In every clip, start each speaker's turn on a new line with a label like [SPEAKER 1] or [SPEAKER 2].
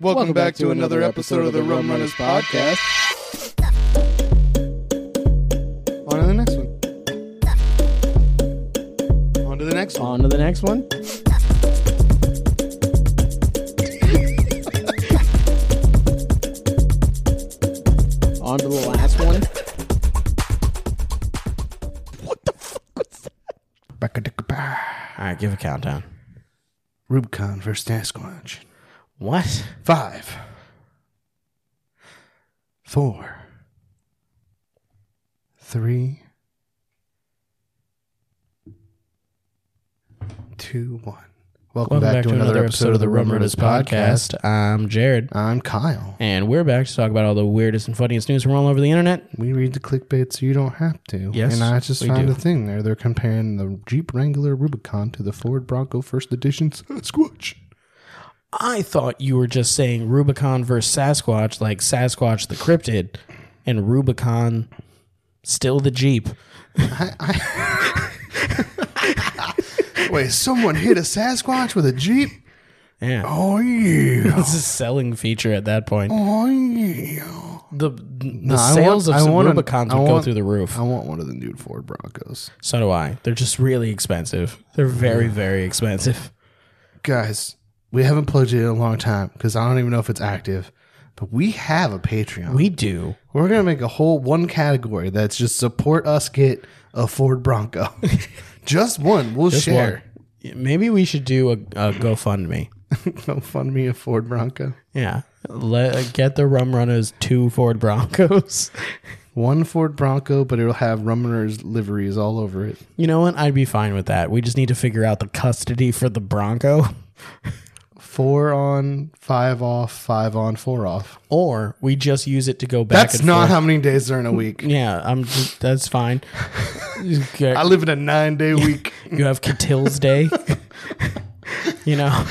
[SPEAKER 1] Welcome, back, to, another, episode of the Rum Runners Podcast. On to the next one. On to the next one.
[SPEAKER 2] On to the next one. On to the last one. All right, give a countdown.
[SPEAKER 1] Rubicon versus Sasquatch.
[SPEAKER 2] What?
[SPEAKER 1] Five. Four. Three. Two, one. Welcome, back, to, another, episode of the Rum Runners Podcast.
[SPEAKER 2] I'm Jared,
[SPEAKER 1] I'm Kyle.
[SPEAKER 2] and we're back to talk about all the weirdest and funniest news from all over the internet.
[SPEAKER 1] We read the clickbait so you don't have to.
[SPEAKER 2] Yes,
[SPEAKER 1] And I just
[SPEAKER 2] we
[SPEAKER 1] found
[SPEAKER 2] do.
[SPEAKER 1] a thing there. They're comparing the Jeep Wrangler Rubicon to the Ford Bronco First Edition Sasquatch.
[SPEAKER 2] I thought you were just saying Rubicon versus Sasquatch, like Sasquatch the cryptid, and Rubicon still the Jeep.
[SPEAKER 1] Wait, someone hit a Sasquatch with a Jeep?
[SPEAKER 2] Yeah,
[SPEAKER 1] Oh, yeah.
[SPEAKER 2] it's a selling feature at that point.
[SPEAKER 1] Oh, yeah.
[SPEAKER 2] The the
[SPEAKER 1] I want-
[SPEAKER 2] sales of
[SPEAKER 1] I
[SPEAKER 2] some
[SPEAKER 1] want an-
[SPEAKER 2] Rubicons
[SPEAKER 1] I
[SPEAKER 2] would go
[SPEAKER 1] want-
[SPEAKER 2] through the roof.
[SPEAKER 1] I want one of the new Ford Broncos.
[SPEAKER 2] So do I. They're just really expensive. They're very very expensive.
[SPEAKER 1] Guys, we haven't plugged it in a long time because I don't even know if it's active, but we have a Patreon.
[SPEAKER 2] We do.
[SPEAKER 1] We're gonna make a whole one category that's just support us get a Ford Bronco. just one. We'll share.
[SPEAKER 2] Well, Maybe we should do a, a GoFundMe.
[SPEAKER 1] Don't fund me a Ford Bronco.
[SPEAKER 2] Yeah. Let, get the Rum Runners two Ford Broncos.
[SPEAKER 1] One Ford Bronco, but it'll have Rumner's liveries all over it.
[SPEAKER 2] You know what? I'd be fine with that. We just need to figure out the custody for the Bronco.
[SPEAKER 1] Four on, five off, five on, four off.
[SPEAKER 2] Or we just use it to go back
[SPEAKER 1] That's
[SPEAKER 2] and
[SPEAKER 1] not
[SPEAKER 2] forth.
[SPEAKER 1] how many days are in a week.
[SPEAKER 2] Yeah, I'm just, that's fine. you get-
[SPEAKER 1] I live in a nine day week.
[SPEAKER 2] you have Catil's Day. you know,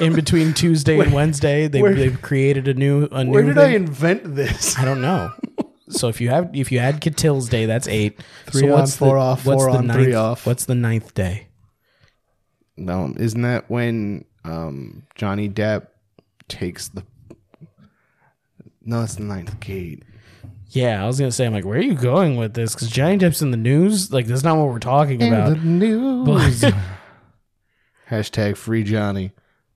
[SPEAKER 2] in between Tuesday and Wednesday, they,
[SPEAKER 1] where-
[SPEAKER 2] they've created a new a new
[SPEAKER 1] Where did I
[SPEAKER 2] thing.
[SPEAKER 1] invent this?
[SPEAKER 2] I don't know. So if you have if you add Catil's Day, that's eight.
[SPEAKER 1] Three
[SPEAKER 2] so
[SPEAKER 1] on, four off, four on,
[SPEAKER 2] ninth,
[SPEAKER 1] three off.
[SPEAKER 2] What's the ninth day?
[SPEAKER 1] No, isn't that when um, Johnny Depp takes the? No, it's the ninth gate.
[SPEAKER 2] Yeah, I was gonna say, I'm like, where are you going with this? Because Johnny Depp's in the news. Like, that's not what we're talking about.
[SPEAKER 1] news. Hashtag free Johnny.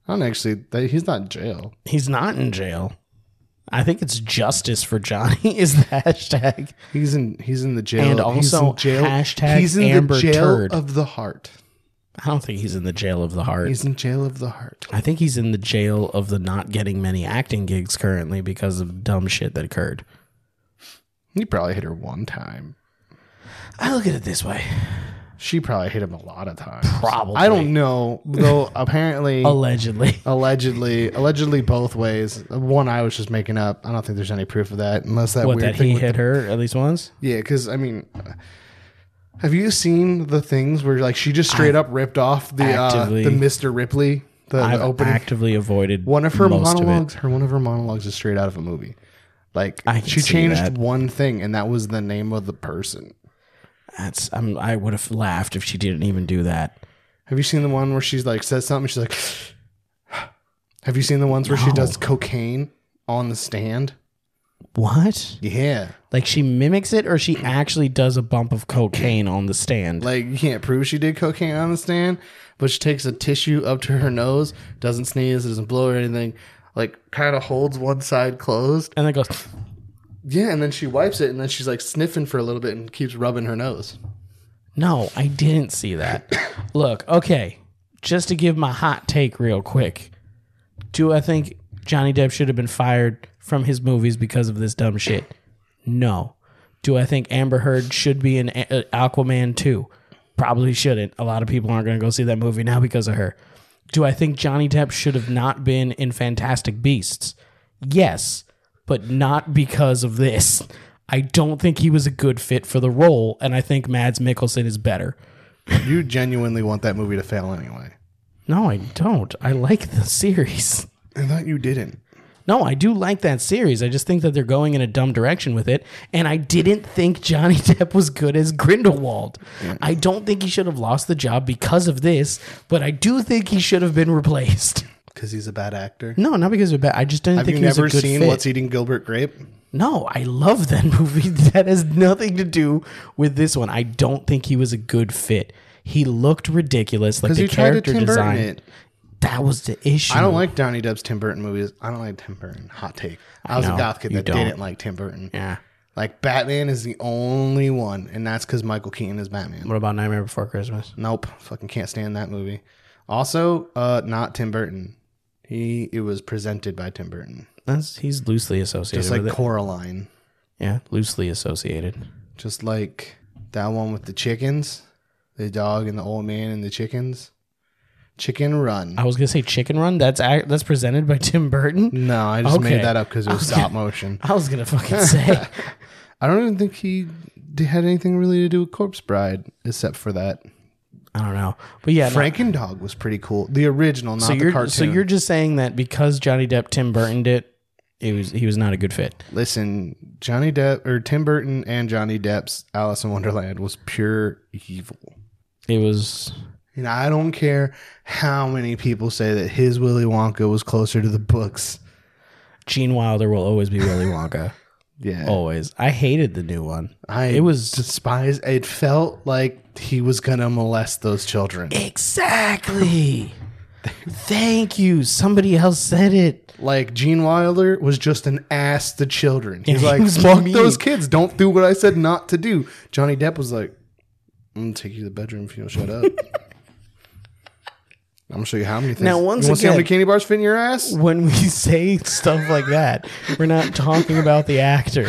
[SPEAKER 1] I don't actually. They, he's not in jail.
[SPEAKER 2] He's not in jail. I think it's justice for Johnny is the hashtag.
[SPEAKER 1] He's in. He's in the jail.
[SPEAKER 2] And
[SPEAKER 1] he's
[SPEAKER 2] also
[SPEAKER 1] in jail.
[SPEAKER 2] hashtag
[SPEAKER 1] he's in
[SPEAKER 2] Amber
[SPEAKER 1] the jail
[SPEAKER 2] Turd.
[SPEAKER 1] of the heart.
[SPEAKER 2] I don't think he's in the jail of the heart.
[SPEAKER 1] He's in jail of the heart.
[SPEAKER 2] I think he's in the jail of the not getting many acting gigs currently because of dumb shit that occurred.
[SPEAKER 1] He probably hit her one time.
[SPEAKER 2] I look at it this way.
[SPEAKER 1] She probably hit him a lot of times.
[SPEAKER 2] Probably.
[SPEAKER 1] I don't know though. Apparently,
[SPEAKER 2] Allegedly.
[SPEAKER 1] Allegedly, allegedly both ways. One I was just making up. I don't think there's any proof of that, unless that
[SPEAKER 2] What,
[SPEAKER 1] weird
[SPEAKER 2] that
[SPEAKER 1] thing.
[SPEAKER 2] he
[SPEAKER 1] with
[SPEAKER 2] hit her at least once?
[SPEAKER 1] the- yeah, because I mean, uh, have you seen the things where like she just straight up ripped off the uh,
[SPEAKER 2] actively-
[SPEAKER 1] the Mister Ripley the, the
[SPEAKER 2] I've
[SPEAKER 1] opening
[SPEAKER 2] actively avoided
[SPEAKER 1] one of her
[SPEAKER 2] most of it.
[SPEAKER 1] monologues? her one of her monologues is straight out of a movie. Like
[SPEAKER 2] I can
[SPEAKER 1] she
[SPEAKER 2] see
[SPEAKER 1] changed
[SPEAKER 2] that.
[SPEAKER 1] one thing, and that was the name of the person.
[SPEAKER 2] That's I'm, I would have laughed if she didn't even do that.
[SPEAKER 1] Have you seen the one where she's like says something? She's like, Have you seen the ones where she
[SPEAKER 2] No.
[SPEAKER 1] does cocaine on the stand?
[SPEAKER 2] What?
[SPEAKER 1] Yeah.
[SPEAKER 2] Like she mimics it, or she actually does a bump of cocaine on the stand?
[SPEAKER 1] Like you can't prove she did cocaine on the stand, but she takes a tissue up to her nose, doesn't sneeze, doesn't blow or anything, like kind of holds one side closed.
[SPEAKER 2] and then goes,
[SPEAKER 1] Yeah, and then she wipes it, and then she's like sniffing for a little bit and keeps rubbing her nose.
[SPEAKER 2] "No, I didn't see that." Look, okay, just to give my hot take real quick, do I think Johnny Depp should have been fired from his movies because of this dumb shit? No. Do I think Amber Heard should be in A- Aquaman 2? Probably shouldn't. A lot of people aren't going to go see that movie now because of her. Do I think Johnny Depp should have not been in Fantastic Beasts? Yes, but not because of this. I don't think he was a good fit for the role, and I think Mads Mikkelsen is better.
[SPEAKER 1] You genuinely want that movie to fail anyway.
[SPEAKER 2] No, I don't. I like the series.
[SPEAKER 1] I thought you didn't.
[SPEAKER 2] No, I do like that series. I just think that they're going in a dumb direction with it. And I didn't think Johnny Depp was good as Grindelwald.
[SPEAKER 1] Mm.
[SPEAKER 2] I don't think he should have lost the job because of this, but I do think he should have been replaced.
[SPEAKER 1] because he's a bad actor.
[SPEAKER 2] No, not because of bad. I just didn't
[SPEAKER 1] Have
[SPEAKER 2] think
[SPEAKER 1] you
[SPEAKER 2] he was a
[SPEAKER 1] never
[SPEAKER 2] good
[SPEAKER 1] seen
[SPEAKER 2] fit.
[SPEAKER 1] What's Eating Gilbert Grape?
[SPEAKER 2] No, I love that movie. That has nothing to do with this one. I don't think he was a good fit. He looked ridiculous, like
[SPEAKER 1] Because
[SPEAKER 2] the
[SPEAKER 1] you tried to
[SPEAKER 2] character
[SPEAKER 1] Tim Burton
[SPEAKER 2] design.
[SPEAKER 1] it.
[SPEAKER 2] That was the issue.
[SPEAKER 1] I don't like Johnny Depp's Tim Burton movies. I don't like Tim Burton. Hot take. I was
[SPEAKER 2] know,
[SPEAKER 1] a goth kid
[SPEAKER 2] you
[SPEAKER 1] that
[SPEAKER 2] don't.
[SPEAKER 1] didn't like Tim Burton.
[SPEAKER 2] Yeah.
[SPEAKER 1] Like Batman is the only one, and that's because Michael Keaton is Batman.
[SPEAKER 2] What about Nightmare Before Christmas?
[SPEAKER 1] Nope, fucking can't stand that movie. Also, uh, not Tim Burton. He it was presented by Tim Burton.
[SPEAKER 2] That's he's loosely associated
[SPEAKER 1] Just
[SPEAKER 2] with
[SPEAKER 1] like Coraline,
[SPEAKER 2] it. Yeah, loosely associated.
[SPEAKER 1] just like that one with the chickens, the dog and the old man and the chickens. Chicken Run.
[SPEAKER 2] I was gonna say Chicken Run. That's ac- that's presented by Tim Burton.
[SPEAKER 1] No, I just
[SPEAKER 2] Okay.
[SPEAKER 1] made that up because it was stop motion.
[SPEAKER 2] I was gonna fucking say
[SPEAKER 1] I don't even think he d- had anything really to do with Corpse Bride except for that.
[SPEAKER 2] I don't know, but yeah, no,
[SPEAKER 1] Frankendog was pretty cool. The original, not
[SPEAKER 2] so
[SPEAKER 1] the
[SPEAKER 2] you're
[SPEAKER 1] cartoon.
[SPEAKER 2] so you're just saying that because Johnny Depp Tim Burton did, it was he was not a good fit.
[SPEAKER 1] Listen, Johnny Depp or Tim Burton and Johnny Depp's Alice in Wonderland was pure evil.
[SPEAKER 2] It was
[SPEAKER 1] And I don't care how many people say that his Willy Wonka was closer to the books.
[SPEAKER 2] Gene Wilder will always be Willy Wonka.
[SPEAKER 1] Yeah.
[SPEAKER 2] always. I hated the new one.
[SPEAKER 1] I
[SPEAKER 2] it was-
[SPEAKER 1] despise it felt like he was gonna molest those children.
[SPEAKER 2] Exactly. Thank you. Somebody else said it.
[SPEAKER 1] Like Gene Wilder was just an ass to children. He's
[SPEAKER 2] he
[SPEAKER 1] like,
[SPEAKER 2] was
[SPEAKER 1] fuck
[SPEAKER 2] mean."
[SPEAKER 1] those kids, don't do what I said not to do. Johnny Depp was like, I'm gonna take you to the bedroom if you don't shut up. I'm gonna show you how many things.
[SPEAKER 2] Now, once
[SPEAKER 1] you wanna see how
[SPEAKER 2] again-
[SPEAKER 1] many candy bars fit in your ass?
[SPEAKER 2] When we say stuff like that, we're not talking about the actor.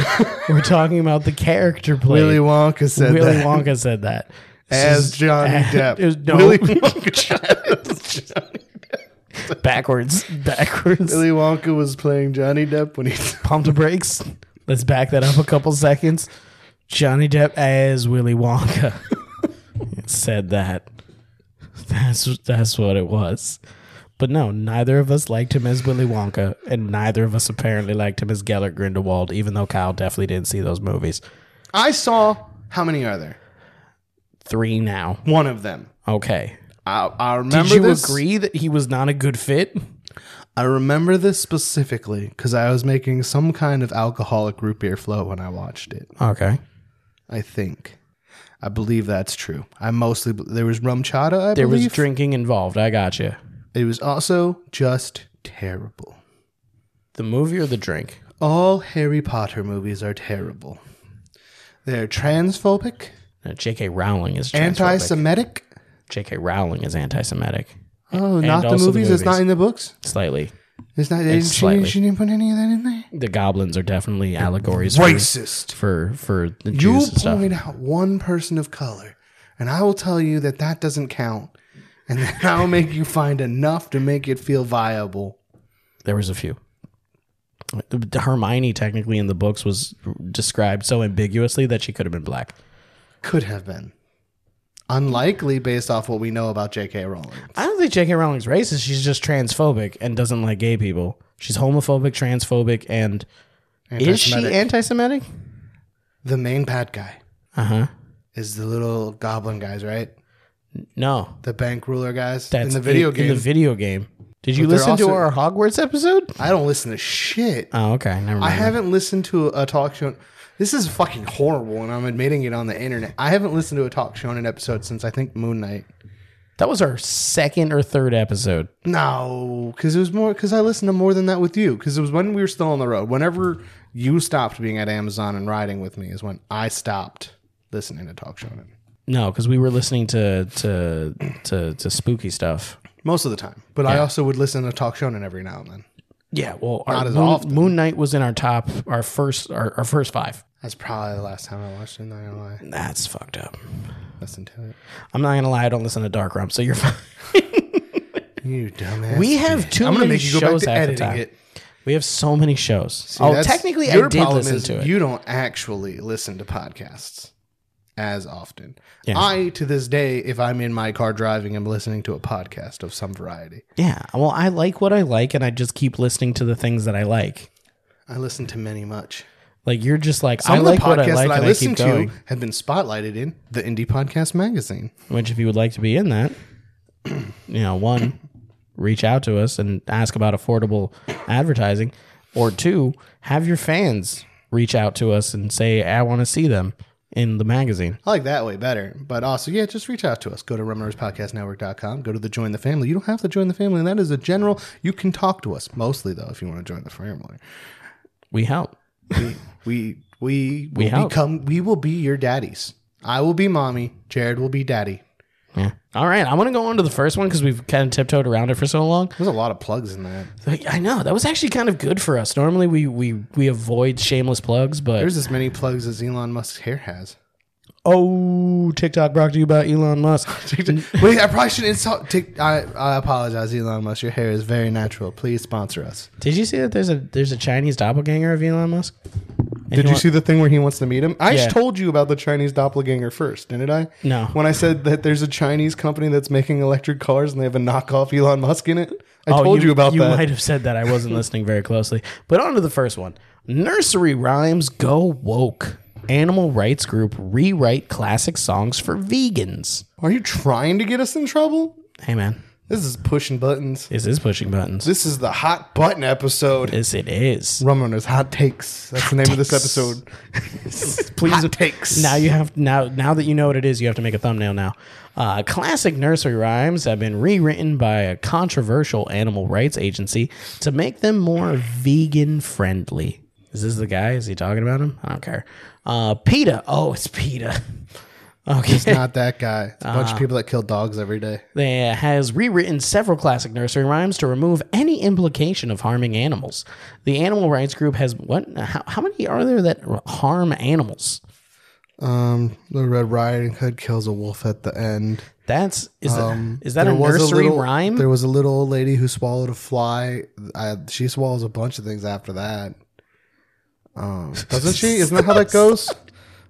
[SPEAKER 2] We're talking about the character play.
[SPEAKER 1] Willy Wonka said
[SPEAKER 2] Willy
[SPEAKER 1] that
[SPEAKER 2] Wonka said that.
[SPEAKER 1] as Johnny Depp.
[SPEAKER 2] It was- no.
[SPEAKER 1] Willy Wonka.
[SPEAKER 2] backwards. Backwards.
[SPEAKER 1] Willy Wonka was playing Johnny Depp when he.
[SPEAKER 2] Pump the brakes. Let's back that up a couple seconds. Johnny Depp as Willy Wonka It said that. That's that's what it was. But no, neither of us liked him as Willy Wonka, and neither of us apparently liked him as Gellert Grindelwald, even though Kyle definitely didn't see those movies.
[SPEAKER 1] I saw how many are there?
[SPEAKER 2] Three now.
[SPEAKER 1] One of them.
[SPEAKER 2] Okay.
[SPEAKER 1] I, I remember.
[SPEAKER 2] Did you
[SPEAKER 1] this,
[SPEAKER 2] agree that he was not a good fit?
[SPEAKER 1] I remember this specifically because I was making some kind of alcoholic root beer float when I watched it.
[SPEAKER 2] Okay.
[SPEAKER 1] I think. I believe that's true. I mostly there was rum chata. I
[SPEAKER 2] There was
[SPEAKER 1] believe
[SPEAKER 2] drinking involved. I gotcha.
[SPEAKER 1] it was also just terrible.
[SPEAKER 2] The movie or the drink?
[SPEAKER 1] All Harry Potter movies are terrible. They're transphobic,
[SPEAKER 2] No, J.K. Rowling is
[SPEAKER 1] anti
[SPEAKER 2] transphobic.
[SPEAKER 1] Semitic.
[SPEAKER 2] J.K. Rowling is anti-Semitic,
[SPEAKER 1] Oh, not the movies.
[SPEAKER 2] also the
[SPEAKER 1] It's not
[SPEAKER 2] movies.
[SPEAKER 1] in the books.
[SPEAKER 2] slightly.
[SPEAKER 1] It's not. They didn't, she,
[SPEAKER 2] slightly.
[SPEAKER 1] didn't, she didn't put any of that in there.
[SPEAKER 2] The goblins are definitely allegories for
[SPEAKER 1] Racist.
[SPEAKER 2] for, for the
[SPEAKER 1] You
[SPEAKER 2] Jews and stuff.
[SPEAKER 1] point out one person of color, and I will tell you that that doesn't count. And then I'll make you find enough to make it feel viable.
[SPEAKER 2] There was a few. Hermione, technically in the books, was described so ambiguously that she could have been black.
[SPEAKER 1] Could have been. Unlikely based off what we know about J.K. Rowling.
[SPEAKER 2] I don't think J.K. Rowling's racist. She's just transphobic and doesn't like gay people. She's homophobic, transphobic, and is she
[SPEAKER 1] Anti-Semitic.
[SPEAKER 2] anti-Semitic?
[SPEAKER 1] the main bad guy
[SPEAKER 2] Uh huh.
[SPEAKER 1] is the little goblin guys, right?
[SPEAKER 2] No,
[SPEAKER 1] The bank ruler guys
[SPEAKER 2] that's
[SPEAKER 1] in the video
[SPEAKER 2] it-
[SPEAKER 1] game.
[SPEAKER 2] In the video game. Did you
[SPEAKER 1] they're
[SPEAKER 2] listen to
[SPEAKER 1] also-
[SPEAKER 2] our Hogwarts episode?
[SPEAKER 1] I don't listen to shit.
[SPEAKER 2] Oh, okay. Never mind.
[SPEAKER 1] I haven't listened to a talk show. This is fucking horrible, and I'm admitting it on the internet. I haven't listened to a talk show in an episode since I think Moon Knight.
[SPEAKER 2] that was our second or third episode.
[SPEAKER 1] No, because it was more because I listened to more than that with you. Because it was when we were still on the road. Whenever you stopped being at Amazon and riding with me is when I stopped listening to talk show.
[SPEAKER 2] No, because we were listening to, to to to spooky stuff.
[SPEAKER 1] Most of the time, but I also would listen to talk show every now and then.
[SPEAKER 2] Yeah, well, our
[SPEAKER 1] Not as
[SPEAKER 2] Moon,
[SPEAKER 1] often.
[SPEAKER 2] Moon Knight was in our top, our first, our, our first five.
[SPEAKER 1] That's probably the last time I watched it. Not gonna lie,
[SPEAKER 2] That's fucked up.
[SPEAKER 1] listened to it.
[SPEAKER 2] I'm not gonna lie, I don't listen to Dark Room, so you're fine.
[SPEAKER 1] You dumbass.
[SPEAKER 2] We have too
[SPEAKER 1] I'm gonna
[SPEAKER 2] many
[SPEAKER 1] make you go back
[SPEAKER 2] shows
[SPEAKER 1] to
[SPEAKER 2] half the
[SPEAKER 1] editing
[SPEAKER 2] time.
[SPEAKER 1] it.
[SPEAKER 2] We have so many shows.
[SPEAKER 1] See,
[SPEAKER 2] oh,
[SPEAKER 1] that's-
[SPEAKER 2] technically, I
[SPEAKER 1] your
[SPEAKER 2] did
[SPEAKER 1] problem
[SPEAKER 2] listen
[SPEAKER 1] is
[SPEAKER 2] to it.
[SPEAKER 1] You don't actually listen to podcasts as often.
[SPEAKER 2] Yeah.
[SPEAKER 1] I, to this day, if I'm in my car driving, I'm listening to a podcast of some variety.
[SPEAKER 2] yeah, well, I like what I like, and I just keep listening to the things that I like.
[SPEAKER 1] I listen to many much.
[SPEAKER 2] Like you're just like I
[SPEAKER 1] Some
[SPEAKER 2] like
[SPEAKER 1] of the
[SPEAKER 2] what I
[SPEAKER 1] podcasts
[SPEAKER 2] like,
[SPEAKER 1] that I
[SPEAKER 2] and I
[SPEAKER 1] listen
[SPEAKER 2] keep going.
[SPEAKER 1] to have been spotlighted in the Indie Podcast Magazine.
[SPEAKER 2] Which, if you would like to be in that, you know, one, reach out to us and ask about affordable advertising, or two, have your fans reach out to us and say, I want to see them in the magazine.
[SPEAKER 1] I like that way better. But also, yeah, just reach out to us. Go to rumrunnerspodcastnetwork.com. Go to the Join the Family. You don't have to join the family. That is a general. You can talk to us mostly, though, if you want to join the family.
[SPEAKER 2] We help.
[SPEAKER 1] We we
[SPEAKER 2] We
[SPEAKER 1] will
[SPEAKER 2] help.
[SPEAKER 1] become we will be your daddies. I will be mommy. Jared will be daddy.
[SPEAKER 2] Yeah. All right. I want to go on to the first one because we've kind of tiptoed around it for so long.
[SPEAKER 1] There's a lot of plugs in that.
[SPEAKER 2] Like, I know that was actually kind of good for us. Normally we we we avoid shameless plugs, but
[SPEAKER 1] There's as many plugs as Elon Musk's hair has.
[SPEAKER 2] oh, TikTok brought to you by Elon Musk.
[SPEAKER 1] Wait, I probably should insult. Take, I, I apologize, Elon Musk. Your hair is very natural. Please sponsor us.
[SPEAKER 2] Did you see that there's a there's a Chinese doppelganger of Elon Musk? And he
[SPEAKER 1] Did you
[SPEAKER 2] wa-
[SPEAKER 1] see the thing where he wants to meet him? I
[SPEAKER 2] Yeah.
[SPEAKER 1] told you about the Chinese doppelganger first, didn't I?
[SPEAKER 2] No.
[SPEAKER 1] When I said that there's a Chinese company that's making electric cars and they have a knockoff Elon Musk in it, I
[SPEAKER 2] Oh,
[SPEAKER 1] told you, about
[SPEAKER 2] you
[SPEAKER 1] that.
[SPEAKER 2] might have said that. I wasn't listening very closely. But on to the first one. Nursery rhymes go woke. Animal rights group rewrite classic songs for vegans.
[SPEAKER 1] Are you trying to get us in trouble?
[SPEAKER 2] Hey man,
[SPEAKER 1] This is pushing buttons.
[SPEAKER 2] this is pushing buttons.
[SPEAKER 1] This is the hot button episode.
[SPEAKER 2] Yes, it is.
[SPEAKER 1] Rum Runners Hot Takes. That's the name of this
[SPEAKER 2] takes.
[SPEAKER 1] episode. Please, hot takes.
[SPEAKER 2] Now you have now now that you know what it is, you have to make a thumbnail now. Uh, classic nursery rhymes have been rewritten by a controversial animal rights agency to make them more vegan friendly. Is this the guy? Is he talking about him? I don't care. Uh, PETA. Oh, it's PETA. Okay.
[SPEAKER 1] Not that guy. It's a bunch
[SPEAKER 2] Ah.
[SPEAKER 1] of people that kill dogs every day.
[SPEAKER 2] that has rewritten several classic nursery rhymes to remove any implication of harming animals. The animal rights group has what? How, how many are there that harm animals?
[SPEAKER 1] Um, the Red Riding Hood kills a wolf at the end.
[SPEAKER 2] That's is that, is that a
[SPEAKER 1] Um, There was
[SPEAKER 2] nursery
[SPEAKER 1] little-
[SPEAKER 2] rhyme?
[SPEAKER 1] There was a little old lady who swallowed a fly. I, she swallows a bunch of things after that. Um, doesn't she? Isn't that how that goes?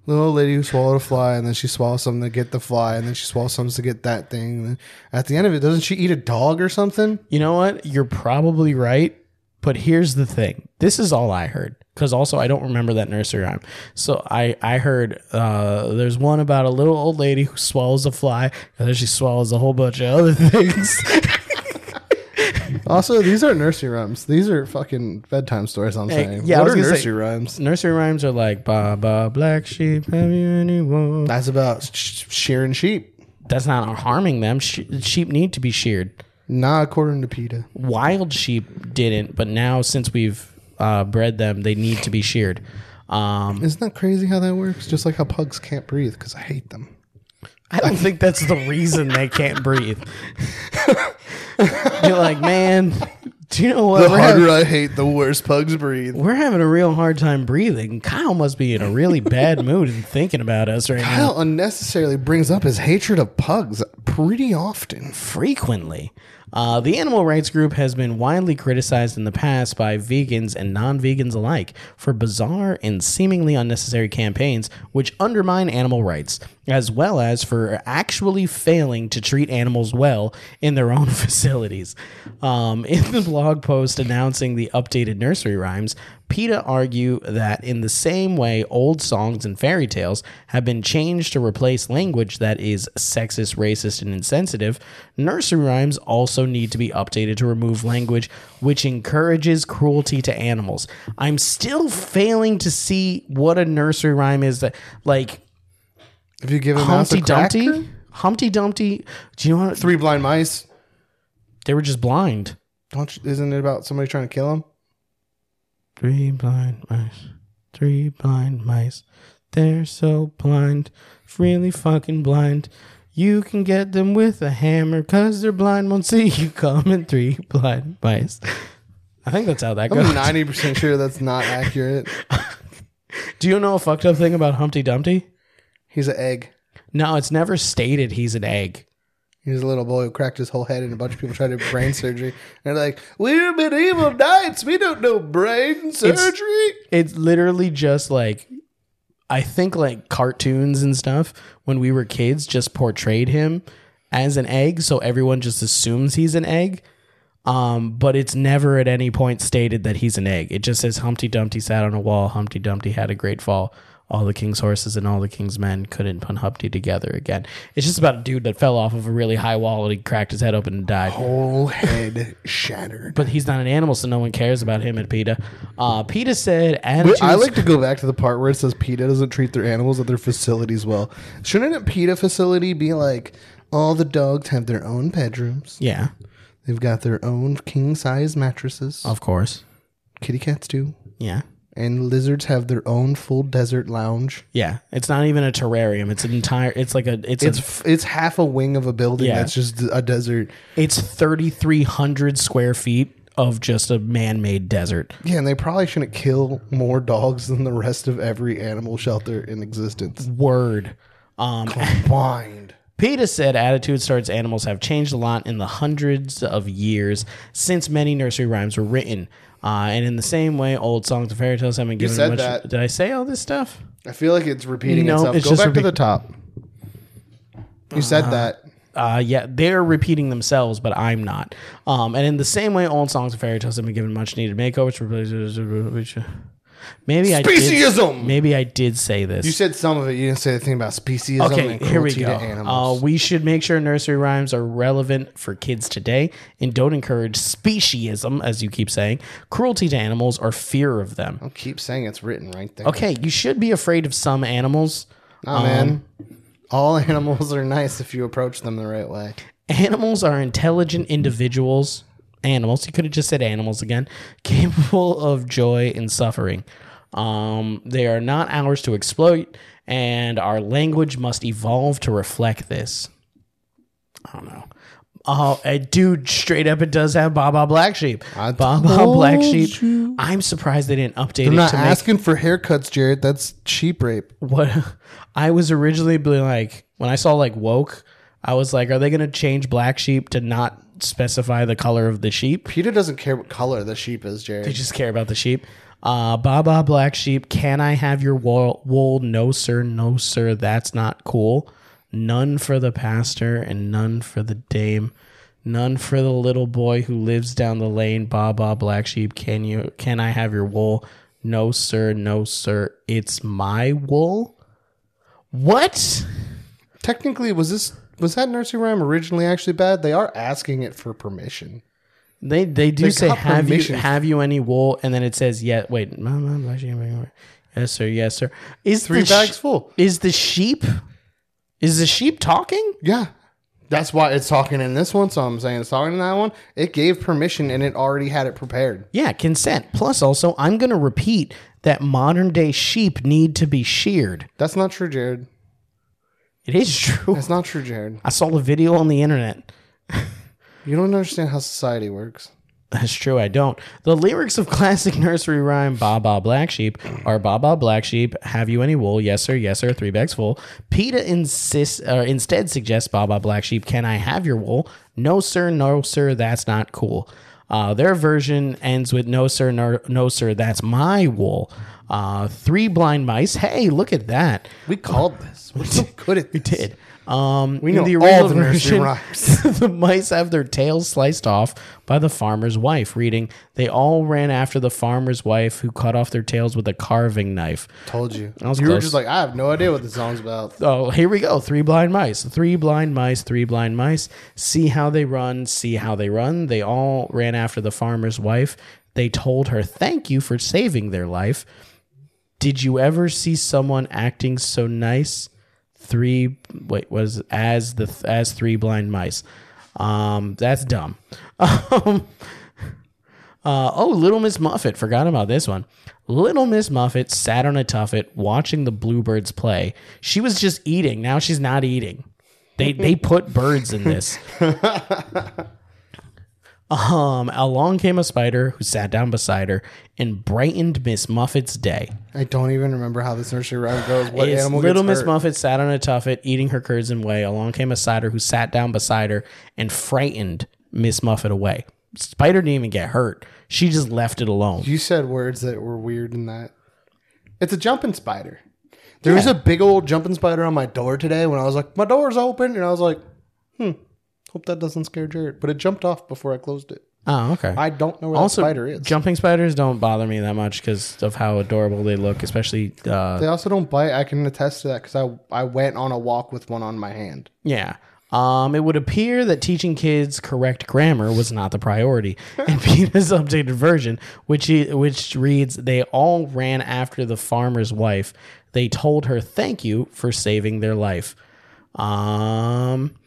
[SPEAKER 1] Little old lady who swallowed a fly, and then she swallows something to get the fly, and then she swallows something to get that thing. And then at the end of it, doesn't she eat a dog or something?
[SPEAKER 2] You know what? You're probably right, but here's the thing. This is all I heard because also I don't remember that nursery rhyme. So I I heard uh, there's one about a little old lady who swallows a fly and then she swallows a whole bunch of other things.
[SPEAKER 1] Also, these aren't nursery rhymes. These are fucking bedtime stories. I'm saying.
[SPEAKER 2] yeah, I
[SPEAKER 1] what
[SPEAKER 2] was
[SPEAKER 1] are
[SPEAKER 2] gonna say-
[SPEAKER 1] nursery rhymes?
[SPEAKER 2] nursery rhymes are like ba ba black sheep have you any wool?
[SPEAKER 1] That's about sh- shearing sheep.
[SPEAKER 2] That's not harming them. She- sheep need to be sheared.
[SPEAKER 1] Not according to PETA.
[SPEAKER 2] wild sheep didn't, but now since we've uh, bred them, they need to be sheared. Um,
[SPEAKER 1] Isn't that crazy how that works? Just like how pugs can't breathe because I hate them.
[SPEAKER 2] I don't think that's the reason they can't breathe. You're like, man, do you know what? We're, having,
[SPEAKER 1] I hate, the worse pugs breathe.
[SPEAKER 2] we're having a real hard time breathing. Kyle must be in a really bad mood and thinking about us right now.
[SPEAKER 1] Kyle unnecessarily brings up his hatred of pugs pretty often.
[SPEAKER 2] frequently. Uh, the animal rights group has been widely criticized in the past by vegans and non vegans alike for bizarre and seemingly unnecessary campaigns which undermine animal rights, as well as for actually failing to treat animals well in their own facilities. Um, in the blog post announcing the updated nursery rhymes, PETA argue that in the same way old songs and fairy tales have been changed to replace language that is sexist, racist, and insensitive, nursery rhymes also need to be updated to remove language which encourages cruelty to animals. I'm still failing to see what a nursery rhyme is that like
[SPEAKER 1] If you give a mouse
[SPEAKER 2] Humpty
[SPEAKER 1] a
[SPEAKER 2] Dumpty?
[SPEAKER 1] cracker,
[SPEAKER 2] Humpty Dumpty, do you know what?
[SPEAKER 1] three blind mice.
[SPEAKER 2] They were just blind.
[SPEAKER 1] Don't you, isn't it about somebody trying to kill him?
[SPEAKER 2] Three blind mice. Three blind mice. They're so blind. Really fucking blind. You can get them with a hammer because they're blind, won't see you coming. Three blind mice. I think that's how that goes.
[SPEAKER 1] I'm ninety percent sure that's not accurate.
[SPEAKER 2] Do you know a fucked up thing about Humpty Dumpty?
[SPEAKER 1] He's an egg.
[SPEAKER 2] No, it's never stated he's an egg.
[SPEAKER 1] He's a little boy who cracked his whole head, and a bunch of people tried to do brain surgery. And they're like, "We're medieval knights. We don't know brain surgery."
[SPEAKER 2] It's literally just like I think like cartoons and stuff when we were kids just portrayed him as an egg, so everyone just assumes he's an egg. Um, but it's never at any point stated that he's an egg. It just says Humpty Dumpty sat on a wall, Humpty Dumpty had a great fall. all the king's horses and all the king's men couldn't put Humpty together again. It's just about a dude that fell off of a really high wall and he cracked his head open and died.
[SPEAKER 1] Whole head shattered.
[SPEAKER 2] But he's not an animal, so no one cares about him and PETA. Uh, PETA said,
[SPEAKER 1] Wait,
[SPEAKER 2] attitudes.
[SPEAKER 1] I like to go back to the part where it says PETA doesn't treat their animals at their facilities well. Shouldn't a PETA facility be like all the dogs have their own bedrooms?
[SPEAKER 2] yeah,
[SPEAKER 1] They've got their own king size mattresses.
[SPEAKER 2] of course.
[SPEAKER 1] Kitty cats do.
[SPEAKER 2] Yeah.
[SPEAKER 1] And lizards have their own full desert lounge.
[SPEAKER 2] Yeah. It's not even a terrarium. It's an entire, it's like a, it's,
[SPEAKER 1] It's
[SPEAKER 2] a,
[SPEAKER 1] f- it's half a wing of a building
[SPEAKER 2] Yeah.
[SPEAKER 1] that's just a desert.
[SPEAKER 2] it's 3,300 square feet of just a man made desert.
[SPEAKER 1] Yeah, and they probably shouldn't kill more dogs than the rest of every animal shelter in existence.
[SPEAKER 2] Word. Um,
[SPEAKER 1] Combined.
[SPEAKER 2] PETA said attitudes towards animals have changed a lot in the hundreds of years since many nursery rhymes were written. Uh, and in the same way, old songs and fairy tales haven't given
[SPEAKER 1] said
[SPEAKER 2] much.
[SPEAKER 1] that.
[SPEAKER 2] Did I say all this stuff?
[SPEAKER 1] I feel like it's repeating
[SPEAKER 2] No,
[SPEAKER 1] itself.
[SPEAKER 2] it's
[SPEAKER 1] Go
[SPEAKER 2] just
[SPEAKER 1] back to
[SPEAKER 2] repeat-
[SPEAKER 1] the top. You said that.
[SPEAKER 2] Uh, yeah, they're repeating themselves, but I'm not. Um, and in the same way, old songs and fairy tales have been given much needed makeovers. which- Maybe I did,
[SPEAKER 1] Speciesism!
[SPEAKER 2] maybe I did say this.
[SPEAKER 1] You said some of it. You didn't say the thing about speciesism
[SPEAKER 2] Okay,
[SPEAKER 1] and
[SPEAKER 2] here we
[SPEAKER 1] cruelty
[SPEAKER 2] go.
[SPEAKER 1] to animals.
[SPEAKER 2] Uh, we should make sure nursery rhymes are relevant for kids today and don't encourage speciesism, as you keep saying, cruelty to animals, or fear of them.
[SPEAKER 1] Keep saying it's written right there.
[SPEAKER 2] Oh. Okay, you should be afraid of some animals.
[SPEAKER 1] Nah,
[SPEAKER 2] um,
[SPEAKER 1] man. All animals are nice if you approach them the right way.
[SPEAKER 2] Animals are intelligent individuals. Animals, you could have just said animals again, capable of joy and suffering. Um, they are not ours to exploit, and our language must evolve to reflect this. I don't know. Oh, a dude straight up, it does have Baba Black Sheep. Baba
[SPEAKER 1] told
[SPEAKER 2] Black Sheep. I'm surprised they didn't update
[SPEAKER 1] I'm
[SPEAKER 2] it
[SPEAKER 1] not
[SPEAKER 2] to make
[SPEAKER 1] asking for haircuts, Jared. That's sheep rape.
[SPEAKER 2] what I was originally be like when I saw like woke, I was like, are they gonna change black sheep to not specify the color of the sheep?
[SPEAKER 1] Peter doesn't care what color the sheep is, Jared.
[SPEAKER 2] They just care about the sheep. Uh, Baba Black Sheep, can I have your wool, wool? No, sir. No, sir. That's not cool. None for the pastor and none for the dame. None for the little boy who lives down the lane. Baba Black Sheep, can you? Can I have your wool? No, sir. No, sir. It's my wool. What?
[SPEAKER 1] Technically, was this was that nursery rhyme originally actually bad? They are asking it for permission.
[SPEAKER 2] They they do say
[SPEAKER 1] got
[SPEAKER 2] have
[SPEAKER 1] permission.
[SPEAKER 2] you have you any wool? And then it says yeah. Wait, no, no, no, actually, no, no. yes sir, yes sir. Is
[SPEAKER 1] Three
[SPEAKER 2] the
[SPEAKER 1] bags
[SPEAKER 2] sh-
[SPEAKER 1] full.
[SPEAKER 2] Is the sheep? Is the sheep talking?
[SPEAKER 1] Yeah. That's why it's talking in this one, so I'm saying it's talking in that one. It gave permission and it already had it prepared.
[SPEAKER 2] Yeah, consent. Plus, also, I'm going to repeat that modern day sheep need to be sheared.
[SPEAKER 1] That's not true, Jared.
[SPEAKER 2] It is true.
[SPEAKER 1] That's not true, Jared.
[SPEAKER 2] I saw a video on the internet.
[SPEAKER 1] You don't understand how society works.
[SPEAKER 2] That's true, I don't. The lyrics of classic nursery rhyme Ba Ba Black Sheep are Ba Ba Black Sheep, Have You Any Wool? Yes, sir, yes, sir, three bags full. PETA insists, or instead suggests Ba Ba Black Sheep, Can I have your wool? No, sir, no, sir, that's not cool. Uh, their version ends with No, sir, no, no sir, that's my wool. Uh, three blind mice, hey, look at that.
[SPEAKER 1] We called this. We're so good at this. We
[SPEAKER 2] Did. Um,
[SPEAKER 1] We know
[SPEAKER 2] in the
[SPEAKER 1] all
[SPEAKER 2] original
[SPEAKER 1] the nursery
[SPEAKER 2] version,
[SPEAKER 1] rhymes.
[SPEAKER 2] the mice have their tails sliced off by the farmer's wife, reading, They all ran after the farmer's wife who cut off their tails with a carving knife.
[SPEAKER 1] Told you. You
[SPEAKER 2] was
[SPEAKER 1] were
[SPEAKER 2] close.
[SPEAKER 1] just like, I have no idea what the song's about.
[SPEAKER 2] Oh, here we go. Three blind mice. Three blind mice. Three blind mice. See how they run. See how they run. They all ran after the farmer's wife. They told her, Thank you for saving their life. Did you ever see someone acting so nice? Three wait was as the as three blind mice. Um, that's dumb. Um, uh, oh, Little Miss Muffet. Forgot about this one. Little Miss Muffet sat on a tuffet watching the bluebirds play. She was just eating. Now she's not eating. They they put birds in this. Um, along came a spider who sat down beside her and brightened Miss Muffet's day.
[SPEAKER 1] I don't even remember how this nursery rhyme goes. What
[SPEAKER 2] It's
[SPEAKER 1] animal
[SPEAKER 2] Little
[SPEAKER 1] gets
[SPEAKER 2] Miss
[SPEAKER 1] hurt?
[SPEAKER 2] Muffet sat on a tuffet eating her curds and whey. Along came a cider who sat down beside her and frightened Miss Muffet away. Spider didn't even get hurt. She just left it alone.
[SPEAKER 1] You said words that were weird in that. It's a jumping spider. There was a big old jumping spider on my door today when I was like, my door's open. And I was like, hmm, hope that doesn't scare Jared. But it jumped off before I closed it.
[SPEAKER 2] Oh, okay.
[SPEAKER 1] I don't know where
[SPEAKER 2] also,
[SPEAKER 1] the spider is.
[SPEAKER 2] jumping spiders don't bother me that much because of how adorable they look, especially. Uh,
[SPEAKER 1] They also don't bite. I can attest to that because I I went on a walk with one on my hand.
[SPEAKER 2] yeah. Um, it would appear that teaching kids correct grammar was not the priority in Peter's updated version, which he, which reads, "They all ran after the farmer's wife. They told her thank you for saving their life." Um,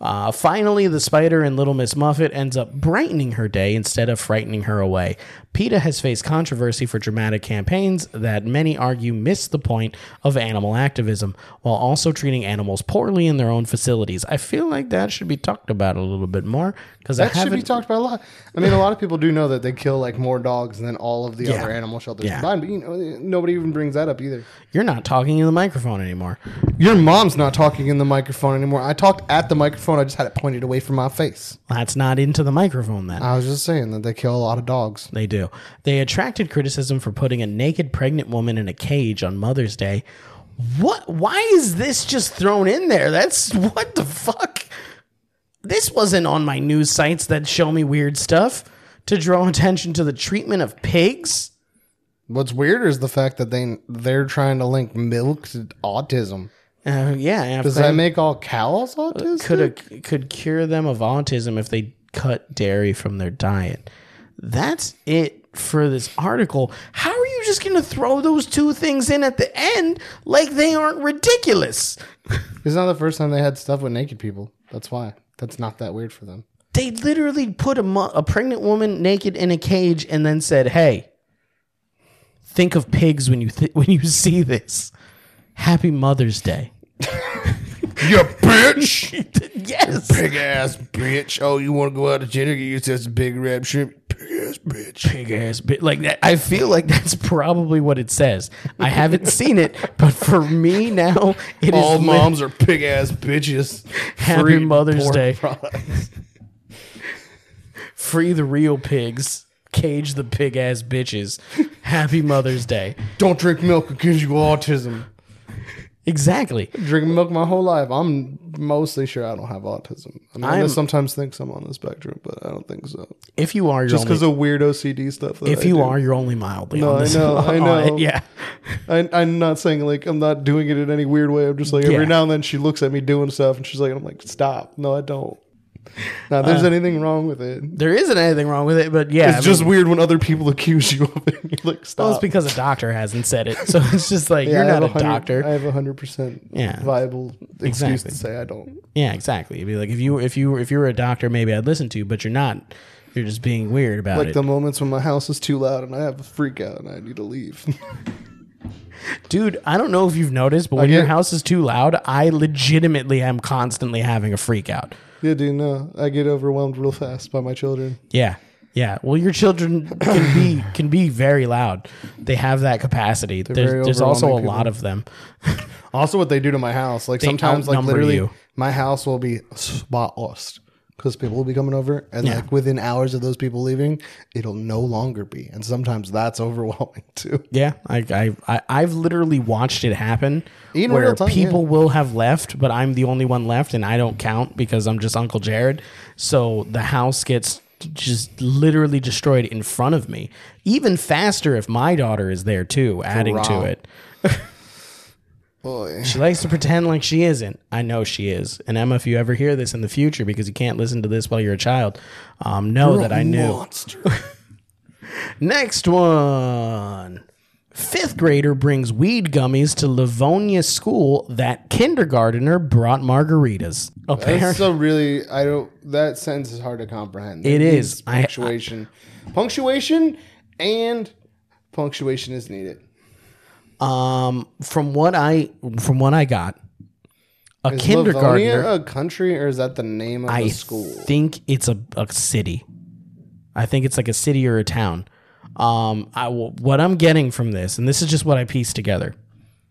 [SPEAKER 2] Uh, finally, the spider in Little Miss Muffet ends up brightening her day instead of frightening her away. PETA has faced controversy for dramatic campaigns that many argue miss the point of animal activism while also treating animals poorly in their own facilities. I feel like that should be talked about a little bit more because I
[SPEAKER 1] That should be
[SPEAKER 2] haven't.
[SPEAKER 1] talked about a lot. I mean, a lot of people do know that they kill like more dogs than all of the other animal shelters
[SPEAKER 2] Yeah.
[SPEAKER 1] combined. But you know, nobody even brings that up either.
[SPEAKER 2] you're not talking in the microphone anymore.
[SPEAKER 1] Your mom's not talking in the microphone anymore. I talked at the microphone. I just had it pointed away from my face.
[SPEAKER 2] That's not into the microphone then.
[SPEAKER 1] I was just saying that they kill a lot of dogs.
[SPEAKER 2] They do. They attracted criticism for putting a naked pregnant woman in a cage on Mother's Day. What? Why is this just thrown in there? That's what the fuck? This wasn't on my news sites that show me weird stuff to draw attention to the treatment of pigs.
[SPEAKER 1] What's weirder is the fact that they they're trying to link milk to autism.
[SPEAKER 2] Uh, yeah,
[SPEAKER 1] Does that make all cows autistic?
[SPEAKER 2] could could cure them of autism if they cut dairy from their diet. That's it for this article. How are you just going to throw those two things in at the end like they aren't ridiculous?
[SPEAKER 1] It's not the first time they had stuff with naked people. That's why. That's not that weird for them.
[SPEAKER 2] They literally put a, mu- a pregnant woman naked in a cage and then said, "Hey, think of pigs when you th- when you see this. Happy Mother's Day."
[SPEAKER 1] You bitch!
[SPEAKER 2] yes.
[SPEAKER 1] Big ass bitch. Oh, you want to go out to dinner? Get yourself some big red shrimp. Big ass bitch.
[SPEAKER 2] pig ass bit like that. I feel like that's probably what it says. I haven't seen it, but for me now, it is
[SPEAKER 1] All
[SPEAKER 2] lit-
[SPEAKER 1] moms are pig ass bitches.
[SPEAKER 2] Happy
[SPEAKER 1] Free
[SPEAKER 2] Mother's
[SPEAKER 1] porn
[SPEAKER 2] Day.
[SPEAKER 1] products.
[SPEAKER 2] free the real pigs, cage the pig ass bitches. Happy Mother's Day.
[SPEAKER 1] Don't drink milk. It gives you autism.
[SPEAKER 2] Exactly.
[SPEAKER 1] Drinking milk my whole life. I'm mostly sure I don't have autism. I mean, I
[SPEAKER 2] I'm-
[SPEAKER 1] sometimes think I'm on the spectrum, but I don't think so.
[SPEAKER 2] If you are, you're
[SPEAKER 1] Just because
[SPEAKER 2] only,
[SPEAKER 1] of weird OCD stuff. That
[SPEAKER 2] if
[SPEAKER 1] I
[SPEAKER 2] you
[SPEAKER 1] do.
[SPEAKER 2] are, you're only mildly.
[SPEAKER 1] No, I
[SPEAKER 2] on this
[SPEAKER 1] know, I
[SPEAKER 2] on it.
[SPEAKER 1] know.
[SPEAKER 2] Yeah,
[SPEAKER 1] I, I'm not saying like I'm not doing it in any weird way. I'm just like
[SPEAKER 2] Yeah.
[SPEAKER 1] every now and then she looks at me doing stuff and she's like, I'm like, stop. No, I don't. Now, there's anything wrong with it.
[SPEAKER 2] there isn't anything wrong with it, but
[SPEAKER 1] It's
[SPEAKER 2] yeah, Uh. I mean,
[SPEAKER 1] just weird when other people accuse you of it. You're like, stop.
[SPEAKER 2] well, it's because a doctor hasn't said it, so it's just like
[SPEAKER 1] Yeah, I
[SPEAKER 2] you're
[SPEAKER 1] have
[SPEAKER 2] not a
[SPEAKER 1] 100
[SPEAKER 2] doctor.
[SPEAKER 1] I have a hundred percent
[SPEAKER 2] Yeah.
[SPEAKER 1] viable excuse
[SPEAKER 2] Exactly.
[SPEAKER 1] to say I don't.
[SPEAKER 2] Yeah, exactly. It'd be like if you if you if you were a doctor, maybe I'd listen to you, but you're not. You're just being weird about
[SPEAKER 1] Like
[SPEAKER 2] it.
[SPEAKER 1] the moments when my house is too loud and I have a freak out and I need to leave.
[SPEAKER 2] Dude, I don't know if you've noticed, but when
[SPEAKER 1] get-
[SPEAKER 2] your house is too loud, I legitimately am constantly having a freak out.
[SPEAKER 1] yeah, dude, no. I get overwhelmed real fast by my children.
[SPEAKER 2] Yeah. Yeah. Well, your children can be can be very loud. They have that capacity.
[SPEAKER 1] very
[SPEAKER 2] There's, there's also a
[SPEAKER 1] overwhelming
[SPEAKER 2] lot of them.
[SPEAKER 1] Also, what they do to my house, like sometimes, like
[SPEAKER 2] outnumber
[SPEAKER 1] literally,
[SPEAKER 2] you.
[SPEAKER 1] my house will be spotless because people will be coming over, and
[SPEAKER 2] Yeah.
[SPEAKER 1] like within hours of those people leaving, it'll no longer be. And sometimes that's overwhelming too.
[SPEAKER 2] Yeah. I I, I I've literally watched it happen
[SPEAKER 1] In
[SPEAKER 2] where
[SPEAKER 1] real time,
[SPEAKER 2] people will have left, but I'm the only one left and I don't count because I'm just Uncle Jared. So the house gets just literally destroyed in front of me. Even faster if my daughter is there too, adding
[SPEAKER 1] Hurrah.
[SPEAKER 2] to it.
[SPEAKER 1] Boy,
[SPEAKER 2] She likes to pretend like she isn't. I know she is. And Emma, if you ever hear this in the future, because you can't listen to this while you're a child, um, know that I knew.
[SPEAKER 1] Monster.
[SPEAKER 2] Next one. Fifth grader brings weed gummies to Livonia school that kindergartner brought margaritas. Apparently,
[SPEAKER 1] That's so really, I don't. That sentence is hard to comprehend.
[SPEAKER 2] It
[SPEAKER 1] It
[SPEAKER 2] is.
[SPEAKER 1] is
[SPEAKER 2] I-
[SPEAKER 1] punctuation, punctuation, and punctuation is needed.
[SPEAKER 2] um, from what I from what I got, a
[SPEAKER 1] Is
[SPEAKER 2] kindergartner.
[SPEAKER 1] Livonia a country or is that the name of
[SPEAKER 2] I
[SPEAKER 1] the school?
[SPEAKER 2] think it's a, a city. I think it's like a city or a town. Um, I will, what I'm getting from this, and this is just what I pieced together.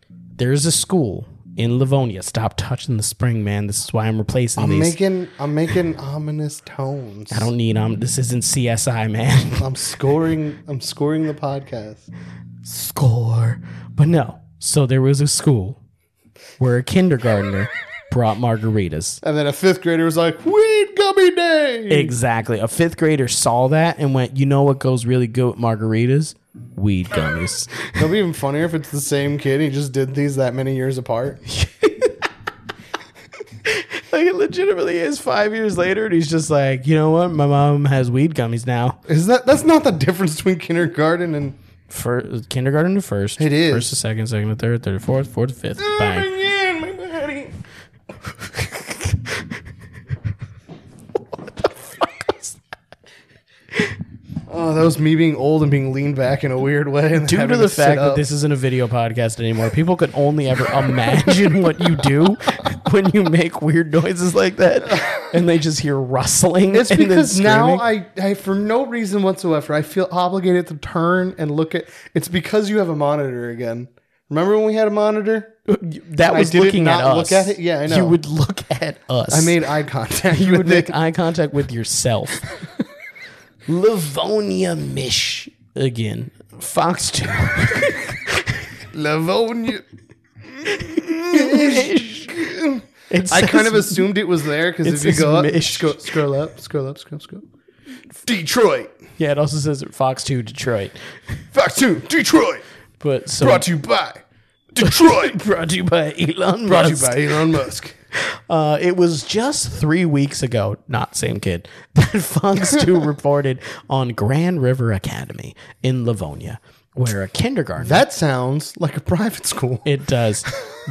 [SPEAKER 2] There's a school in Livonia. Stop touching the spring, man. This is why I'm replacing
[SPEAKER 1] I'm
[SPEAKER 2] these.
[SPEAKER 1] making I'm making ominous tones.
[SPEAKER 2] I don't need um. This isn't CSI, man.
[SPEAKER 1] I'm scoring. I'm scoring the podcast.
[SPEAKER 2] Score, but no. So there was a school where a kindergartner brought margaritas.
[SPEAKER 1] And then a fifth grader was like, "Weed gummy every day.
[SPEAKER 2] Exactly. A fifth grader saw that and went, you know what goes really good with margaritas? Weed gummies.
[SPEAKER 1] It'll be even funnier if it's the same kid. He just did these that many years apart.
[SPEAKER 2] like, it legitimately is five years later, and he's just like, you know what? My mom has weed gummies now.
[SPEAKER 1] Is that that's not the difference between kindergarten and
[SPEAKER 2] For kindergarten to first.
[SPEAKER 1] It is.
[SPEAKER 2] First to second, second to third, third to fourth, fourth to fifth. Bang.
[SPEAKER 1] Bang. my daddy. Oh, that was me being old and being leaned back in a weird way. and
[SPEAKER 2] Due
[SPEAKER 1] having
[SPEAKER 2] to the
[SPEAKER 1] sit
[SPEAKER 2] fact that
[SPEAKER 1] up.
[SPEAKER 2] this isn't a video podcast anymore, people can only ever imagine what you do when you make weird noises like that, and they just hear rustling.
[SPEAKER 1] It's
[SPEAKER 2] and then
[SPEAKER 1] because now
[SPEAKER 2] screaming.
[SPEAKER 1] I, I, for no reason whatsoever, I feel obligated to turn and look at. It's because you have a monitor again. Remember when we had a monitor?
[SPEAKER 2] that was
[SPEAKER 1] didn't
[SPEAKER 2] looking at
[SPEAKER 1] not
[SPEAKER 2] us.
[SPEAKER 1] look at it? Yeah, I know.
[SPEAKER 2] You would look at us.
[SPEAKER 1] I made eye contact.
[SPEAKER 2] you would
[SPEAKER 1] with it.
[SPEAKER 2] make eye contact with yourself. Livonia Mish again. Fox two.
[SPEAKER 1] Livonia.
[SPEAKER 2] Mish. It
[SPEAKER 1] I kind
[SPEAKER 2] says
[SPEAKER 1] of assumed it was there because if you
[SPEAKER 2] says
[SPEAKER 1] go up,
[SPEAKER 2] Mish.
[SPEAKER 1] scroll, scroll up, scroll up, scroll, scroll. Detroit,
[SPEAKER 2] Yeah, it also says Fox 2 Detroit.
[SPEAKER 1] Fox Two, Detroit.
[SPEAKER 2] But so
[SPEAKER 1] Brought to you by Detroit.
[SPEAKER 2] brought to you by Elon
[SPEAKER 1] Brought to you
[SPEAKER 2] Musk.
[SPEAKER 1] by Elon Musk.
[SPEAKER 2] Uh, it was just three weeks ago, not same kid, that Fox 2 reported on Grand River Academy in Livonia, where a kindergarten
[SPEAKER 1] That sounds like a private school.
[SPEAKER 2] It does.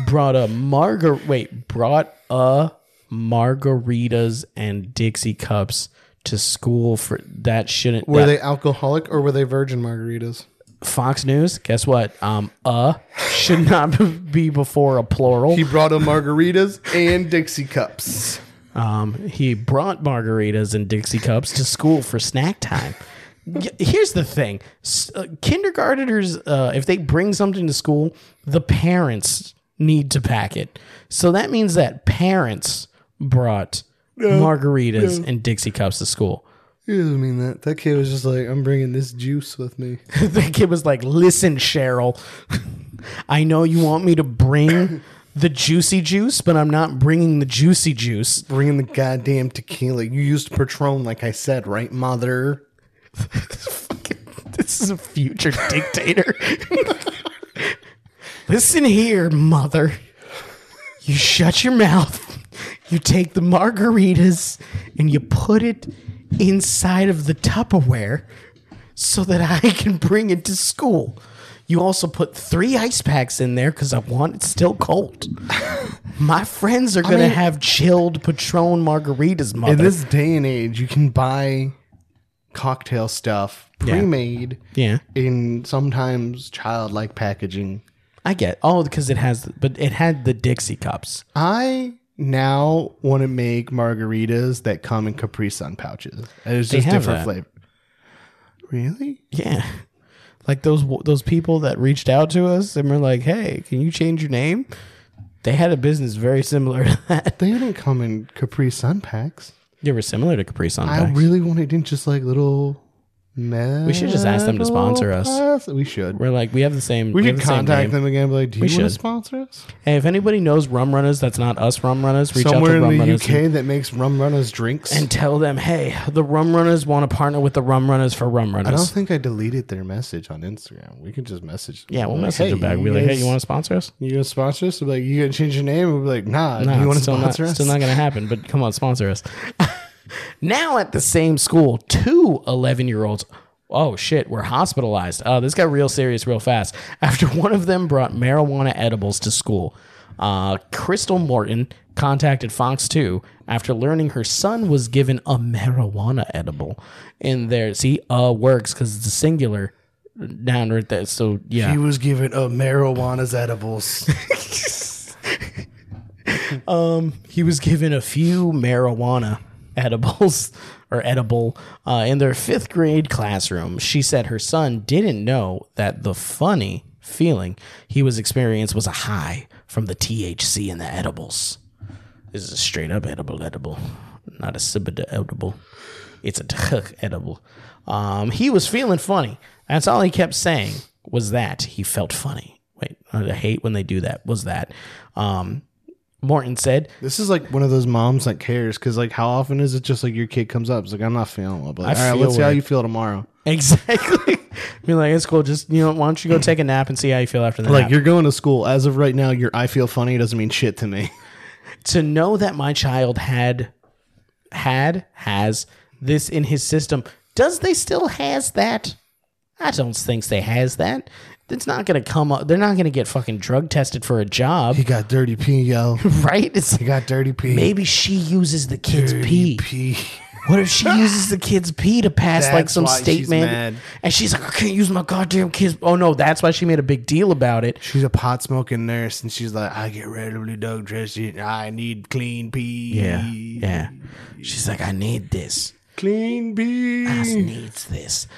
[SPEAKER 2] brought a margar wait, brought a margaritas and Dixie cups to school for that shouldn't
[SPEAKER 1] Were
[SPEAKER 2] that-
[SPEAKER 1] they alcoholic or were they virgin margaritas?
[SPEAKER 2] Fox News, guess what? Um uh should not be before a plural.
[SPEAKER 1] He brought him margaritas and Dixie cups.
[SPEAKER 2] Um he brought margaritas and Dixie cups to school for snack time. Y- Here's the thing. S- uh, kindergarteners uh if they bring something to school, the parents need to pack it. So that means that parents brought margaritas and Dixie cups to school.
[SPEAKER 1] He doesn't mean that. That kid was just like, I'm bringing this juice with me.
[SPEAKER 2] the kid was like, "Listen, Cheryl, I know you want me to bring the juicy juice, but I'm not bringing the juicy juice."
[SPEAKER 1] Bringing the goddamn tequila. You used Patron, like I said, right, mother?
[SPEAKER 2] This is a future dictator. Listen here, mother. You shut your mouth. You take the margaritas and you put it inside of the Tupperware so that I can bring it to school. You also put three ice packs in there because I want it still cold. My friends are going
[SPEAKER 1] mean-
[SPEAKER 2] to have chilled Patron margaritas, mother.
[SPEAKER 1] In this day and age, you can buy cocktail stuff pre made
[SPEAKER 2] yeah.
[SPEAKER 1] in sometimes childlike packaging.
[SPEAKER 2] I get. Oh, because it has, but it had the Dixie cups.
[SPEAKER 1] I now want to make margaritas that come in Capri Sun pouches. And It's just
[SPEAKER 2] have
[SPEAKER 1] different
[SPEAKER 2] that.
[SPEAKER 1] flavor. Really?
[SPEAKER 2] Yeah, like those those people that reached out to us and were like, "Hey, can you change your name?" They had a business very similar to that.
[SPEAKER 1] They didn't come in Capri Sun packs.
[SPEAKER 2] They were similar to Capri Sun.
[SPEAKER 1] I
[SPEAKER 2] packs.
[SPEAKER 1] really wanted didn't just like little. We
[SPEAKER 2] should just ask them to sponsor us.
[SPEAKER 1] We should.
[SPEAKER 2] we're like, we have the same.
[SPEAKER 1] We
[SPEAKER 2] have
[SPEAKER 1] should
[SPEAKER 2] the same
[SPEAKER 1] contact
[SPEAKER 2] name.
[SPEAKER 1] them again. And be like, do you want to
[SPEAKER 2] should.
[SPEAKER 1] sponsor us?
[SPEAKER 2] Hey, if anybody knows Rum Runners, that's not us. Rum Runners, reach
[SPEAKER 1] Somewhere
[SPEAKER 2] out to Rum
[SPEAKER 1] in the
[SPEAKER 2] Runners
[SPEAKER 1] UK
[SPEAKER 2] and-
[SPEAKER 1] that makes rum runners drinks.
[SPEAKER 2] and tell them, "Hey, the Rum Runners want to partner with the Rum Runners for Rum
[SPEAKER 1] I don't
[SPEAKER 2] Runners."
[SPEAKER 1] think I deleted their message on Instagram. We can just message.
[SPEAKER 2] Yeah, we'll
[SPEAKER 1] Like,
[SPEAKER 2] message
[SPEAKER 1] hey,
[SPEAKER 2] them back. We're like, "Hey,
[SPEAKER 1] guys-
[SPEAKER 2] you want to sponsor us?"
[SPEAKER 1] You gonna sponsor us? They'll be like, you gonna change your name? We'll be like, nah. do
[SPEAKER 2] No,
[SPEAKER 1] you
[SPEAKER 2] it's
[SPEAKER 1] want to
[SPEAKER 2] still
[SPEAKER 1] sponsor
[SPEAKER 2] not,
[SPEAKER 1] us?
[SPEAKER 2] Still not going to happen, but come on, sponsor us. now at the same school, two 11 year olds. Oh shit, were hospitalized. Oh, this got real serious real fast. After one of them brought marijuana edibles to school, uh, Crystal Morton contacted Fox 2 after learning her son was given a marijuana edible in there. See, uh, works because it's a singular noun right there. So, yeah.
[SPEAKER 1] He was given a marijuana's edibles.
[SPEAKER 2] he was given a few marijuana edibles or edible uh, in their fifth grade classroom. She said her son didn't know that the funny feeling he was experiencing was a high from the THC in the edibles. This is a straight up edible, edible, not a sibida edible. It's a tuck edible. Um, he was feeling funny. That's all he kept saying was that he felt funny. Wait, I hate when they do that. Was that? Um, Morton said.
[SPEAKER 1] This is like one of those moms that cares because, like, how often is it just like your kid comes up? It's like, I'm not feeling well. But like,
[SPEAKER 2] I
[SPEAKER 1] all right,
[SPEAKER 2] feel
[SPEAKER 1] let's see how
[SPEAKER 2] weird.
[SPEAKER 1] you feel tomorrow.
[SPEAKER 2] Exactly. Be like, it's cool. Just you know, why don't you go take a nap and see how you feel after that?
[SPEAKER 1] Like, you're going to school. As of right now, your I feel funny doesn't mean shit to me.
[SPEAKER 2] to know that my child had had has this in his system does they still has that i don't think they has that it's not gonna come up they're not gonna get fucking drug tested for a job
[SPEAKER 1] He got dirty pee, yo.
[SPEAKER 2] right it's
[SPEAKER 1] He
[SPEAKER 2] like
[SPEAKER 1] got dirty pee.
[SPEAKER 2] maybe she uses the kid's pee
[SPEAKER 1] pee.
[SPEAKER 2] what if she uses the kid's pee to pass like
[SPEAKER 1] That's
[SPEAKER 2] some
[SPEAKER 1] why she's
[SPEAKER 2] statement
[SPEAKER 1] mad.
[SPEAKER 2] and she's like i can't use my goddamn kid's oh no that's why she made a big deal about it
[SPEAKER 1] She's a pot smoking nurse, and she's like, I get regularly dog dressing. I need clean pee.
[SPEAKER 2] yeah yeah she's like i need this
[SPEAKER 1] Clean
[SPEAKER 2] Fox
[SPEAKER 1] pee.
[SPEAKER 2] needs this.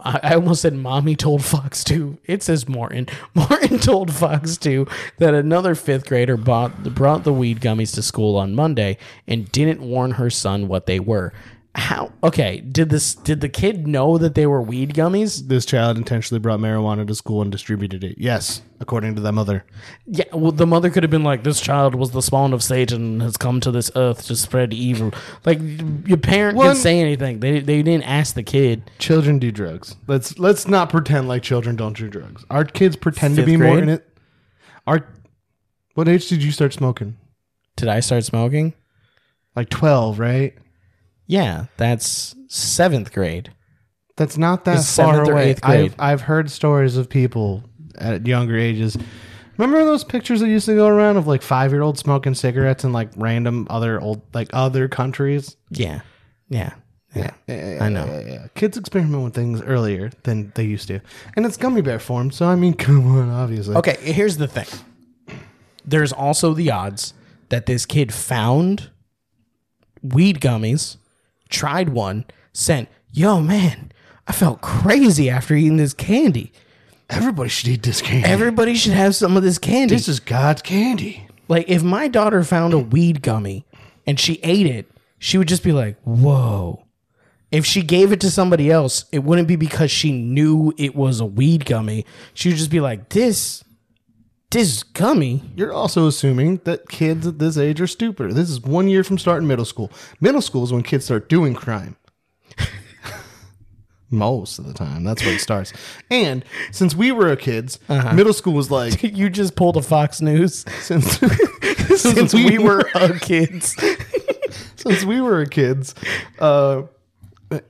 [SPEAKER 2] I I almost said mommy told Fox 2. It says Morton. Morton told Fox 2 that another fifth grader bought, brought the weed gummies to school on Monday and didn't warn her son what they were. How okay, did this did the kid know that they were weed gummies?
[SPEAKER 1] This child intentionally brought marijuana to school and distributed it. Yes, according to that mother.
[SPEAKER 2] Yeah, well the mother could have been like, This child was the spawn of Satan and has come to this earth to spread evil. Like your parent
[SPEAKER 1] One-
[SPEAKER 2] didn't say anything. They they didn't ask the kid.
[SPEAKER 1] Children do drugs. Let's let's not pretend like children don't do drugs. Our kids pretend
[SPEAKER 2] Fifth
[SPEAKER 1] to be more
[SPEAKER 2] grade?
[SPEAKER 1] in it. Our what age did you start smoking?
[SPEAKER 2] Did I start smoking?
[SPEAKER 1] Like twelve, right?
[SPEAKER 2] Yeah, that's seventh grade.
[SPEAKER 1] That's not that
[SPEAKER 2] It's
[SPEAKER 1] far
[SPEAKER 2] seventh or
[SPEAKER 1] away.
[SPEAKER 2] eighth grade.
[SPEAKER 1] I've I've heard stories of people at younger ages. Remember those pictures that used to go around of like five year olds smoking cigarettes in like random other old like other countries?
[SPEAKER 2] Yeah. Yeah. Yeah. I know.
[SPEAKER 1] Yeah, yeah. Kids experiment with things earlier than they used to, and it's gummy bear form. So I mean, come on, obviously.
[SPEAKER 2] Okay, here's the thing. There's also the odds that this kid found weed gummies, tried one, sent, "Yo man, I felt crazy after eating this candy.
[SPEAKER 1] Everybody should eat this candy.
[SPEAKER 2] Everybody should have some of this candy."
[SPEAKER 1] this is God's candy.
[SPEAKER 2] Like if my daughter found a weed gummy and she ate it, she would just be like, "Whoa." If she gave it to somebody else, it wouldn't be because she knew it was a weed gummy. She would just be like, "This this gummy."
[SPEAKER 1] You're also assuming that kids at this age are stupider. This is one year from starting middle school. Middle school is when kids start doing crime. Most of the time, that's where it starts. And since we were kids, middle school was like
[SPEAKER 2] You just pulled a Fox News
[SPEAKER 1] since
[SPEAKER 2] since we were uh, kids.
[SPEAKER 1] since we were kids, uh,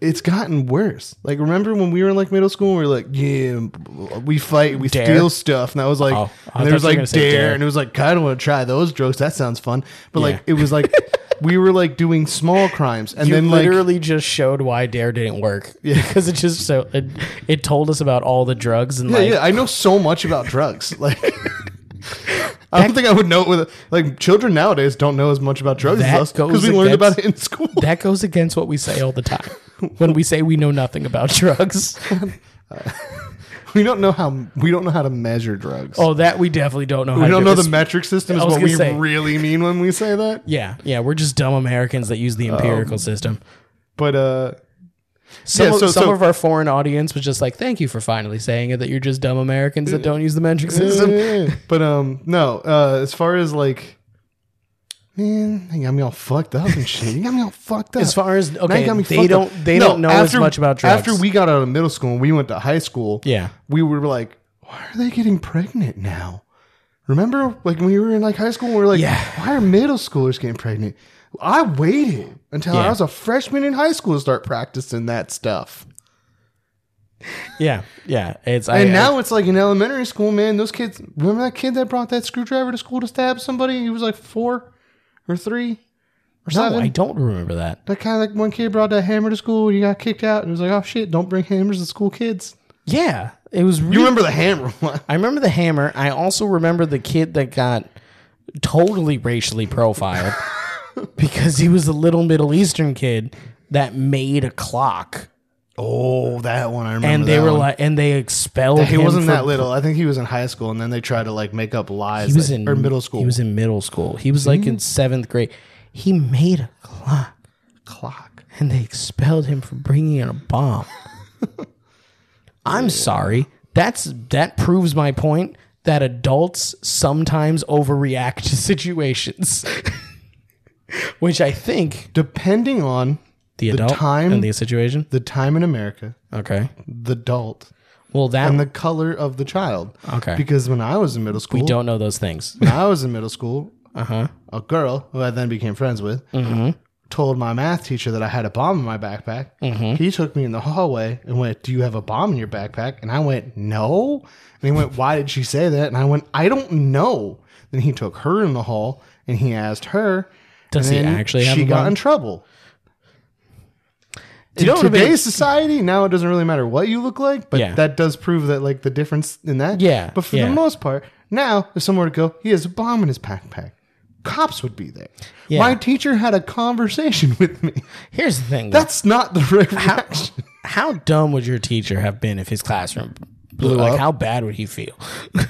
[SPEAKER 1] it's gotten worse. Like, remember when we were in like middle school, we were like, yeah, we fight, we
[SPEAKER 2] Dare?
[SPEAKER 1] steal stuff, and that was like,
[SPEAKER 2] Oh, I
[SPEAKER 1] and there
[SPEAKER 2] thought
[SPEAKER 1] was
[SPEAKER 2] you were
[SPEAKER 1] like dare,
[SPEAKER 2] gonna say dare.
[SPEAKER 1] and it was like, kind of want to try those drugs. That sounds fun, but
[SPEAKER 2] Yeah.
[SPEAKER 1] like, it was like we were like doing small crimes, and
[SPEAKER 2] You
[SPEAKER 1] then like,
[SPEAKER 2] literally just showed why Dare didn't work because it just so it, it told us about all the drugs and
[SPEAKER 1] yeah,
[SPEAKER 2] like
[SPEAKER 1] yeah, I know so much about drugs, like. I don't think I would know it with like children nowadays don't know as much about drugs
[SPEAKER 2] That
[SPEAKER 1] as us because
[SPEAKER 2] goes
[SPEAKER 1] we learned
[SPEAKER 2] against-
[SPEAKER 1] about it in school.
[SPEAKER 2] that goes against what we say all the time when we say we know nothing about drugs.
[SPEAKER 1] We don't know how we don't know how to measure drugs.
[SPEAKER 2] Oh, that we definitely don't know. how
[SPEAKER 1] We
[SPEAKER 2] to
[SPEAKER 1] don't
[SPEAKER 2] do.
[SPEAKER 1] know
[SPEAKER 2] It's-
[SPEAKER 1] the metric system is
[SPEAKER 2] I was
[SPEAKER 1] what
[SPEAKER 2] gonna
[SPEAKER 1] we
[SPEAKER 2] say.
[SPEAKER 1] really mean when we say that.
[SPEAKER 2] Yeah, yeah, we're just dumb Americans that use the empirical system.
[SPEAKER 1] But uh
[SPEAKER 2] Some,
[SPEAKER 1] Um, yeah,
[SPEAKER 2] of-
[SPEAKER 1] so-
[SPEAKER 2] some
[SPEAKER 1] so-
[SPEAKER 2] of our foreign audience was just like, "Thank you for finally saying it that you're just dumb Americans that don't use the metric system."
[SPEAKER 1] but um no, uh as far as like man, you got me all fucked up and shit. You got me all fucked up.
[SPEAKER 2] As far as
[SPEAKER 1] Now you
[SPEAKER 2] okay,
[SPEAKER 1] got me
[SPEAKER 2] they
[SPEAKER 1] fucked up.
[SPEAKER 2] don't they
[SPEAKER 1] No,
[SPEAKER 2] don't know as
[SPEAKER 1] after-
[SPEAKER 2] much about drugs.
[SPEAKER 1] After we got out of middle school and we went to high school,
[SPEAKER 2] yeah,
[SPEAKER 1] we were like, why are they getting pregnant now? Remember, like when we were in like high school, we were like,
[SPEAKER 2] Yeah.
[SPEAKER 1] why are middle schoolers getting pregnant? I waited until
[SPEAKER 2] Yeah.
[SPEAKER 1] I was a freshman in high school to start practicing that stuff.
[SPEAKER 2] yeah, yeah. It's I,
[SPEAKER 1] And
[SPEAKER 2] I-
[SPEAKER 1] now it's like in elementary school, man. Those kids remember that kid that brought that screwdriver to school to stab somebody? He was like four or three or
[SPEAKER 2] no,
[SPEAKER 1] seven.
[SPEAKER 2] I don't remember that.
[SPEAKER 1] that kind of like one kid brought that hammer to school and he got kicked out and it was like, oh shit, don't bring hammers to school, kids.
[SPEAKER 2] Yeah, it was. Really,
[SPEAKER 1] You remember the hammer one?
[SPEAKER 2] I remember the hammer. I also remember the kid that got totally racially profiled because he was a little Middle Eastern kid that made a clock,
[SPEAKER 1] Oh, that one I remember.
[SPEAKER 2] and they
[SPEAKER 1] that
[SPEAKER 2] were
[SPEAKER 1] one.
[SPEAKER 2] like, and they expelled
[SPEAKER 1] he
[SPEAKER 2] him.
[SPEAKER 1] wasn't
[SPEAKER 2] for-
[SPEAKER 1] that little. I think he was in high school, and then they tried to like make up lies.
[SPEAKER 2] He was
[SPEAKER 1] like-
[SPEAKER 2] in
[SPEAKER 1] or middle school. Hmm.
[SPEAKER 2] He was in middle school. He was like in seventh grade. He made a clock,
[SPEAKER 1] clock.
[SPEAKER 2] and they expelled him for bringing in a bomb. I'm sorry. That's that proves my point that adults sometimes overreact to situations, which I think
[SPEAKER 1] Depending on
[SPEAKER 2] the adult
[SPEAKER 1] time-
[SPEAKER 2] and the situation.
[SPEAKER 1] the time in America,
[SPEAKER 2] Okay.
[SPEAKER 1] the adult,
[SPEAKER 2] Well, that
[SPEAKER 1] and the color of the child.
[SPEAKER 2] Okay.
[SPEAKER 1] Because when I was in middle school,
[SPEAKER 2] we don't know those things.
[SPEAKER 1] when I was in middle school,
[SPEAKER 2] Uh-huh.
[SPEAKER 1] a girl who I then became friends with
[SPEAKER 2] Mm-hmm.
[SPEAKER 1] told my math teacher that I had a bomb in my backpack.
[SPEAKER 2] Mm-hmm.
[SPEAKER 1] He took me in the hallway and went, Do you have a bomb in your backpack? And I went, No. And he went, Why did she say that? And I went, I don't know. Then he took her in the hall and he asked her.
[SPEAKER 2] Does
[SPEAKER 1] and
[SPEAKER 2] he
[SPEAKER 1] then
[SPEAKER 2] actually have
[SPEAKER 1] She
[SPEAKER 2] a
[SPEAKER 1] got
[SPEAKER 2] bomb?
[SPEAKER 1] in trouble.
[SPEAKER 2] You know
[SPEAKER 1] in
[SPEAKER 2] what would be-
[SPEAKER 1] today's society, now it doesn't really matter what you look like, but
[SPEAKER 2] Yeah.
[SPEAKER 1] that does prove that like the difference in that.
[SPEAKER 2] Yeah,
[SPEAKER 1] But for
[SPEAKER 2] yeah.
[SPEAKER 1] the most part, now if someone were to go, he has a bomb in his backpack. Cops would be there.
[SPEAKER 2] Yeah.
[SPEAKER 1] My teacher had a conversation with me.
[SPEAKER 2] Here's the thing. though.
[SPEAKER 1] That's not the right reaction.
[SPEAKER 2] how dumb would your teacher have been if his classroom blew? Like,
[SPEAKER 1] up?
[SPEAKER 2] how bad would he feel?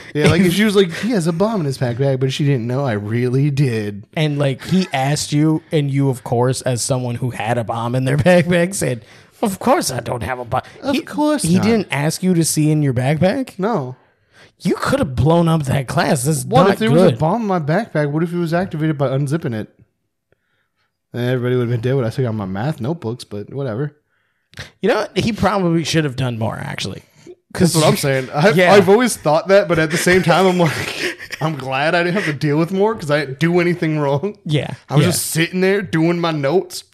[SPEAKER 1] yeah, like if she was like, he has a bomb in his backpack, but she didn't know I really did.
[SPEAKER 2] And like, he asked you, and you, of course, as someone who had a bomb in their backpack, said, "Of course, I don't have a bomb." Of he,
[SPEAKER 1] course
[SPEAKER 2] he
[SPEAKER 1] not.
[SPEAKER 2] didn't ask you to see in your backpack.
[SPEAKER 1] No.
[SPEAKER 2] You could have blown up that class. That's
[SPEAKER 1] What
[SPEAKER 2] not
[SPEAKER 1] if there was
[SPEAKER 2] good.
[SPEAKER 1] a bomb in my backpack? What if it was activated by unzipping it? And everybody would have been dead what I took out my math notebooks, but whatever.
[SPEAKER 2] you know, he probably should have done more actually.
[SPEAKER 1] That's what I'm saying. I've,
[SPEAKER 2] Yeah.
[SPEAKER 1] I've always thought that, but at the same time, I'm like, I'm glad I didn't have to deal with more because I didn't do anything wrong.
[SPEAKER 2] Yeah,
[SPEAKER 1] I was
[SPEAKER 2] yeah.
[SPEAKER 1] just sitting there doing my notes,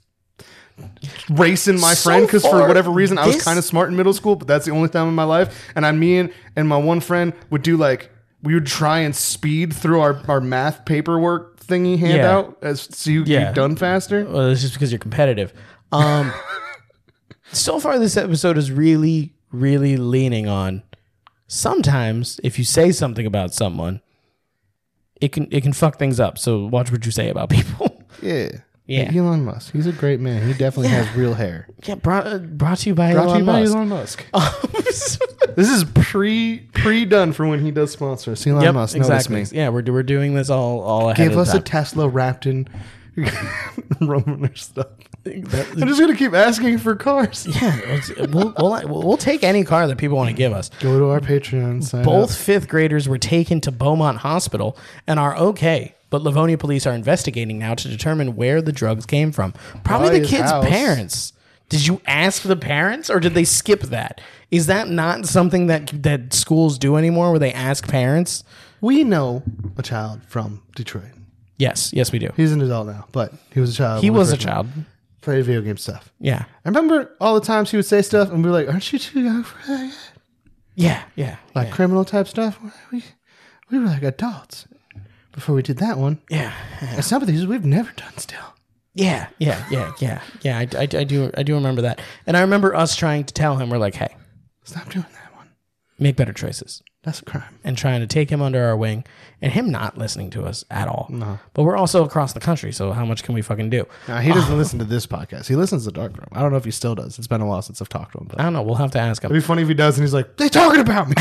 [SPEAKER 1] racing my
[SPEAKER 2] So
[SPEAKER 1] friend because for
[SPEAKER 2] far,
[SPEAKER 1] whatever reason, I was
[SPEAKER 2] this-
[SPEAKER 1] kind of smart in middle school, but that's the only time in my life. And I, me and, and my one friend would do like, we would try and speed through our, our math paperwork thingy handout as so you
[SPEAKER 2] Yeah.
[SPEAKER 1] get done faster.
[SPEAKER 2] Well, it's just because you're competitive. Um, so far, this episode is really, really leaning on. Sometimes, if you say something about someone, it can it can fuck things up. So watch what you say about people.
[SPEAKER 1] Yeah.
[SPEAKER 2] Yeah.
[SPEAKER 1] Elon Musk. He's a great man. He definitely has real hair.
[SPEAKER 2] yeah, brought uh, brought to you by
[SPEAKER 1] Brought to you
[SPEAKER 2] Elon
[SPEAKER 1] by
[SPEAKER 2] Musk.
[SPEAKER 1] Elon Musk. Uh, This is pre pre done for when he does sponsor us. Elon
[SPEAKER 2] yep,
[SPEAKER 1] Musk, notice
[SPEAKER 2] exactly.
[SPEAKER 1] me.
[SPEAKER 2] Yeah, we're we're doing this all all ahead
[SPEAKER 1] Give
[SPEAKER 2] of
[SPEAKER 1] us a
[SPEAKER 2] time.
[SPEAKER 1] Tesla wrapped in Romaner stuff.
[SPEAKER 2] That-
[SPEAKER 1] I'm just gonna keep asking for cars.
[SPEAKER 2] yeah, it's- we'll, we'll we'll take any car that people want to give us.
[SPEAKER 1] Go to our Patreon. Sign
[SPEAKER 2] Both
[SPEAKER 1] Up.
[SPEAKER 2] fifth graders were taken to Beaumont Hospital and are okay, but Livonia police are investigating now to determine where the drugs came from. Probably
[SPEAKER 1] Probably
[SPEAKER 2] the
[SPEAKER 1] his
[SPEAKER 2] kids'
[SPEAKER 1] house.
[SPEAKER 2] parents. Did you ask the parents or did they skip that? Is that not something that that schools do anymore where they ask parents?
[SPEAKER 1] We know a child from Detroit.
[SPEAKER 2] Yes, yes we do.
[SPEAKER 1] He's an adult now, but he was a child.
[SPEAKER 2] He
[SPEAKER 1] when we
[SPEAKER 2] was a
[SPEAKER 1] first
[SPEAKER 2] child.
[SPEAKER 1] Played video game stuff.
[SPEAKER 2] Yeah.
[SPEAKER 1] I remember all the times he would say stuff, and we were like, "Aren't you too young for that?" yet?"
[SPEAKER 2] Yeah, yeah.
[SPEAKER 1] Like criminal type stuff. We we were like adults before we did that one.
[SPEAKER 2] Yeah. Yeah.
[SPEAKER 1] And some of these we've never done still.
[SPEAKER 2] Yeah, yeah, yeah, yeah. Yeah, I, I, I do I do remember that. And I remember us trying to tell him we're like, "Hey,
[SPEAKER 1] Stop doing that one.
[SPEAKER 2] make better choices."
[SPEAKER 1] That's a crime.
[SPEAKER 2] and trying to take him under our wing and him not listening to us at all. But we're also across the country, so how much can we fucking do?
[SPEAKER 1] Now, he doesn't listen to this podcast. He listens to Dark Room. I don't know if he still does. It's been a while since I've talked to him. But
[SPEAKER 2] I
[SPEAKER 1] it'd
[SPEAKER 2] don't know. We'll have to ask him.
[SPEAKER 1] be funny if he does, and he's like, "They talking about me."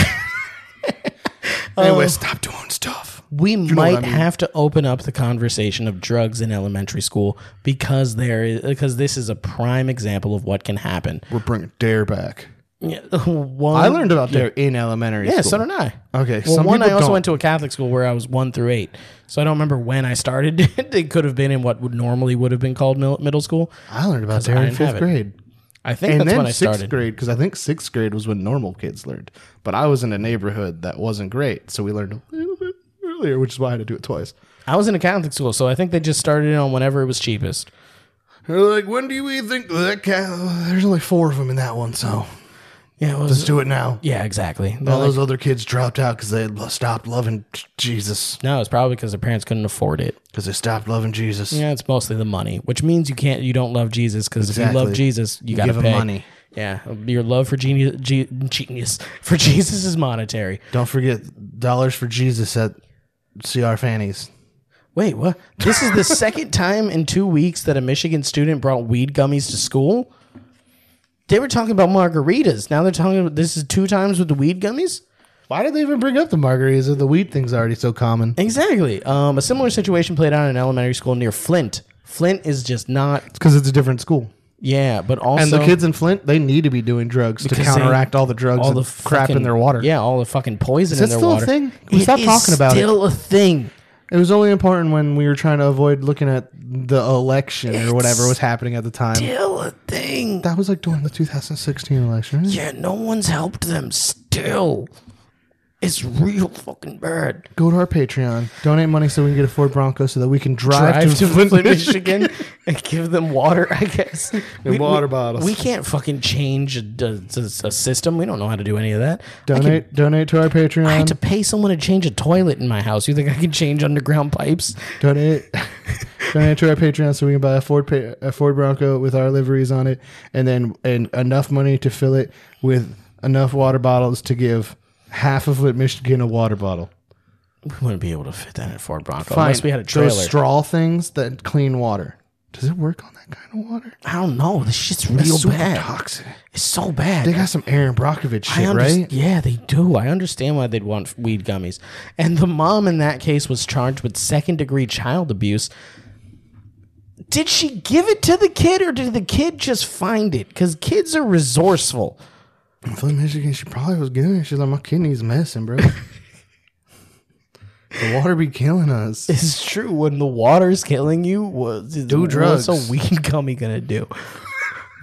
[SPEAKER 2] Oh.
[SPEAKER 1] anyway, stop doing stuff.
[SPEAKER 2] We
[SPEAKER 1] what
[SPEAKER 2] might
[SPEAKER 1] I mean.
[SPEAKER 2] have to open up the conversation of drugs in elementary school because there is because this is a prime example of what can happen.
[SPEAKER 1] We're bringing Dare back.
[SPEAKER 2] Yeah, one,
[SPEAKER 1] I learned about Dare in elementary
[SPEAKER 2] Yeah,
[SPEAKER 1] school.
[SPEAKER 2] so did I.
[SPEAKER 1] Okay,
[SPEAKER 2] Well,
[SPEAKER 1] some
[SPEAKER 2] one I
[SPEAKER 1] people
[SPEAKER 2] also
[SPEAKER 1] don't.
[SPEAKER 2] went to a Catholic school where I was one through eight, so I don't remember when I started. it could have been in what would normally would have been called mil- middle school.
[SPEAKER 1] I learned about Dare
[SPEAKER 2] I
[SPEAKER 1] in
[SPEAKER 2] didn't have
[SPEAKER 1] fifth
[SPEAKER 2] it.
[SPEAKER 1] grade,
[SPEAKER 2] I think
[SPEAKER 1] and
[SPEAKER 2] that's
[SPEAKER 1] then
[SPEAKER 2] when I
[SPEAKER 1] sixth
[SPEAKER 2] started.
[SPEAKER 1] grade because I think sixth grade was when normal kids learned. But I was in a neighborhood that wasn't great, so we learned a little bit earlier, which is why I had to do it twice.
[SPEAKER 2] I was in a Catholic school, so I think they just started it on whenever it was cheapest.
[SPEAKER 1] They're like, "When do you think that cat?" There's only four of them in that one, so
[SPEAKER 2] Yeah, it was.
[SPEAKER 1] let's do it now.
[SPEAKER 2] yeah, exactly.
[SPEAKER 1] All those other kids dropped out because they had lo- stopped loving J- Jesus.
[SPEAKER 2] No, it's probably because their parents couldn't afford it.
[SPEAKER 1] Because they stopped loving Jesus.
[SPEAKER 2] Yeah, it's mostly the money, which means you can't, you don't love Jesus because if you love
[SPEAKER 1] Exactly.
[SPEAKER 2] Jesus, you got
[SPEAKER 1] give
[SPEAKER 2] to
[SPEAKER 1] 'em
[SPEAKER 2] pay
[SPEAKER 1] money.
[SPEAKER 2] Yeah, your love for genius, ge- genius for Jesus is monetary.
[SPEAKER 1] Don't forget dollars for Jesus at CR Fanny's.
[SPEAKER 2] Wait, what? This is the second time in two weeks that a Michigan student brought weed gummies to school. They were talking about margaritas. Now they're talking about this is two times with the weed gummies.
[SPEAKER 1] Why did they even bring up the margaritas if the weed thing's already so common?
[SPEAKER 2] Exactly. Um, a similar situation played out in an elementary school near Flint. Flint is just not.
[SPEAKER 1] Because it's a different school.
[SPEAKER 2] Yeah, but also
[SPEAKER 1] And the kids in Flint, they need to be doing drugs to
[SPEAKER 2] Because they-
[SPEAKER 1] counteract all the drugs
[SPEAKER 2] all
[SPEAKER 1] and
[SPEAKER 2] the
[SPEAKER 1] crap
[SPEAKER 2] fucking-
[SPEAKER 1] in their water.
[SPEAKER 2] Yeah, all the fucking poison
[SPEAKER 1] Is that
[SPEAKER 2] in their
[SPEAKER 1] still a
[SPEAKER 2] water.
[SPEAKER 1] thing? We stopped
[SPEAKER 2] is
[SPEAKER 1] talking about it.
[SPEAKER 2] Still a thing.
[SPEAKER 1] It was only important when we were trying to avoid looking at the election or whatever was happening at the time.
[SPEAKER 2] Still a thing.
[SPEAKER 1] That was like during the 2016 election. right?
[SPEAKER 2] yeah, no one's helped them. Still, it's real fucking bad.
[SPEAKER 1] Go to our Patreon, donate money so we can get a Ford Bronco so that we can drive,
[SPEAKER 2] Drive
[SPEAKER 1] to Flint, Michigan.
[SPEAKER 2] Michigan, and give them water. I guess We-
[SPEAKER 1] water
[SPEAKER 2] we,
[SPEAKER 1] bottles.
[SPEAKER 2] We can't fucking change a, a- a system. We don't know how to do any of that. I can-
[SPEAKER 1] Donate, donate to our
[SPEAKER 2] I
[SPEAKER 1] Patreon.
[SPEAKER 2] had to pay someone to change a toilet in my house. You think I can change underground pipes?
[SPEAKER 1] donate, donate to our Patreon so we can buy a Ford pa- a Ford Bronco with our liveries on it, and then and enough money to fill it with enough water bottles to give half of Flint, Michigan a water bottle.
[SPEAKER 2] We wouldn't be able to fit that in a Ford Bronco unless we had a
[SPEAKER 1] Fine.
[SPEAKER 2] trailer.
[SPEAKER 1] Those straw things that clean water. Does it work on that kind of water?
[SPEAKER 2] I don't know. This shit's real
[SPEAKER 1] Super
[SPEAKER 2] bad.
[SPEAKER 1] toxic.
[SPEAKER 2] It's so bad.
[SPEAKER 1] They got some Aaron Brockovich
[SPEAKER 2] I
[SPEAKER 1] shit,
[SPEAKER 2] underst-
[SPEAKER 1] right?
[SPEAKER 2] Yeah, they do. I understand why they'd want weed gummies. And the mom in that case was charged with second degree child abuse. Did she give it to the kid or did the kid just find it? Because kids are resourceful.
[SPEAKER 1] In Flint, Michigan, she probably was good. She's like, my kidney's messing, bro. the water be killing us.
[SPEAKER 2] It's true. When the water's killing you, what's, do
[SPEAKER 1] drugs.
[SPEAKER 2] What's a weed gummy gonna do?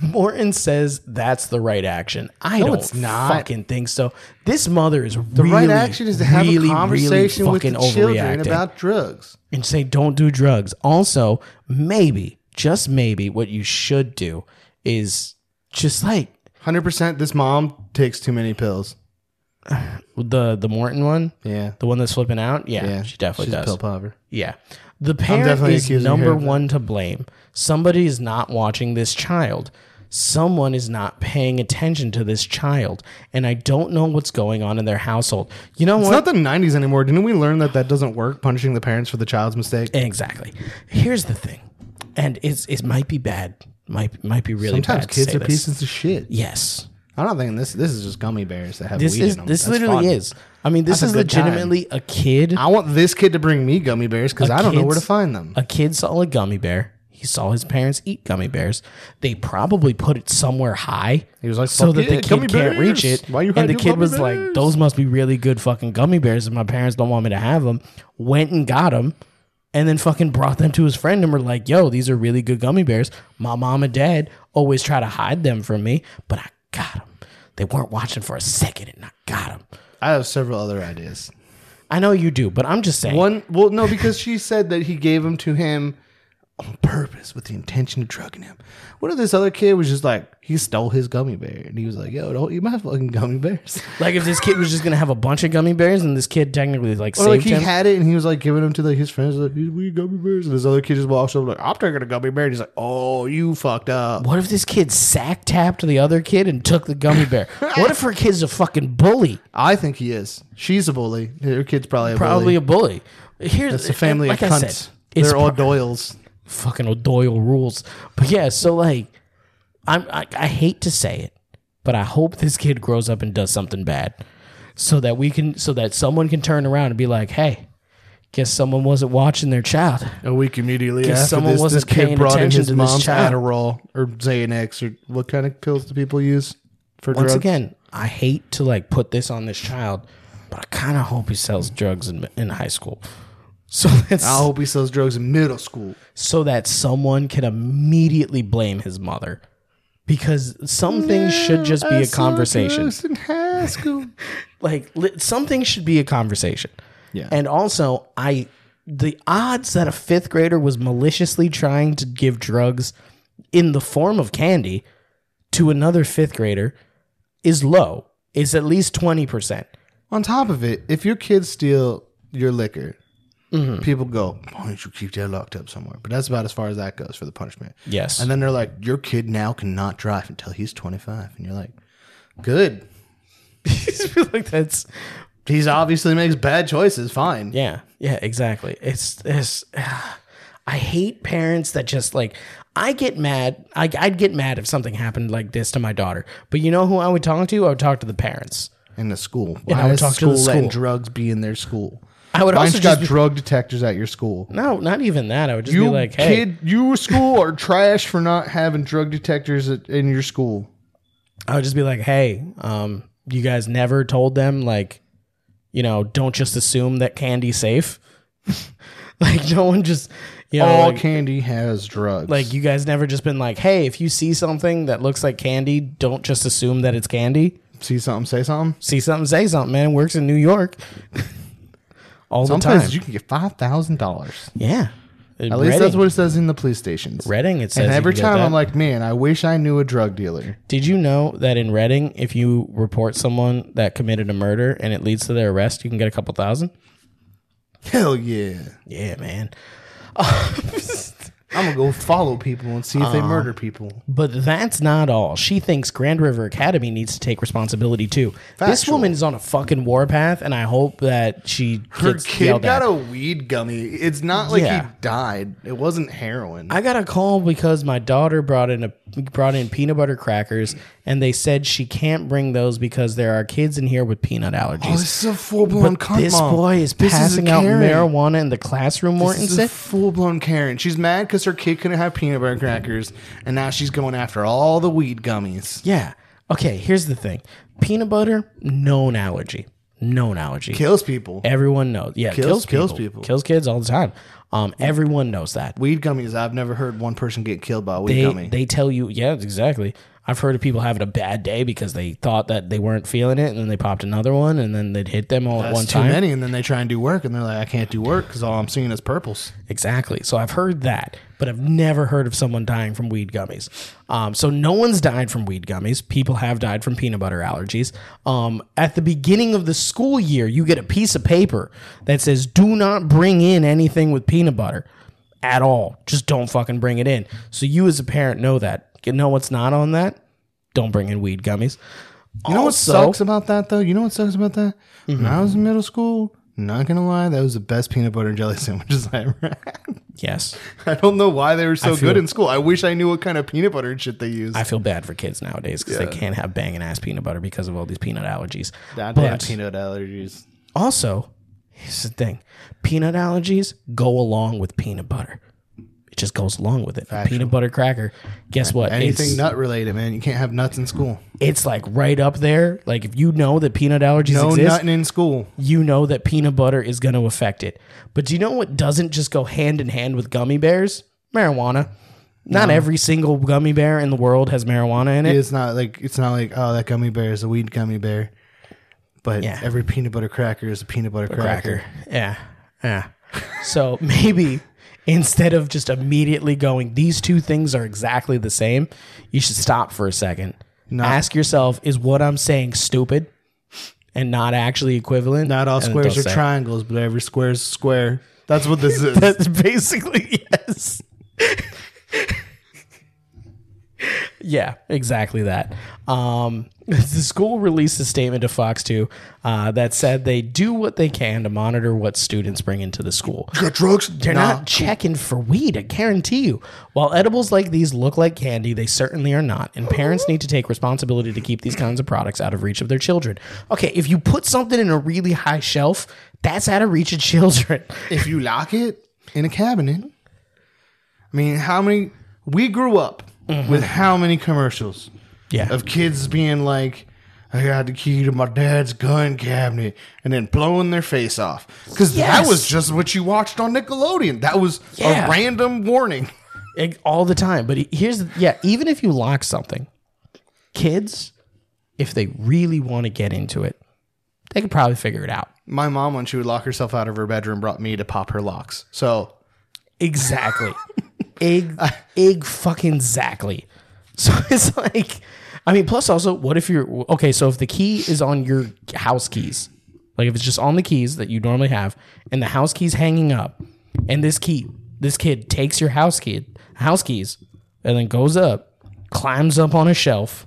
[SPEAKER 2] Morton says that's the right action. I don't
[SPEAKER 1] it's not.
[SPEAKER 2] fucking think so. This mother is
[SPEAKER 1] The right action is to have a conversation with the children about drugs.
[SPEAKER 2] and say don't do drugs. Also, maybe just maybe what you should do is just like
[SPEAKER 1] 100% this mom takes too many pills.
[SPEAKER 2] the the Morton one,
[SPEAKER 1] Yeah.
[SPEAKER 2] the one that's flipping out. Yeah,
[SPEAKER 1] Yeah.
[SPEAKER 2] she definitely
[SPEAKER 1] She's a
[SPEAKER 2] does.
[SPEAKER 1] pill popper.
[SPEAKER 2] Yeah. The parent
[SPEAKER 1] definitely
[SPEAKER 2] is
[SPEAKER 1] accusing
[SPEAKER 2] number
[SPEAKER 1] her of that.
[SPEAKER 2] one to blame. Somebody is not watching this child. Someone is not paying attention to this child. And I don't know what's going on in their household. You know
[SPEAKER 1] It's
[SPEAKER 2] what?
[SPEAKER 1] not the 90s anymore. Didn't we learn that that doesn't work, punishing the parents for the child's mistake?
[SPEAKER 2] exactly. Here's the thing. And it's it might be bad. Might might be really
[SPEAKER 1] Sometimes
[SPEAKER 2] bad. to
[SPEAKER 1] kids
[SPEAKER 2] say
[SPEAKER 1] are
[SPEAKER 2] this.
[SPEAKER 1] pieces of shit.
[SPEAKER 2] Yes.
[SPEAKER 1] I'm not thinking this. This is just gummy bears that have
[SPEAKER 2] This
[SPEAKER 1] weed
[SPEAKER 2] is
[SPEAKER 1] in them.
[SPEAKER 2] this
[SPEAKER 1] That's
[SPEAKER 2] literally
[SPEAKER 1] fun.
[SPEAKER 2] is. I mean, this
[SPEAKER 1] That's
[SPEAKER 2] is
[SPEAKER 1] a good time.
[SPEAKER 2] legitimately a kid.
[SPEAKER 1] I want this kid to bring me gummy bears because I don't know where to
[SPEAKER 2] kid's-
[SPEAKER 1] find them.
[SPEAKER 2] A kid saw a gummy bear. He saw his parents eat gummy bears. They probably put it somewhere high.
[SPEAKER 1] He was like,
[SPEAKER 2] so
[SPEAKER 1] "Fuck
[SPEAKER 2] that
[SPEAKER 1] yeah,
[SPEAKER 2] the
[SPEAKER 1] gummy
[SPEAKER 2] kid can't reach
[SPEAKER 1] bears.
[SPEAKER 2] it.
[SPEAKER 1] Why you
[SPEAKER 2] and the
[SPEAKER 1] hiding
[SPEAKER 2] kid
[SPEAKER 1] gummy
[SPEAKER 2] was like,
[SPEAKER 1] bears?
[SPEAKER 2] those must be really good fucking gummy bears, and my parents don't want me to have them. Went and got them, and then fucking brought them to his friend and were like, yo, these are really good gummy bears. My mom and dad always try to hide them from me, but I got them. They weren't watching for a second, and I got them.
[SPEAKER 1] I have several other ideas.
[SPEAKER 2] I know you do, but I'm just saying.
[SPEAKER 1] One, well, no, because she said that he gave them to him on purpose with the intention of drugging him. What if this other kid was just like, he stole his gummy bear and he was like, yo, don't eat my fucking gummy bears.
[SPEAKER 2] Like if this kid was just gonna have a bunch of gummy bears, and this kid technically like
[SPEAKER 1] Or like
[SPEAKER 2] saved
[SPEAKER 1] he
[SPEAKER 2] him.
[SPEAKER 1] had it and he was like giving them to like his friends, like, these we gummy bears. And this other kid just walks over, like, I'm taking a gummy bear. And he's like, oh, you fucked up.
[SPEAKER 2] what if this kid sack tapped the other kid and took the gummy bear? what if her kid's a fucking bully?
[SPEAKER 1] I think he is. She's a bully. Her kid's probably a
[SPEAKER 2] Probably
[SPEAKER 1] bully.
[SPEAKER 2] a bully. Here's
[SPEAKER 1] It's a family
[SPEAKER 2] like
[SPEAKER 1] of
[SPEAKER 2] I
[SPEAKER 1] cunts.
[SPEAKER 2] said, it's
[SPEAKER 1] They're all Doyles.
[SPEAKER 2] fucking O'Doyle rules. But yeah, so like, I'm I, I hate to say it, but I hope this kid grows up and does something bad, so that we can so that someone can turn around and be like, hey, guess someone wasn't watching their child.
[SPEAKER 1] A week immediately
[SPEAKER 2] Guess
[SPEAKER 1] after
[SPEAKER 2] someone
[SPEAKER 1] this,
[SPEAKER 2] wasn't
[SPEAKER 1] this kid
[SPEAKER 2] paying
[SPEAKER 1] brought in
[SPEAKER 2] attention
[SPEAKER 1] his
[SPEAKER 2] to this
[SPEAKER 1] mom's
[SPEAKER 2] child.
[SPEAKER 1] Adderall or Xanax or what kind of pills do people use for
[SPEAKER 2] Once
[SPEAKER 1] drugs?
[SPEAKER 2] again, I hate to like put this on this child, but I kind of hope he sells drugs in in high school. So that's
[SPEAKER 1] I hope he sells drugs in middle school.
[SPEAKER 2] so that someone can immediately blame his mother. Because some things should just be a conversation.
[SPEAKER 1] in high school.
[SPEAKER 2] Like li- something should be a conversation.
[SPEAKER 1] Yeah.
[SPEAKER 2] And also, I the odds that a fifth grader was maliciously trying to give drugs in the form of candy to another fifth grader is low. It's at least twenty percent.
[SPEAKER 1] On top of it, if your kids steal your liquor,
[SPEAKER 2] Mm-hmm.
[SPEAKER 1] people go, "Why don't you keep that locked up somewhere?" But that's about as far as that goes for the punishment.
[SPEAKER 2] Yes.
[SPEAKER 1] And then they're like, "Your kid now cannot drive until he's 25," and you're like, "Good."
[SPEAKER 2] like that's
[SPEAKER 1] He's obviously makes bad choices. Fine.
[SPEAKER 2] yeah yeah exactly it's this i hate parents that just like i get mad I, i'd get mad if something happened like this to my daughter but you know who i would talk to i would talk to the parents
[SPEAKER 1] in the school.
[SPEAKER 2] I
[SPEAKER 1] Why
[SPEAKER 2] would
[SPEAKER 1] is
[SPEAKER 2] talk to
[SPEAKER 1] school
[SPEAKER 2] the
[SPEAKER 1] letting
[SPEAKER 2] school.
[SPEAKER 1] drugs be in their school?
[SPEAKER 2] I would
[SPEAKER 1] Mine's
[SPEAKER 2] also
[SPEAKER 1] got
[SPEAKER 2] just be-
[SPEAKER 1] drug detectors at your school.
[SPEAKER 2] No, not even that. I would just
[SPEAKER 1] You
[SPEAKER 2] be like, hey,
[SPEAKER 1] kid, you school are trash for not having drug detectors at, in your school.
[SPEAKER 2] I would just be like, hey, um, you guys never told them, like, you know, don't just assume that candy's safe. like, no one just, you know,
[SPEAKER 1] All
[SPEAKER 2] like,
[SPEAKER 1] candy has drugs.
[SPEAKER 2] like, you guys never just been like, hey, if you see something that looks like candy, don't just assume that it's candy.
[SPEAKER 1] see something, say something.
[SPEAKER 2] See something, say something, man. It works in New York all the
[SPEAKER 1] Some
[SPEAKER 2] time.
[SPEAKER 1] places you can get five thousand dollars.
[SPEAKER 2] yeah.
[SPEAKER 1] At least that's what it says in the police stations.
[SPEAKER 2] Reading, it says.
[SPEAKER 1] And
[SPEAKER 2] you
[SPEAKER 1] every
[SPEAKER 2] can get
[SPEAKER 1] time
[SPEAKER 2] that.
[SPEAKER 1] I'm like, man, I wish I knew a drug dealer.
[SPEAKER 2] Did you know that in Reading, if you report someone that committed a murder and it leads to their arrest, you can get a couple thousand?
[SPEAKER 1] Hell yeah.
[SPEAKER 2] Yeah, man.
[SPEAKER 1] I'm gonna go follow people and see if they murder people.
[SPEAKER 2] But that's not all. She thinks Grand River Academy needs to take responsibility too. This
[SPEAKER 1] Factual.
[SPEAKER 2] woman is on a fucking warpath, and I hope that she
[SPEAKER 1] Her
[SPEAKER 2] gets
[SPEAKER 1] kid
[SPEAKER 2] yelled
[SPEAKER 1] got
[SPEAKER 2] at.
[SPEAKER 1] a weed gummy. It's not like
[SPEAKER 2] Yeah.
[SPEAKER 1] he died. It wasn't heroin.
[SPEAKER 2] I got a call because my daughter brought in a brought in peanut butter crackers, and they said she can't bring those because there are kids in here with peanut allergies.
[SPEAKER 1] Oh, is a full blown
[SPEAKER 2] this boy is passing out marijuana in the classroom. Morton
[SPEAKER 1] This is a
[SPEAKER 2] said,
[SPEAKER 1] full blown Karen. She's mad because her kid couldn't have peanut butter crackers, and now she's going after all the weed gummies.
[SPEAKER 2] "Yeah, okay. Here's the thing: peanut butter, known allergy, known allergy.
[SPEAKER 1] Kills people.
[SPEAKER 2] Everyone knows. Yeah,
[SPEAKER 1] Kills-
[SPEAKER 2] kills people.
[SPEAKER 1] kills people.
[SPEAKER 2] Kills kids all the time. Um, everyone knows that.
[SPEAKER 1] Weed gummies. I've never heard one person get killed by a weed
[SPEAKER 2] They,
[SPEAKER 1] gummy.
[SPEAKER 2] they tell you, yeah, exactly. I've heard of people having a bad day because they thought that they weren't feeling it, and then they popped another one, and then they'd hit them all at
[SPEAKER 1] That's
[SPEAKER 2] one
[SPEAKER 1] too
[SPEAKER 2] time.
[SPEAKER 1] many, and then they try and do work, and they're like, I can't do work because all I'm seeing is purples.
[SPEAKER 2] Exactly. So I've heard that, but I've never heard of someone dying from weed gummies. Um, so no one's died from weed gummies. People have died from peanut butter allergies. Um, at the beginning of the school year, you get a piece of paper that says, do not bring in anything with peanut butter at all. Just don't fucking bring it in. So you as a parent know that. You know what's not on that? Don't bring in weed gummies.
[SPEAKER 1] You know what sucks about that though? You know what sucks about that? When
[SPEAKER 2] Mm-hmm.
[SPEAKER 1] I was in middle school, not gonna lie, that was the best peanut butter and jelly sandwiches I ever had.
[SPEAKER 2] Yes.
[SPEAKER 1] I don't know why they were so
[SPEAKER 2] feel-
[SPEAKER 1] good in school. I wish I knew what kind of peanut butter and shit they used.
[SPEAKER 2] I feel bad for kids nowadays because they can't have banging ass peanut butter because of all these peanut allergies.
[SPEAKER 1] Dad
[SPEAKER 2] But-
[SPEAKER 1] had peanut allergies.
[SPEAKER 2] Also, here's the thing: peanut allergies go along with peanut butter. It just goes along with it. A peanut butter cracker. Guess what?
[SPEAKER 1] Anything
[SPEAKER 2] It's,
[SPEAKER 1] nut related, man. You can't have nuts in school.
[SPEAKER 2] it's like right up there. Like if you know that peanut allergies
[SPEAKER 1] No
[SPEAKER 2] exist,
[SPEAKER 1] nutting in school.
[SPEAKER 2] you know that peanut butter is going to affect it. But do you know what doesn't just go hand in hand with gummy bears? Marijuana. Not every single gummy bear in the world has marijuana in it.
[SPEAKER 1] It's not like it's not like oh that gummy bear is a weed gummy bear. But
[SPEAKER 2] Yeah.
[SPEAKER 1] every peanut butter cracker is a peanut butter cracker.
[SPEAKER 2] cracker. Yeah. Yeah. so maybe instead of just immediately going, these two things are exactly the same, you should stop for a second. Ask yourself, is what I'm saying stupid and not actually equivalent?
[SPEAKER 1] Not all
[SPEAKER 2] And then
[SPEAKER 1] squares
[SPEAKER 2] they'll
[SPEAKER 1] are
[SPEAKER 2] say-
[SPEAKER 1] triangles, but every square is a square. That's what this is.
[SPEAKER 2] That's basically yes. yeah, exactly that. Um, the school released a statement to Fox 2 uh, that said they do what they can to monitor what students bring into the school.
[SPEAKER 1] got drugs?
[SPEAKER 2] They're not checking for weed, I guarantee you. While edibles like these look like candy, they certainly are not, and parents need to take responsibility to keep these kinds of products out of reach of their children. Okay, if you put something in a really high shelf, that's out of reach of children.
[SPEAKER 1] if you lock it in a cabinet, I mean, how many? We grew up with how many commercials
[SPEAKER 2] Yeah.
[SPEAKER 1] of kids being like, "I got the key to my dad's gun cabinet," and then blowing their face off because
[SPEAKER 2] Yes.
[SPEAKER 1] that was just what you watched on Nickelodeon. That was
[SPEAKER 2] Yeah.
[SPEAKER 1] a random warning.
[SPEAKER 2] Like, all the time. But here's yeah, even if you lock something, kids, if they really want to get into it, they could probably figure it out.
[SPEAKER 1] My mom, when she would lock herself out of her bedroom, brought me to pop her locks. So
[SPEAKER 2] Exactly. egg, egg, fucking exactly. So it's like, I mean, plus also, what if you're okay? So if the key is on your house keys, like if it's just on the keys that you normally have, and the house keys hanging up, and this key, this kid takes your house key, house keys, and then goes up, climbs up on a shelf,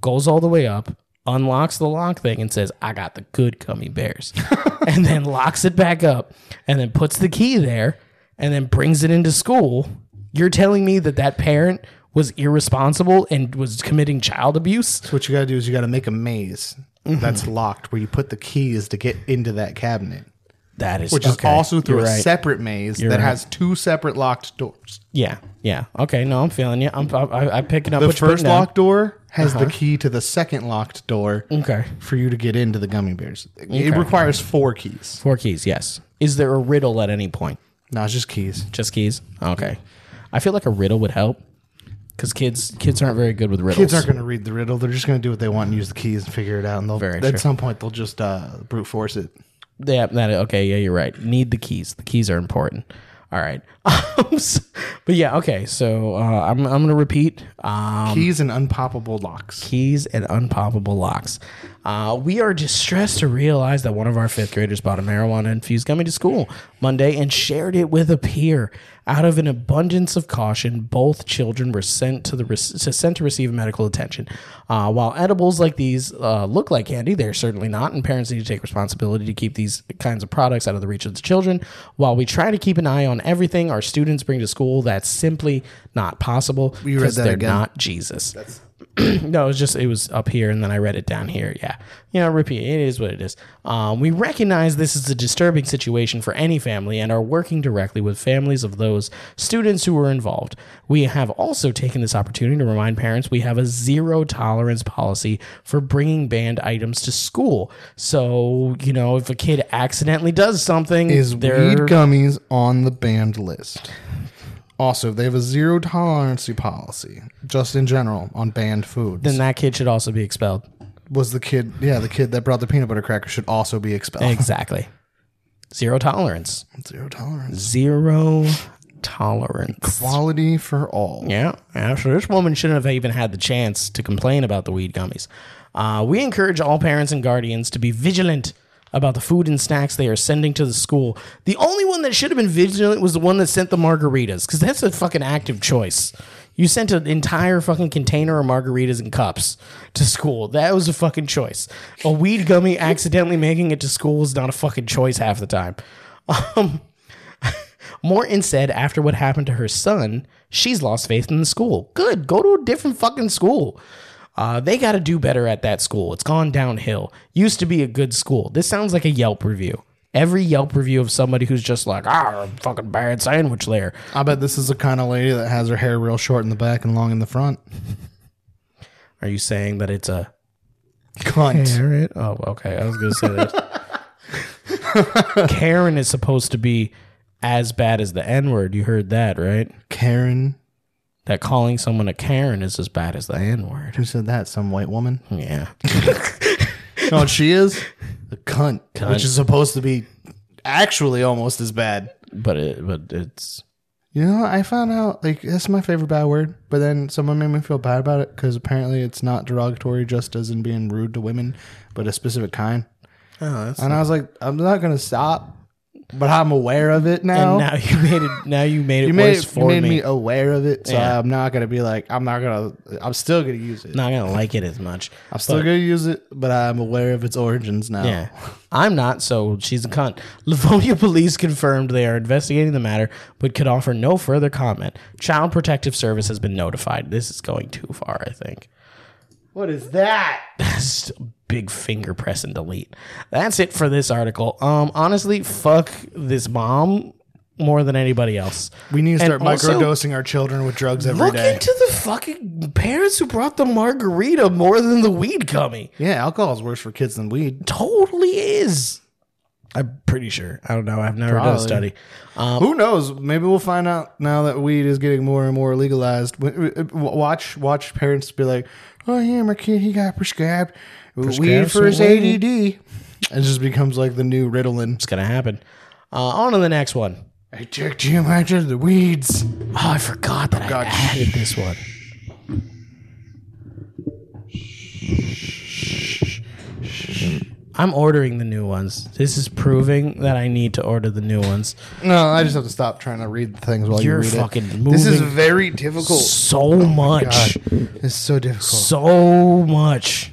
[SPEAKER 2] goes all the way up, unlocks the lock thing, and says, "I got the good gummy bears," and then locks it back up, and then puts the key there, and then brings it into school. You're telling me that that parent was irresponsible and was committing child abuse?
[SPEAKER 1] what you got to do is
[SPEAKER 2] Mm-hmm.
[SPEAKER 1] you got to make a maze that's locked where you put the keys to get into that cabinet.
[SPEAKER 2] That is
[SPEAKER 1] which
[SPEAKER 2] okay.
[SPEAKER 1] is also through
[SPEAKER 2] You're
[SPEAKER 1] a
[SPEAKER 2] right.
[SPEAKER 1] separate maze that
[SPEAKER 2] right.
[SPEAKER 1] has two separate locked doors.
[SPEAKER 2] Yeah, yeah. Okay, no, I'm feeling you. I'm I, I'm picking up
[SPEAKER 1] The
[SPEAKER 2] what you're
[SPEAKER 1] first
[SPEAKER 2] putting down. Uh-huh.
[SPEAKER 1] locked door has the key to the second locked door
[SPEAKER 2] Okay,
[SPEAKER 1] for you to get into the gummy bears. It requires four keys.
[SPEAKER 2] four keys. Yes. Is there a riddle at any point?
[SPEAKER 1] No, it's just keys.
[SPEAKER 2] Just keys. Okay. I feel like a riddle would help because kids kids aren't very good with riddles.
[SPEAKER 1] Kids aren't going to read the riddle. They're just going to do what they want and use the keys and figure it out. And they'll
[SPEAKER 2] Very
[SPEAKER 1] at
[SPEAKER 2] true.
[SPEAKER 1] some point they'll just uh, brute force it.
[SPEAKER 2] Yeah, that okay. Yeah, you're right. Need the keys. The keys are important. All right. Um, so- but yeah, okay. So uh, I'm I'm gonna repeat. Um,
[SPEAKER 1] Keys and unpoppable locks.
[SPEAKER 2] keys and unpoppable locks. Uh, we are distressed to realize that one of our fifth graders bought a marijuana infused gummy to school Monday and shared it with a peer. Out of an abundance of caution, both children were sent to the rec- to sent to receive medical attention. Uh, while edibles like these uh, look like candy, they're certainly not, and parents need to take responsibility to keep these kinds of products out of the reach of the children. While we try to keep an eye on everything our students bring to school, that's simply not possible
[SPEAKER 1] You read
[SPEAKER 2] because
[SPEAKER 1] that
[SPEAKER 2] they're
[SPEAKER 1] again.
[SPEAKER 2] not Jesus. no, it was just it was up here, and then I read it down here. Yeah, you know, repeat. It is what it is. Um, we recognize this is a disturbing situation for any family, and are working directly with families of those students who were involved. We have also taken this opportunity to remind parents we have a zero tolerance policy for bringing banned items to school. So you know, if a kid accidentally does something,
[SPEAKER 1] Is
[SPEAKER 2] they're-
[SPEAKER 1] weed gummies on the banned list? Also, they have a zero tolerance policy, just in general, on banned foods.
[SPEAKER 2] then that kid should also be expelled.
[SPEAKER 1] was the kid, yeah, the kid that brought the peanut butter cracker should also be expelled.
[SPEAKER 2] Exactly. Zero tolerance.
[SPEAKER 1] Zero tolerance.
[SPEAKER 2] Zero tolerance.
[SPEAKER 1] Quality for all.
[SPEAKER 2] Yeah, actually, this woman shouldn't have even had the chance to complain about the weed gummies. Uh, we encourage all parents and guardians to be vigilant about the food and snacks they are sending to the school. The only one that should have been vigilant was the one that sent the margaritas, because that's a fucking active choice. You sent an entire fucking container of margaritas and cups to school. That was a fucking choice. A weed gummy accidentally making it to school is not a fucking choice half the time. Um, Morton said after what happened to her son, she's lost faith in the school. Good, go to a different fucking school. Uh, they got to do better at that school. It's gone downhill. Used to be a good school. This sounds like a Yelp review. Every Yelp review of somebody who's just like, ah, fucking bad sandwich there.
[SPEAKER 1] I bet this is the kind of lady that has her hair real short in the back and long in the front.
[SPEAKER 2] Are you saying that it's a
[SPEAKER 1] Cunt.
[SPEAKER 2] Karen? Oh, okay. I was going to say that. Karen is supposed to be as bad as the N word. You heard that, right?
[SPEAKER 1] Karen.
[SPEAKER 2] That calling someone a Karen is as bad as the N word.
[SPEAKER 1] Who said that? Some white woman?
[SPEAKER 2] Yeah.
[SPEAKER 1] You know what she is? A cunt, Which is supposed to be actually almost as bad.
[SPEAKER 2] but it but it's
[SPEAKER 1] You know, I found out, like, that's my favorite bad word, but then someone made me feel bad about it because apparently it's not derogatory just as in being rude to women, but a specific kind.
[SPEAKER 2] oh, that's
[SPEAKER 1] And I was like, I'm not going to stop, but I'm aware of it now.
[SPEAKER 2] and now you made it now you made it
[SPEAKER 1] you made,
[SPEAKER 2] worse
[SPEAKER 1] it, you
[SPEAKER 2] for
[SPEAKER 1] made
[SPEAKER 2] me.
[SPEAKER 1] me. aware of it, so
[SPEAKER 2] Yeah.
[SPEAKER 1] I'm not going to be like, I'm not going to, I'm still going to use it.
[SPEAKER 2] Not gonna like it as much.
[SPEAKER 1] I'm still going to use it, but I'm aware of its origins now.
[SPEAKER 2] Yeah, I'm not. So she's a cunt. Livonia police confirmed they are investigating the matter, but could offer no further comment. Child Protective Service has been notified. This is going too far. I think.
[SPEAKER 1] What is that?
[SPEAKER 2] Just big finger press and delete. That's it for this article. Um, honestly, fuck this mom more than anybody else.
[SPEAKER 1] We need to
[SPEAKER 2] And
[SPEAKER 1] start
[SPEAKER 2] also-
[SPEAKER 1] microdosing our children with drugs every
[SPEAKER 2] Look
[SPEAKER 1] day.
[SPEAKER 2] into the fucking parents who brought the margarita more than the weed gummy.
[SPEAKER 1] yeah, alcohol is worse for kids than weed.
[SPEAKER 2] Totally is. I'm pretty sure. I don't know. I've never done a
[SPEAKER 1] Probably.
[SPEAKER 2] study. Um,
[SPEAKER 1] Who knows? Maybe we'll find out now that weed is getting more and more legalized. W- w- Watch, watch parents be like, "Oh yeah, my kid, he got prescribed, weed
[SPEAKER 2] Prescribed
[SPEAKER 1] for his
[SPEAKER 2] some weed.
[SPEAKER 1] ADD." It just becomes like the new Ritalin.
[SPEAKER 2] it's gonna happen. Uh, on to the next one.
[SPEAKER 1] I checked you out of the weeds.
[SPEAKER 2] Oh, I forgot that
[SPEAKER 1] God.
[SPEAKER 2] I added this one. I'm ordering the new ones. This is proving that I need to order the new ones.
[SPEAKER 1] No, I just have to stop trying to read things while
[SPEAKER 2] You're
[SPEAKER 1] you read
[SPEAKER 2] fucking
[SPEAKER 1] it.
[SPEAKER 2] moving
[SPEAKER 1] This is very difficult.
[SPEAKER 2] so much.
[SPEAKER 1] It's so difficult.
[SPEAKER 2] so much.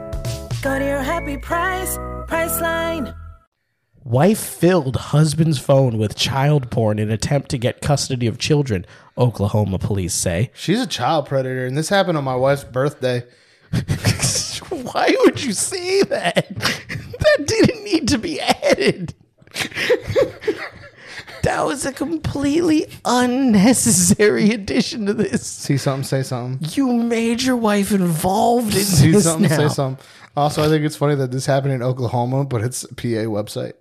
[SPEAKER 3] Go to your happy price, Priceline.
[SPEAKER 2] Wife filled husband's phone with child porn in attempt to get custody of children, Oklahoma police say.
[SPEAKER 1] She's a child predator, and this happened on my wife's birthday.
[SPEAKER 2] Why would you say that? That didn't need to be added. that was a completely unnecessary addition to this.
[SPEAKER 1] See something, say something.
[SPEAKER 2] You made your wife involved in
[SPEAKER 1] See
[SPEAKER 2] this
[SPEAKER 1] something,
[SPEAKER 2] now.
[SPEAKER 1] say something. Also, I think it's funny that this happened in Oklahoma, but it's a PA website.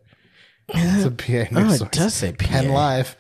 [SPEAKER 1] It's a PA
[SPEAKER 2] Oh,
[SPEAKER 1] news
[SPEAKER 2] it
[SPEAKER 1] source.
[SPEAKER 2] does say PA.
[SPEAKER 1] Penn Live.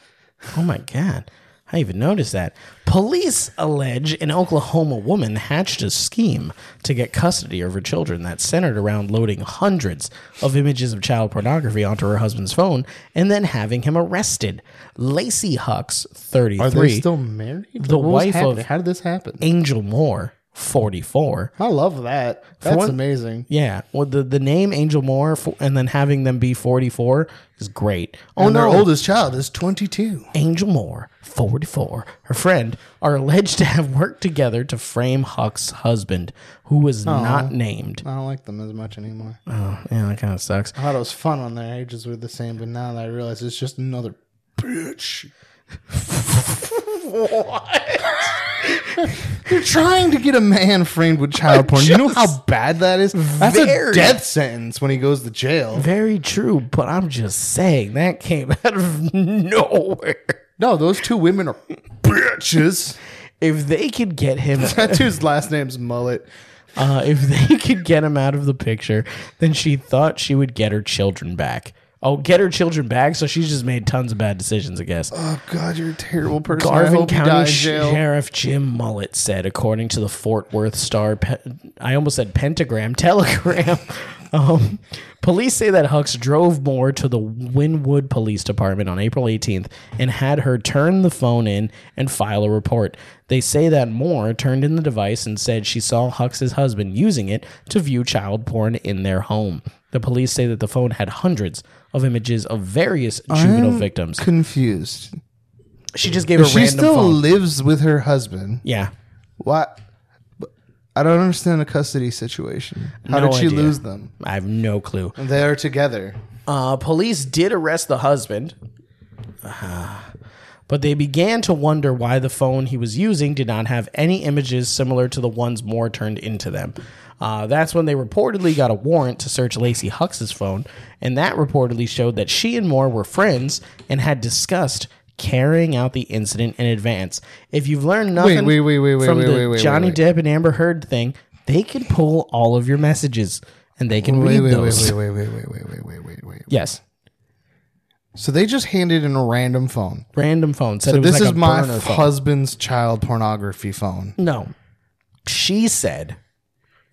[SPEAKER 2] Oh my God. I even noticed that. Police allege an Oklahoma woman hatched a scheme to get custody of her children that centered around loading hundreds of images of child pornography onto her husband's phone and then having him arrested. Lacey Hucks, 33,
[SPEAKER 1] Are they still married?
[SPEAKER 2] The
[SPEAKER 1] was
[SPEAKER 2] wife of-
[SPEAKER 1] happening? How did this happen?
[SPEAKER 2] Angel Moore, 44.
[SPEAKER 1] I love that. That's
[SPEAKER 2] one-
[SPEAKER 1] amazing.
[SPEAKER 2] Yeah, well, the, the name Angel Moore fo- and then having them be 44 is great. Oh,
[SPEAKER 1] and
[SPEAKER 2] no.
[SPEAKER 1] their oldest child is 22.
[SPEAKER 2] Angel Moore, 44, her friend, are alleged to have worked together to frame Huck's husband, who was not named.
[SPEAKER 1] I don't like them as much anymore.
[SPEAKER 2] Oh, yeah, that kind of sucks.
[SPEAKER 1] I thought it was fun when their ages were the same, but now that I realize it's just another bitch. what? You're trying to get a man framed with child porn. You know how bad that is? That's
[SPEAKER 2] Very.
[SPEAKER 1] a death sentence when he goes to jail.
[SPEAKER 2] Very true, but I'm just saying that came out of nowhere.
[SPEAKER 1] No, those two women are bitches.
[SPEAKER 2] If they could get him,
[SPEAKER 1] That dude's last name's Mullet.
[SPEAKER 2] uh, if they could get him out of the picture, then she thought she would get her children back. Oh, get her children back. So she's just made tons of bad decisions, I guess.
[SPEAKER 1] Oh, God, you're a terrible person. I
[SPEAKER 2] Garvin
[SPEAKER 1] hope you die in
[SPEAKER 2] County
[SPEAKER 1] jail.
[SPEAKER 2] Sheriff Jim Mullet said, according to the Fort Worth Star, pe- I almost said pentagram, telegram. um, police say that Hucks drove Moore to the Wynwood Police Department on April 18th and had her turn the phone in and file a report. They say that Moore turned in the device and said she saw Hucks's husband using it to view child porn in their home. The police say that the phone had hundreds of images of various juvenile victims.
[SPEAKER 1] Confused.
[SPEAKER 2] She just gave a
[SPEAKER 1] She
[SPEAKER 2] random
[SPEAKER 1] still
[SPEAKER 2] phone.
[SPEAKER 1] lives with her husband.
[SPEAKER 2] yeah.
[SPEAKER 1] Why? I don't understand the custody situation. How
[SPEAKER 2] No
[SPEAKER 1] did she
[SPEAKER 2] idea.
[SPEAKER 1] lose them?
[SPEAKER 2] I have no clue.
[SPEAKER 1] They are together.
[SPEAKER 2] Uh, police did arrest the husband, Uh, but they began to wonder why the phone he was using did not have any images similar to the ones Moore turned into them. Uh, that's when they reportedly got a warrant to search Lacey Hux's phone, and that reportedly showed that she and Moore were friends and had discussed carrying out the incident in advance. If you've learned nothing
[SPEAKER 1] wait, wait, wait, wait,
[SPEAKER 2] from
[SPEAKER 1] wait,
[SPEAKER 2] the
[SPEAKER 1] wait, wait,
[SPEAKER 2] Johnny
[SPEAKER 1] wait.
[SPEAKER 2] Depp and Amber Heard thing, they can pull all of your messages and they can
[SPEAKER 1] Wait,
[SPEAKER 2] read
[SPEAKER 1] wait, wait,
[SPEAKER 2] those.
[SPEAKER 1] wait, wait, wait, wait, wait, wait, wait, wait, wait.
[SPEAKER 2] Yes.
[SPEAKER 1] So they just handed in a random phone.
[SPEAKER 2] random phone. Said
[SPEAKER 1] So
[SPEAKER 2] it was
[SPEAKER 1] this is
[SPEAKER 2] like a
[SPEAKER 1] my
[SPEAKER 2] burner phone.
[SPEAKER 1] husband's child pornography phone.
[SPEAKER 2] No, she said,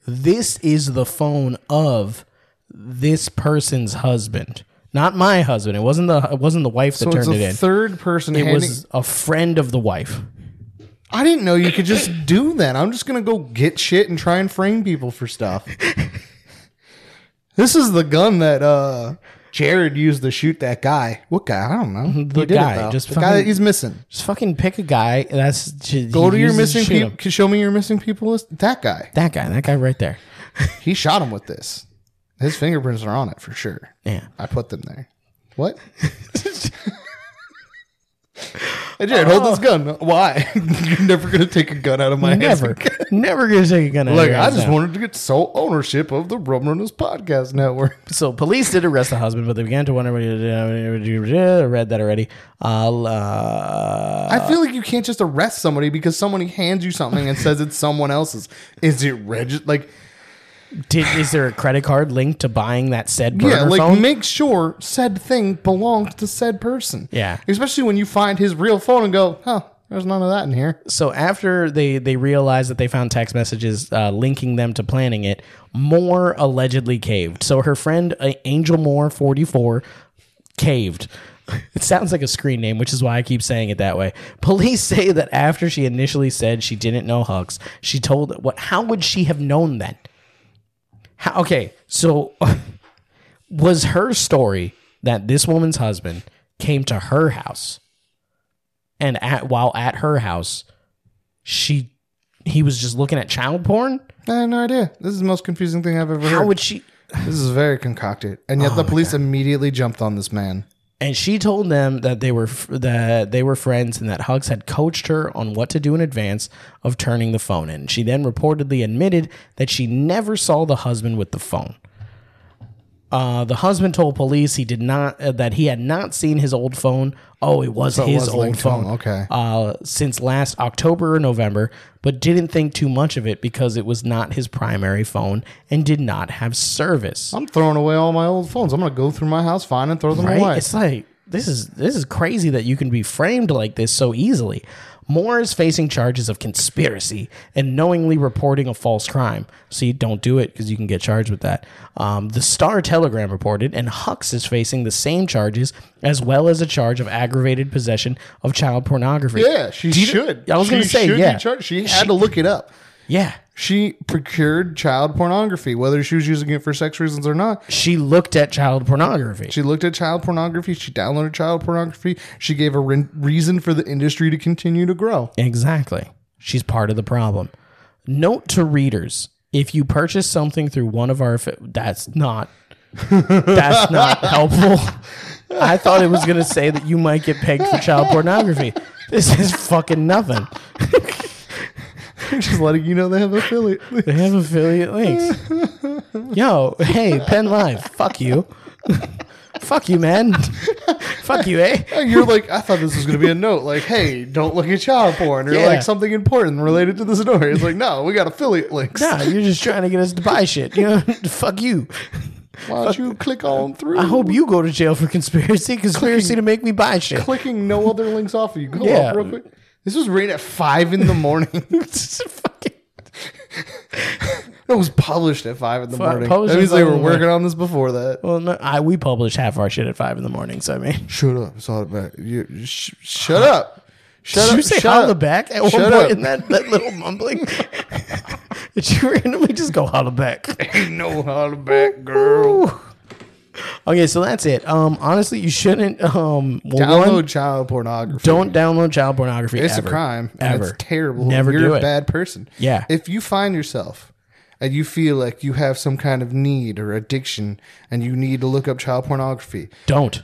[SPEAKER 2] "This is the phone of this person's husband, not my husband. It wasn't the it wasn't the wife that
[SPEAKER 1] So it's
[SPEAKER 2] turned it
[SPEAKER 1] a
[SPEAKER 2] in.
[SPEAKER 1] third person.
[SPEAKER 2] it
[SPEAKER 1] handing,
[SPEAKER 2] was a friend of the wife.
[SPEAKER 1] I didn't know you could just do that. I'm just gonna go get shit and try and frame people for stuff. this is the gun that uh, Jared used to shoot that guy. What guy? I don't know.
[SPEAKER 2] The
[SPEAKER 1] He did it,
[SPEAKER 2] guy,
[SPEAKER 1] though.
[SPEAKER 2] just
[SPEAKER 1] the guy that
[SPEAKER 2] fucking-
[SPEAKER 1] he's missing.
[SPEAKER 2] Just fucking pick a guy. That's
[SPEAKER 1] Go to your missing
[SPEAKER 2] people.
[SPEAKER 1] people. Show me your missing people list. That guy.
[SPEAKER 2] That guy. That guy right there.
[SPEAKER 1] He shot him with this. His fingerprints are on it for sure.
[SPEAKER 2] Yeah."
[SPEAKER 1] I put them there. What? hey Jared, hold
[SPEAKER 2] Oh.
[SPEAKER 1] this gun. Why? You're never gonna take a gun out of my
[SPEAKER 2] Never,
[SPEAKER 1] hands.
[SPEAKER 2] never gonna take a gun. out of
[SPEAKER 1] Like
[SPEAKER 2] your
[SPEAKER 1] I
[SPEAKER 2] hands
[SPEAKER 1] just
[SPEAKER 2] now.
[SPEAKER 1] wanted to get sole ownership of the Rum Runners Podcast Network.
[SPEAKER 2] so police did arrest the husband, but they began to wonder. Read that already. Uh, uh,
[SPEAKER 1] I feel like you can't just arrest somebody because someone hands you something and says it's someone else's. Is it registered? Like,
[SPEAKER 2] Did, is there a credit card linked to buying that said burner
[SPEAKER 1] yeah, like
[SPEAKER 2] phone?
[SPEAKER 1] make sure said thing belongs to said person.
[SPEAKER 2] Yeah.
[SPEAKER 1] especially when you find his real phone and go, "Huh, there's none of that in here."
[SPEAKER 2] so after they they realized that they found text messages uh, linking them to planning it, Moore allegedly caved. So her friend uh, Angel Moore, forty four, caved. It sounds like a screen name, which is why I keep saying it that way. Police say that after she initially said she didn't know Hux, she told what how would she have known then? How, okay, so was her story that this woman's husband came to her house and at while at her house she he was just looking at child porn?
[SPEAKER 1] I have no idea. This is the most confusing thing I've ever heard.
[SPEAKER 2] How would Oh she
[SPEAKER 1] this is very concocted, and yet the police immediately jumped on this man.
[SPEAKER 2] and she told them that they were f- that they were friends and that Hugs had coached her on what to do in advance of turning the phone in. She then reportedly admitted that she never saw the husband with the phone. Uh, the husband told police he did not uh, that he had not seen his old phone. Oh, it was
[SPEAKER 1] it
[SPEAKER 2] his
[SPEAKER 1] was
[SPEAKER 2] old
[SPEAKER 1] linked
[SPEAKER 2] phone.
[SPEAKER 1] phone, okay.
[SPEAKER 2] Uh, since last October or November, but didn't think too much of it because it was not his primary phone and did not have service.
[SPEAKER 1] I'm throwing away all my old phones. I'm gonna go through my house, find and throw them
[SPEAKER 2] right?
[SPEAKER 1] away.
[SPEAKER 2] It's like this is this is crazy that you can be framed like this so easily. Moore is facing charges of conspiracy and knowingly reporting a false crime. See, don't do it because you can get charged with that. Um, the Star Telegram reported, and Hux is facing the same charges as well as a charge of aggravated possession of child pornography.
[SPEAKER 1] yeah, she
[SPEAKER 2] Do you-
[SPEAKER 1] should.
[SPEAKER 2] I was going
[SPEAKER 1] She
[SPEAKER 2] to say,
[SPEAKER 1] should be
[SPEAKER 2] yeah,
[SPEAKER 1] charged. She had to look it up.
[SPEAKER 2] yeah.
[SPEAKER 1] She procured child pornography, whether she was using it for sex reasons or not.
[SPEAKER 2] She looked at child pornography.
[SPEAKER 1] She looked at child pornography. She downloaded child pornography. She gave a re- reason for the industry to continue to grow.
[SPEAKER 2] Exactly. She's part of the problem. Note to readers if you purchase something through one of our affi- that's not that's not helpful. I thought it was going to say that you might get pegged for child pornography. This is fucking nothing.
[SPEAKER 1] Just letting you know they have affiliate.
[SPEAKER 2] They have affiliate links. Yo, hey, Penn Live, fuck you. fuck you, man. fuck you, eh?
[SPEAKER 1] You're like, I thought this was going to be a note, like, hey, don't look at child porn, or
[SPEAKER 2] Yeah.
[SPEAKER 1] like something important related to the story. It's like, no, we got affiliate links.
[SPEAKER 2] Nah, you're just trying to get us to buy shit. You know, fuck you.
[SPEAKER 1] Why don't you click on through?
[SPEAKER 2] I hope you go to jail for conspiracy, conspiracy to make me buy shit.
[SPEAKER 1] clicking no other links off of you. Go
[SPEAKER 2] Yeah.
[SPEAKER 1] up real quick. This was rated at five in the morning.
[SPEAKER 2] It's fucking-
[SPEAKER 1] it was published at five in the
[SPEAKER 2] Fu-
[SPEAKER 1] morning.
[SPEAKER 2] published
[SPEAKER 1] That
[SPEAKER 2] at
[SPEAKER 1] means they
[SPEAKER 2] five in
[SPEAKER 1] were
[SPEAKER 2] the morning.
[SPEAKER 1] working on this before that.
[SPEAKER 2] well, no, I we publish half our shit at five in the morning. So I mean,
[SPEAKER 1] Shut up. It's all about you. Sh- shut up. Shut
[SPEAKER 2] did
[SPEAKER 1] up.
[SPEAKER 2] you say
[SPEAKER 1] shut
[SPEAKER 2] holla
[SPEAKER 1] up.
[SPEAKER 2] back at one
[SPEAKER 1] Shut
[SPEAKER 2] point
[SPEAKER 1] up.
[SPEAKER 2] in that, that little mumbling? did you randomly just go holla back?
[SPEAKER 1] no holla back, girl.
[SPEAKER 2] Okay, so that's it. Um, honestly, you shouldn't. Um, well,
[SPEAKER 1] Download
[SPEAKER 2] one,
[SPEAKER 1] child pornography.
[SPEAKER 2] don't download child pornography.
[SPEAKER 1] It's
[SPEAKER 2] ever.
[SPEAKER 1] a crime. and
[SPEAKER 2] Ever.
[SPEAKER 1] It's terrible.
[SPEAKER 2] Never
[SPEAKER 1] You're
[SPEAKER 2] do
[SPEAKER 1] a
[SPEAKER 2] it.
[SPEAKER 1] bad person.
[SPEAKER 2] Yeah.
[SPEAKER 1] If you find yourself and you feel like you have some kind of need or addiction and you need to look up child pornography,
[SPEAKER 2] Don't.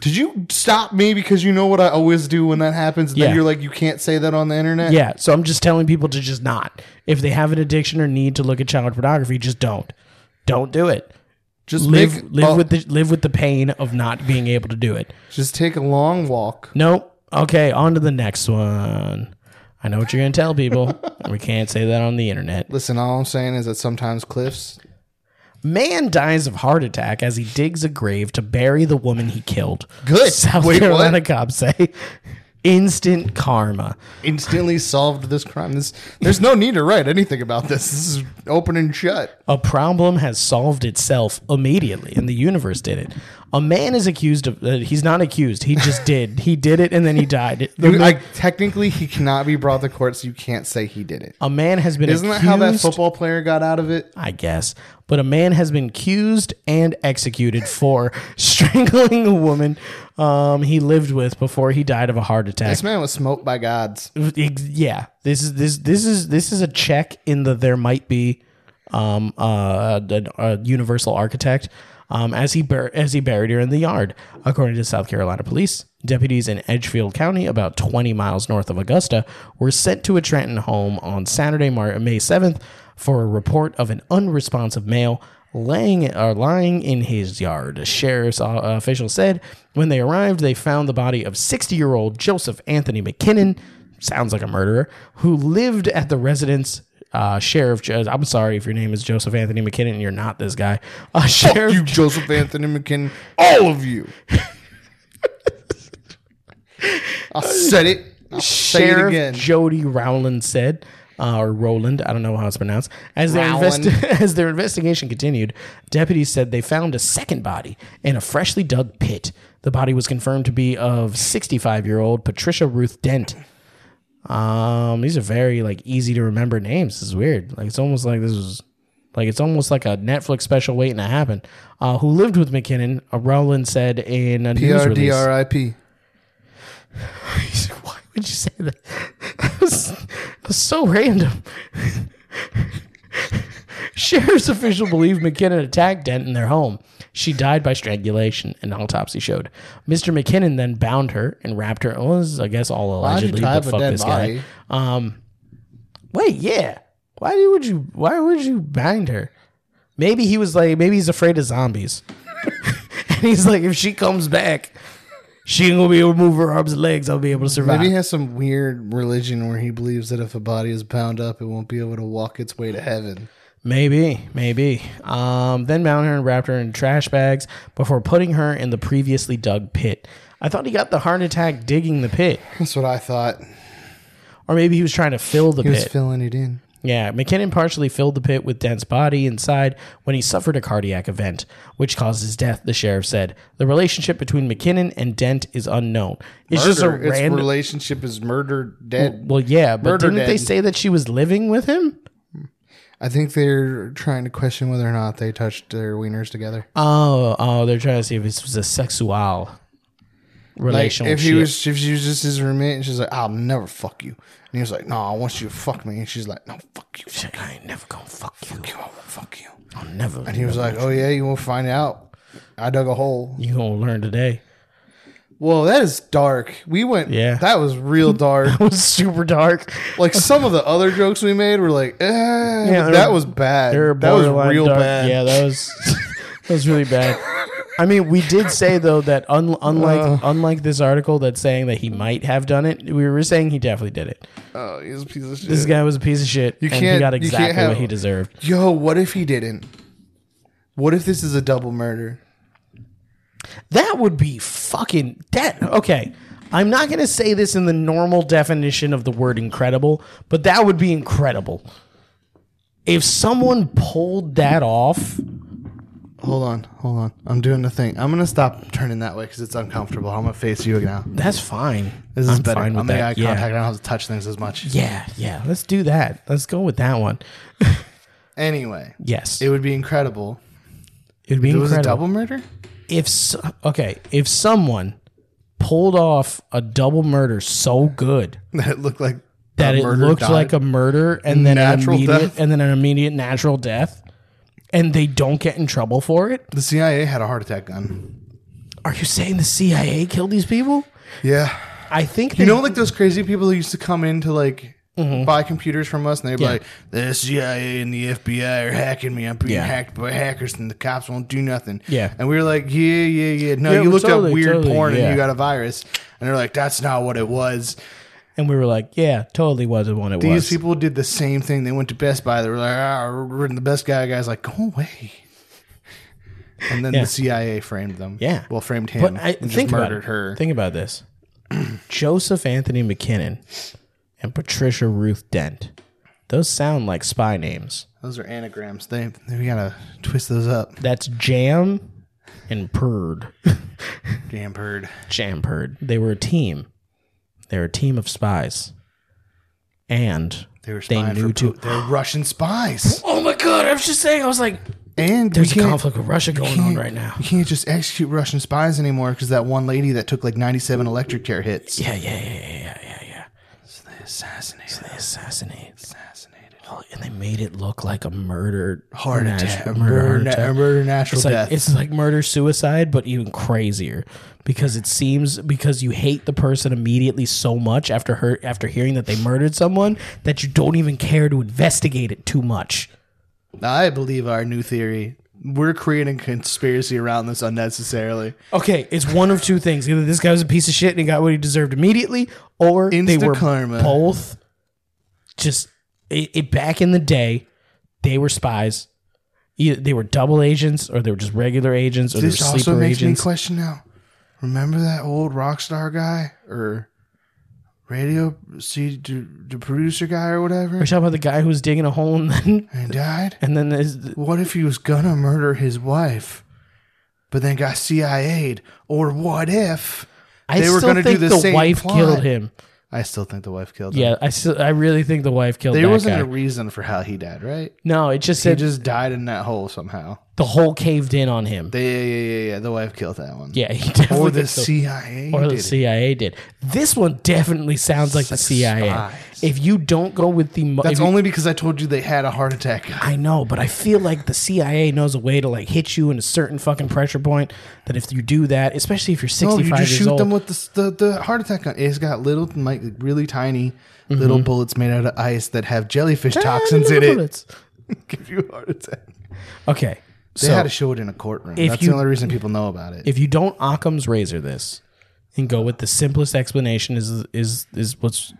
[SPEAKER 1] Did you stop me because you know what I always do when that happens? And
[SPEAKER 2] Yeah.
[SPEAKER 1] then you're like, you can't say that on the internet?
[SPEAKER 2] Yeah. So I'm just telling people to just not. If they have an addiction or need to look at child pornography, just don't. Don't do it.
[SPEAKER 1] Just
[SPEAKER 2] Live
[SPEAKER 1] make-
[SPEAKER 2] live
[SPEAKER 1] oh,
[SPEAKER 2] with the live with the pain of not being able to do it.
[SPEAKER 1] Just take a long walk.
[SPEAKER 2] Nope. Okay, on to the next one. I know what you're going to tell people. we can't say that on the internet.
[SPEAKER 1] Listen, all I'm saying is that sometimes Cliff's
[SPEAKER 2] Man dies of heart attack as he digs a grave to bury the woman he killed.
[SPEAKER 1] Good.
[SPEAKER 2] South
[SPEAKER 1] Wait, what?
[SPEAKER 2] Carolina cops say. Instant karma.
[SPEAKER 1] instantly solved this crime. This, there's no need to write anything about this. This is open and shut.
[SPEAKER 2] A problem has solved itself immediately, and the universe did it. A man is accused of. Uh, he's not accused. He just did. He did it, and then he died. The
[SPEAKER 1] You-
[SPEAKER 2] ma-
[SPEAKER 1] like, technically, he cannot be brought to court, so you can't say he did it.
[SPEAKER 2] a man has been.
[SPEAKER 1] Isn't that how that
[SPEAKER 2] accused-
[SPEAKER 1] football player got out of it?
[SPEAKER 2] I guess. But a man has been accused and executed for strangling a woman um, he lived with before he died of a heart attack.
[SPEAKER 1] This man was smoked by gods.
[SPEAKER 2] Ex- yeah, this is this this is this is a check in the there might be um uh a, a universal architect um as he bur- as he buried her in the yard according to South Carolina police deputies in Edgefield County about 20 miles north of Augusta were sent to a Trenton home on Saturday Mar- May 7th for a report of an unresponsive male laying or lying in his yard. A sheriff's uh, official said when they arrived, they found the body of 60 year old Joseph Anthony McKinnon, sounds like a murderer, who lived at the residence. Uh, sheriff, Jo- I'm sorry if your name is Joseph Anthony McKinnon and you're not this guy. Uh, sheriff,
[SPEAKER 1] You, Joseph Anthony McKinnon, all of you. I said it. I'll say it
[SPEAKER 2] Sheriff
[SPEAKER 1] again.
[SPEAKER 2] Jody Rowland said. uh, or Roland, I don't know how it's pronounced. As their,
[SPEAKER 1] Roland.
[SPEAKER 2] investi- as their investigation continued, deputies said they found a second body in a freshly dug pit. The body was confirmed to be of 65 year old Patricia Ruth Dent. Um, these are very like easy to remember names. This is weird. Like it's almost like this was like it's almost like a Netflix special waiting to happen. Uh, who lived with McKinnon? Uh, Rowland said in a news release.
[SPEAKER 1] PRDRIP.
[SPEAKER 2] He's like, Why would you say that? That was, that was so random. Sheriff's official believe McKinnon attacked Dent in their home. She died by strangulation, an autopsy showed. Mr. McKinnon then bound her and wrapped her. Well, this is, I guess, all
[SPEAKER 1] Why'd you
[SPEAKER 2] allegedly.
[SPEAKER 1] tie
[SPEAKER 2] But
[SPEAKER 1] up a
[SPEAKER 2] fuck
[SPEAKER 1] dead
[SPEAKER 2] this
[SPEAKER 1] body?
[SPEAKER 2] guy. Um, wait, yeah. Why would you? Why would you bind her? Maybe he was like, maybe he's afraid of zombies. and he's like, if she comes back, she ain't gonna be able to move her arms and legs. I'll be able to survive.
[SPEAKER 1] Maybe he has some weird religion where he believes that if a body is bound up, it won't be able to walk its way to heaven.
[SPEAKER 2] Maybe, maybe. Um, then bound her and wrapped her in trash bags before putting her in the previously dug pit. I thought he got the heart attack digging the pit,
[SPEAKER 1] That's what I thought.
[SPEAKER 2] or maybe he was trying to fill the
[SPEAKER 1] He was
[SPEAKER 2] pit.
[SPEAKER 1] filling it in.
[SPEAKER 2] yeah, McKinnon partially filled the pit with Dent's body inside when he suffered a cardiac event, which caused his death. The sheriff said the relationship between McKinnon and Dent is unknown. It's just a
[SPEAKER 1] Murder. Its
[SPEAKER 2] random.
[SPEAKER 1] relationship is murder dead.
[SPEAKER 2] well, yeah, but
[SPEAKER 1] Murder
[SPEAKER 2] didn't they
[SPEAKER 1] dead.
[SPEAKER 2] say that she was living with him?
[SPEAKER 1] I think they're trying to question whether or not they touched their wieners together.
[SPEAKER 2] Oh, oh, they're trying to see if this was a sexual
[SPEAKER 1] Like
[SPEAKER 2] relationship.
[SPEAKER 1] if he was, if she was just his roommate, and she's like, "I'll never fuck you," and he was like, "No, I want you to fuck me," and she's like, "No, fuck you,
[SPEAKER 2] She's like, I ain't never gonna fuck you.
[SPEAKER 1] fuck you, I won't fuck you,"
[SPEAKER 2] I'll never.
[SPEAKER 1] and he was like, "Oh yeah, you won't find out." I dug a hole.
[SPEAKER 2] you gonna learn today.
[SPEAKER 1] Well, that is dark. We went.
[SPEAKER 2] Yeah.
[SPEAKER 1] that was real dark.
[SPEAKER 2] It was super dark.
[SPEAKER 1] like some of the other jokes we made were like, eh,
[SPEAKER 2] Yeah,
[SPEAKER 1] that
[SPEAKER 2] they're-
[SPEAKER 1] was bad.
[SPEAKER 2] They were
[SPEAKER 1] That was
[SPEAKER 2] borderline
[SPEAKER 1] real
[SPEAKER 2] dark.
[SPEAKER 1] bad.
[SPEAKER 2] Yeah, that was that was really bad. I mean, we did say though that un- unlike
[SPEAKER 1] Uh.
[SPEAKER 2] unlike this article that's saying that he might have done it, we were saying he definitely did it.
[SPEAKER 1] Oh, he's a piece of shit.
[SPEAKER 2] This guy was a piece of shit,
[SPEAKER 1] You
[SPEAKER 2] and he
[SPEAKER 1] can't-
[SPEAKER 2] got
[SPEAKER 1] you can't
[SPEAKER 2] exactly
[SPEAKER 1] have-
[SPEAKER 2] what he deserved.
[SPEAKER 1] Yo, what if he didn't? What if this is a double murder?
[SPEAKER 2] That would be fucking that. Okay. I'm not going to say this in the normal definition of the word incredible, but that would be incredible. If someone pulled that off,
[SPEAKER 1] Hold on, hold on. I'm doing the thing. I'm gonna stop turning that way because it's uncomfortable. I'm gonna face you now.
[SPEAKER 2] that's fine.
[SPEAKER 1] This is
[SPEAKER 2] I'm
[SPEAKER 1] better.
[SPEAKER 2] fine
[SPEAKER 1] I'm
[SPEAKER 2] with
[SPEAKER 1] making eye
[SPEAKER 2] that.
[SPEAKER 1] contact. I
[SPEAKER 2] Yeah.
[SPEAKER 1] don't have to touch things as much.
[SPEAKER 2] yeah, yeah. Let's do that. Let's go with that one.
[SPEAKER 1] Anyway,
[SPEAKER 2] Yes.
[SPEAKER 1] it
[SPEAKER 2] It,
[SPEAKER 1] would be incredible.
[SPEAKER 2] would be
[SPEAKER 1] If it was
[SPEAKER 2] incredible.
[SPEAKER 1] a double murder.
[SPEAKER 2] if so, okay, if someone pulled off a double murder so good
[SPEAKER 1] That it looked like
[SPEAKER 2] that
[SPEAKER 1] a
[SPEAKER 2] it
[SPEAKER 1] murder
[SPEAKER 2] looked
[SPEAKER 1] died.
[SPEAKER 2] like a murder and then
[SPEAKER 1] Natural
[SPEAKER 2] an immediate
[SPEAKER 1] death.
[SPEAKER 2] and then an immediate natural death and they don't get in trouble for it
[SPEAKER 1] The CIA had a heart attack gun.
[SPEAKER 2] are you saying the cia killed these people
[SPEAKER 1] Yeah.
[SPEAKER 2] i think
[SPEAKER 1] You
[SPEAKER 2] they-
[SPEAKER 1] know, like those crazy people who used to come in to like buy computers from us, and they'd be
[SPEAKER 2] Mm-hmm. Yeah.
[SPEAKER 1] like, "The CIA and the FBI are hacking me. I'm being
[SPEAKER 2] Yeah.
[SPEAKER 1] hacked by hackers, and the cops won't do nothing."
[SPEAKER 2] Yeah.
[SPEAKER 1] and we were like, "Yeah, yeah, yeah." No,
[SPEAKER 2] Yeah,
[SPEAKER 1] you
[SPEAKER 2] well,
[SPEAKER 1] looked
[SPEAKER 2] totally,
[SPEAKER 1] up weird
[SPEAKER 2] totally,
[SPEAKER 1] porn
[SPEAKER 2] yeah.
[SPEAKER 1] and you got a virus, and they're like, "That's not what it was."
[SPEAKER 2] and we were like yeah totally wasn't what it
[SPEAKER 1] These
[SPEAKER 2] was
[SPEAKER 1] people did the same thing. They went to Best Buy. They were like, "Ah, we're in the Best Guy." Guy's like, "Go away." And then
[SPEAKER 2] Yeah.
[SPEAKER 1] the CIA framed them.
[SPEAKER 2] yeah
[SPEAKER 1] well, framed him.
[SPEAKER 2] but i
[SPEAKER 1] and just
[SPEAKER 2] think about
[SPEAKER 1] murdered
[SPEAKER 2] it.
[SPEAKER 1] her.
[SPEAKER 2] think about this joseph anthony mckinnon and patricia ruth dent those sound like spy names
[SPEAKER 1] Those are anagrams. They we gotta twist those up.
[SPEAKER 2] that's jam and purd
[SPEAKER 1] Damn bird.
[SPEAKER 2] Jam Purd. They were a team. They were a team of spies. And
[SPEAKER 1] They were spying
[SPEAKER 2] knew
[SPEAKER 1] for
[SPEAKER 2] to-
[SPEAKER 1] Putin. They're Russian spies.
[SPEAKER 2] Oh my god, I was just saying, I was like,
[SPEAKER 1] And
[SPEAKER 2] there's a
[SPEAKER 1] we can't,
[SPEAKER 2] conflict with Russia going on
[SPEAKER 1] can't-
[SPEAKER 2] right now.
[SPEAKER 1] You can't just execute Russian spies anymore because that one lady that took like 97 electric chair hits.
[SPEAKER 2] Yeah, yeah, yeah, yeah, yeah, yeah, yeah.
[SPEAKER 1] Assassinated.
[SPEAKER 2] They assassinated.
[SPEAKER 1] Assassinated.
[SPEAKER 2] Oh, and they made it look like a murder
[SPEAKER 1] Heart
[SPEAKER 2] natu-
[SPEAKER 1] attack.
[SPEAKER 2] murder, heart
[SPEAKER 1] Murder, na-
[SPEAKER 2] attack.
[SPEAKER 1] murder, natural
[SPEAKER 2] It's like,
[SPEAKER 1] death.
[SPEAKER 2] it's like murder suicide, but even crazier because it seems because you hate the person immediately so much after her after hearing that they murdered someone that you don't even care to investigate it too much.
[SPEAKER 1] I believe our new theory. We're creating conspiracy around this unnecessarily.
[SPEAKER 2] Okay, it's one of two things. Either this guy was a piece of shit and he got what he deserved immediately, or they
[SPEAKER 1] Insta
[SPEAKER 2] were
[SPEAKER 1] karma.
[SPEAKER 2] both just it, it back in the day, they were spies. Either they were double agents or they were just regular agents or
[SPEAKER 1] This
[SPEAKER 2] they were
[SPEAKER 1] also
[SPEAKER 2] sleeper
[SPEAKER 1] makes me
[SPEAKER 2] agents.
[SPEAKER 1] question now. Remember that old rock star guy or radio see the, the producer guy or whatever
[SPEAKER 2] Are you talking about the guy who was digging a hole and then
[SPEAKER 1] and died?
[SPEAKER 2] and then is
[SPEAKER 1] What if he was gonna murder his wife, but then got CIA'd? Or what if
[SPEAKER 2] I
[SPEAKER 1] they were
[SPEAKER 2] still
[SPEAKER 1] gonna
[SPEAKER 2] think
[SPEAKER 1] do the,
[SPEAKER 2] the
[SPEAKER 1] same
[SPEAKER 2] wife
[SPEAKER 1] plot?
[SPEAKER 2] killed him.
[SPEAKER 1] I still think the wife killed him.
[SPEAKER 2] Yeah, I still, I really think the wife killed
[SPEAKER 1] There
[SPEAKER 2] that
[SPEAKER 1] wasn't
[SPEAKER 2] guy.
[SPEAKER 1] a reason for how he died, right?
[SPEAKER 2] no, it just
[SPEAKER 1] He
[SPEAKER 2] said
[SPEAKER 1] just died in that hole somehow.
[SPEAKER 2] the hole caved in on him.
[SPEAKER 1] They, yeah, yeah, yeah, yeah. The wife killed that one.
[SPEAKER 2] yeah, he definitely
[SPEAKER 1] Or the
[SPEAKER 2] did so.
[SPEAKER 1] CIA.
[SPEAKER 2] or the
[SPEAKER 1] did it.
[SPEAKER 2] CIA did. This one definitely sounds like the CIA.
[SPEAKER 1] spies.
[SPEAKER 2] If you don't go with the, mo-
[SPEAKER 1] That's
[SPEAKER 2] if you-
[SPEAKER 1] only because I told you they had a heart attack.
[SPEAKER 2] I know, but I feel like the CIA knows a way to like hit you in a certain fucking pressure point. That if you do that, especially if you're
[SPEAKER 1] No,
[SPEAKER 2] 65
[SPEAKER 1] Oh, you just
[SPEAKER 2] years
[SPEAKER 1] shoot
[SPEAKER 2] old,
[SPEAKER 1] them with the, the the heart attack gun. It's got little, like really tiny little
[SPEAKER 2] Mm-hmm.
[SPEAKER 1] bullets made out of ice that have jellyfish toxins in it. Give you a heart attack.
[SPEAKER 2] Okay,
[SPEAKER 1] They
[SPEAKER 2] so
[SPEAKER 1] had to show it in a courtroom.
[SPEAKER 2] if
[SPEAKER 1] That's
[SPEAKER 2] you-
[SPEAKER 1] the only reason people know about it.
[SPEAKER 2] if you don't Occam's razor this and go with the simplest explanation is is is what's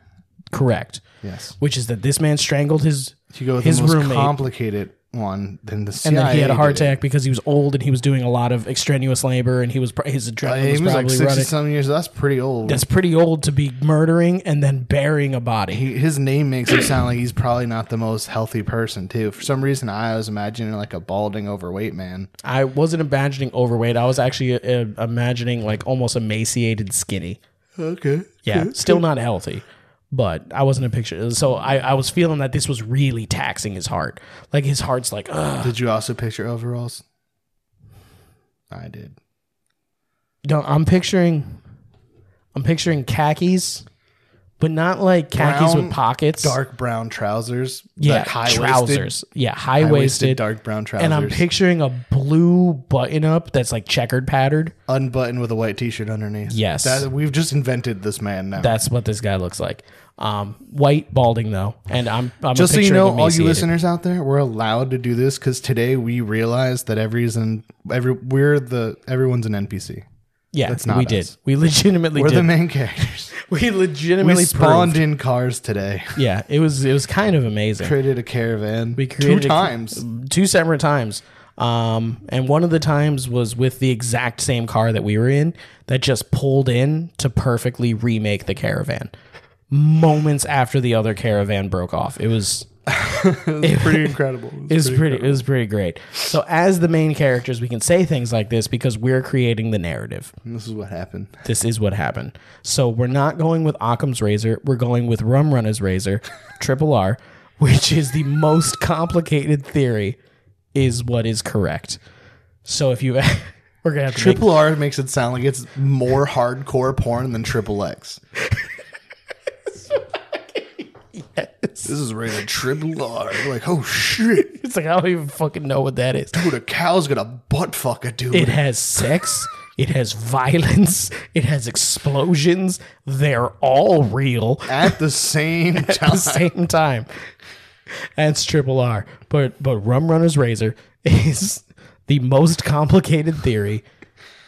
[SPEAKER 2] correct.
[SPEAKER 1] Yes.
[SPEAKER 2] Which is that this man strangled his
[SPEAKER 1] If you go with
[SPEAKER 2] his
[SPEAKER 1] the most
[SPEAKER 2] roommate
[SPEAKER 1] complicated one, then the
[SPEAKER 2] and
[SPEAKER 1] CIA.
[SPEAKER 2] then he had a heart
[SPEAKER 1] did it.
[SPEAKER 2] attack because he was old and he was doing a lot of extraneous labor and he was pr- his adrenaline
[SPEAKER 1] Uh, He
[SPEAKER 2] was,
[SPEAKER 1] was like
[SPEAKER 2] probably
[SPEAKER 1] sixty
[SPEAKER 2] running.
[SPEAKER 1] some years. That's pretty old.
[SPEAKER 2] That's pretty old to be murdering and then burying a body.
[SPEAKER 1] he, his name makes him sound like he's probably not the most healthy person too. For some reason, I was imagining like a balding, overweight man.
[SPEAKER 2] I wasn't imagining overweight. I was actually uh, imagining like almost emaciated, skinny.
[SPEAKER 1] Okay.
[SPEAKER 2] Yeah, still not healthy, but I wasn't a picture. So I, I was feeling that this was really taxing his heart. Like his heart's like, ugh.
[SPEAKER 1] Did you also picture overalls? I did.
[SPEAKER 2] No, I'm picturing, I'm picturing khakis, but not like khakis
[SPEAKER 1] Brown,
[SPEAKER 2] with pockets.
[SPEAKER 1] Dark brown trousers.
[SPEAKER 2] yeah,
[SPEAKER 1] like high-waisted-
[SPEAKER 2] trousers. Yeah, high
[SPEAKER 1] High-waisted
[SPEAKER 2] waisted.
[SPEAKER 1] dark brown trousers.
[SPEAKER 2] And I'm picturing a blue button up that's like checkered patterned.
[SPEAKER 1] unbuttoned with a white t-shirt underneath.
[SPEAKER 2] Yes.
[SPEAKER 1] That, we've just invented this man now.
[SPEAKER 2] That's what this guy looks like. Um, white, balding though, and I'm. I'm
[SPEAKER 1] just so you
[SPEAKER 2] picturing
[SPEAKER 1] know, all you
[SPEAKER 2] emaciated.
[SPEAKER 1] listeners out there, we're allowed to do this because today we realized that every reason, every we're the everyone's an NPC.
[SPEAKER 2] Yeah,
[SPEAKER 1] That's not
[SPEAKER 2] we
[SPEAKER 1] us.
[SPEAKER 2] did. We legitimately
[SPEAKER 1] We're
[SPEAKER 2] did.
[SPEAKER 1] the main characters.
[SPEAKER 2] we
[SPEAKER 1] We
[SPEAKER 2] legitimately
[SPEAKER 1] spawned
[SPEAKER 2] proved-
[SPEAKER 1] in cars today.
[SPEAKER 2] Yeah, it was it was kind of amazing.
[SPEAKER 1] Created a caravan.
[SPEAKER 2] we created
[SPEAKER 1] two
[SPEAKER 2] a-
[SPEAKER 1] times.
[SPEAKER 2] two separate times. Um, and one of the times was with the exact same car that we were in that just pulled in to perfectly remake the caravan. Moments after the other caravan broke off, it was
[SPEAKER 1] pretty incredible.
[SPEAKER 2] it was pretty it was pretty great. So as the main characters, we can say things like this because we're creating the narrative.
[SPEAKER 1] This is what happened.
[SPEAKER 2] this is what happened. So we're not going with Occam's razor. We're going with Rum Runner's razor, triple R, which is the most complicated theory, is what is correct. So if you, we're gonna have to make-
[SPEAKER 1] Triple R makes it sound like it's more hardcore porn than Triple X. This is rated triple R. You're like, oh shit,
[SPEAKER 2] it's like I don't even fucking know what that is.
[SPEAKER 1] dude, a cow's gonna butt fuck a dude.
[SPEAKER 2] It has sex. It has violence. It has explosions. They're all real.
[SPEAKER 1] at the same
[SPEAKER 2] at
[SPEAKER 1] time.
[SPEAKER 2] the same time. That's triple R. But but Rum Runner's Razor is the most complicated theory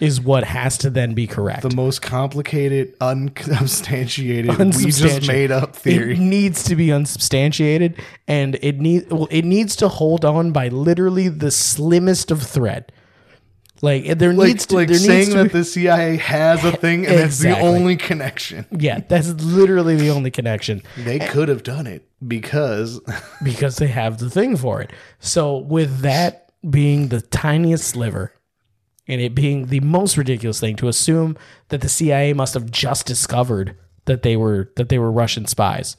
[SPEAKER 2] is what has to then be correct.
[SPEAKER 1] The most complicated, unsubstantiated, we just
[SPEAKER 2] Unsubstantiated.
[SPEAKER 1] made up
[SPEAKER 2] It
[SPEAKER 1] theory.
[SPEAKER 2] needs to be unsubstantiated and it need well, it needs to hold on by literally the slimmest of thread. Like there needs
[SPEAKER 1] Like,
[SPEAKER 2] to
[SPEAKER 1] like
[SPEAKER 2] there
[SPEAKER 1] saying
[SPEAKER 2] needs to
[SPEAKER 1] that
[SPEAKER 2] be,
[SPEAKER 1] the CIA has a thing and that's the
[SPEAKER 2] Exactly.
[SPEAKER 1] only connection.
[SPEAKER 2] yeah, that's literally the only connection.
[SPEAKER 1] They could have done it because
[SPEAKER 2] because they have the thing for it. So with that being the tiniest sliver and it being the most ridiculous thing to assume that the CIA must have just discovered that they were that they were Russian spies.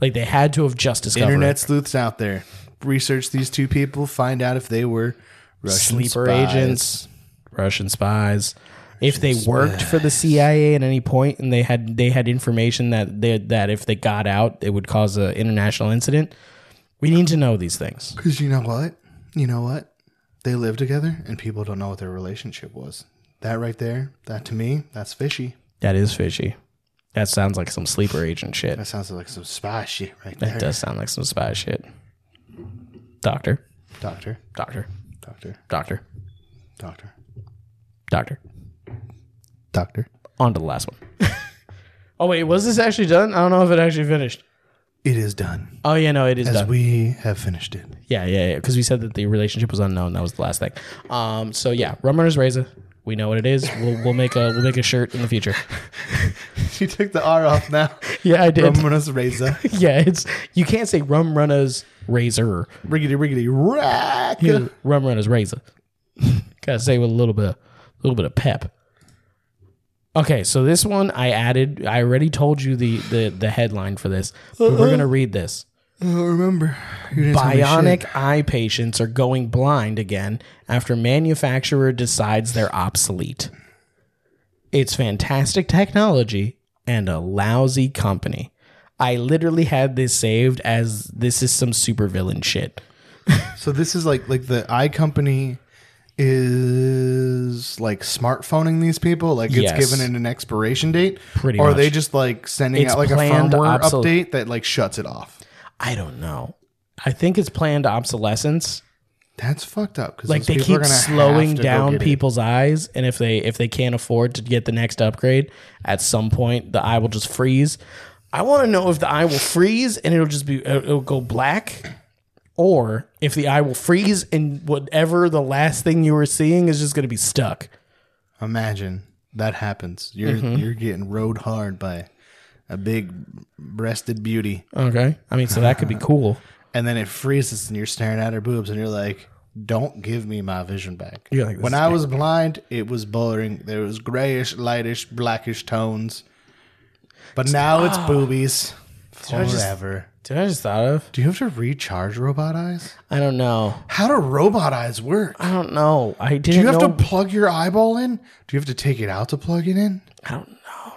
[SPEAKER 2] Like they had to have just discovered
[SPEAKER 1] internet
[SPEAKER 2] Internet's
[SPEAKER 1] sleuths out there research these two people, find out if they were Russian
[SPEAKER 2] sleeper
[SPEAKER 1] spies.
[SPEAKER 2] agents, Russian spies. If they worked for the CIA at any point and they had they had information that they, that if they got out it would cause an international incident, we need to know these things.
[SPEAKER 1] Because you know what? You know what? They live together and people don't know what their relationship was. That right there, that to me, that's fishy.
[SPEAKER 2] That is fishy. That sounds like some sleeper agent shit.
[SPEAKER 1] That sounds like some spy shit right
[SPEAKER 2] That
[SPEAKER 1] there.
[SPEAKER 2] does sound like some spy shit. Doctor,
[SPEAKER 1] Doctor,
[SPEAKER 2] doctor,
[SPEAKER 1] doctor,
[SPEAKER 2] doctor,
[SPEAKER 1] doctor,
[SPEAKER 2] doctor.
[SPEAKER 1] doctor.
[SPEAKER 2] On to the last one. oh wait, was this actually done? I don't know if it actually finished.
[SPEAKER 1] It is done.
[SPEAKER 2] Oh yeah, no, it is
[SPEAKER 1] As
[SPEAKER 2] done.
[SPEAKER 1] we have finished it.
[SPEAKER 2] yeah, yeah, yeah. Because we said that the relationship was unknown. That was the last thing. Um, so yeah, Rum Runner's Razor. We know what it is. We'll, we'll make a we'll make a shirt in the future.
[SPEAKER 1] you took the R off now.
[SPEAKER 2] Yeah, I did.
[SPEAKER 1] Romanus razor.
[SPEAKER 2] yeah, it's you can't say Rum Runner's razor.
[SPEAKER 1] Riggedy riggedy rack.
[SPEAKER 2] Yeah. Rum Runner's razor. Gotta say with a little bit, a little bit of pep. Okay, so this one I added. I already told you the the the headline for this, but we're gonna read this.
[SPEAKER 1] Oh, remember. You didn't tell me shit.
[SPEAKER 2] Bionic eye patients are going blind again after manufacturer decides they're obsolete. It's fantastic technology and a lousy company. I literally had this saved as this is some supervillain shit.
[SPEAKER 1] So this is like like the eye company is like smartphoning these people. Like it's
[SPEAKER 2] Yes.
[SPEAKER 1] given it an expiration date.
[SPEAKER 2] Pretty
[SPEAKER 1] Or
[SPEAKER 2] much.
[SPEAKER 1] are they just like sending
[SPEAKER 2] It's
[SPEAKER 1] out like a
[SPEAKER 2] planned
[SPEAKER 1] firmware
[SPEAKER 2] obsol-
[SPEAKER 1] update that like shuts it off.
[SPEAKER 2] I don't know. I think it's planned obsolescence.
[SPEAKER 1] That's fucked up. Because
[SPEAKER 2] Like they keep slowing down people's eyes, and if they if they can't afford to get the next upgrade, at some point the eye will just freeze. I want to know if the eye will freeze and it'll just be uh, it'll it'll go black, or if the eye will freeze and whatever the last thing you were seeing is just going to be stuck.
[SPEAKER 1] Imagine that happens. You're you're getting rode hard by a big breasted beauty,
[SPEAKER 2] Okay, I mean, so that could be cool.
[SPEAKER 1] and then it freezes, and you're staring at her boobs, and you're like. Don't give me my vision back.
[SPEAKER 2] You're like, this
[SPEAKER 1] when
[SPEAKER 2] is
[SPEAKER 1] I was blind, it was boring. There was grayish, lightish, blackish tones, but now it's oh. boobies forever.
[SPEAKER 2] Did I just thought of?
[SPEAKER 1] Do you have to recharge robot eyes?
[SPEAKER 2] I don't know.
[SPEAKER 1] How do robot eyes work?
[SPEAKER 2] I don't know. I didn't.
[SPEAKER 1] Do you have
[SPEAKER 2] know.
[SPEAKER 1] to plug your eyeball in? Do you have to take it out to plug it in?
[SPEAKER 2] I don't know.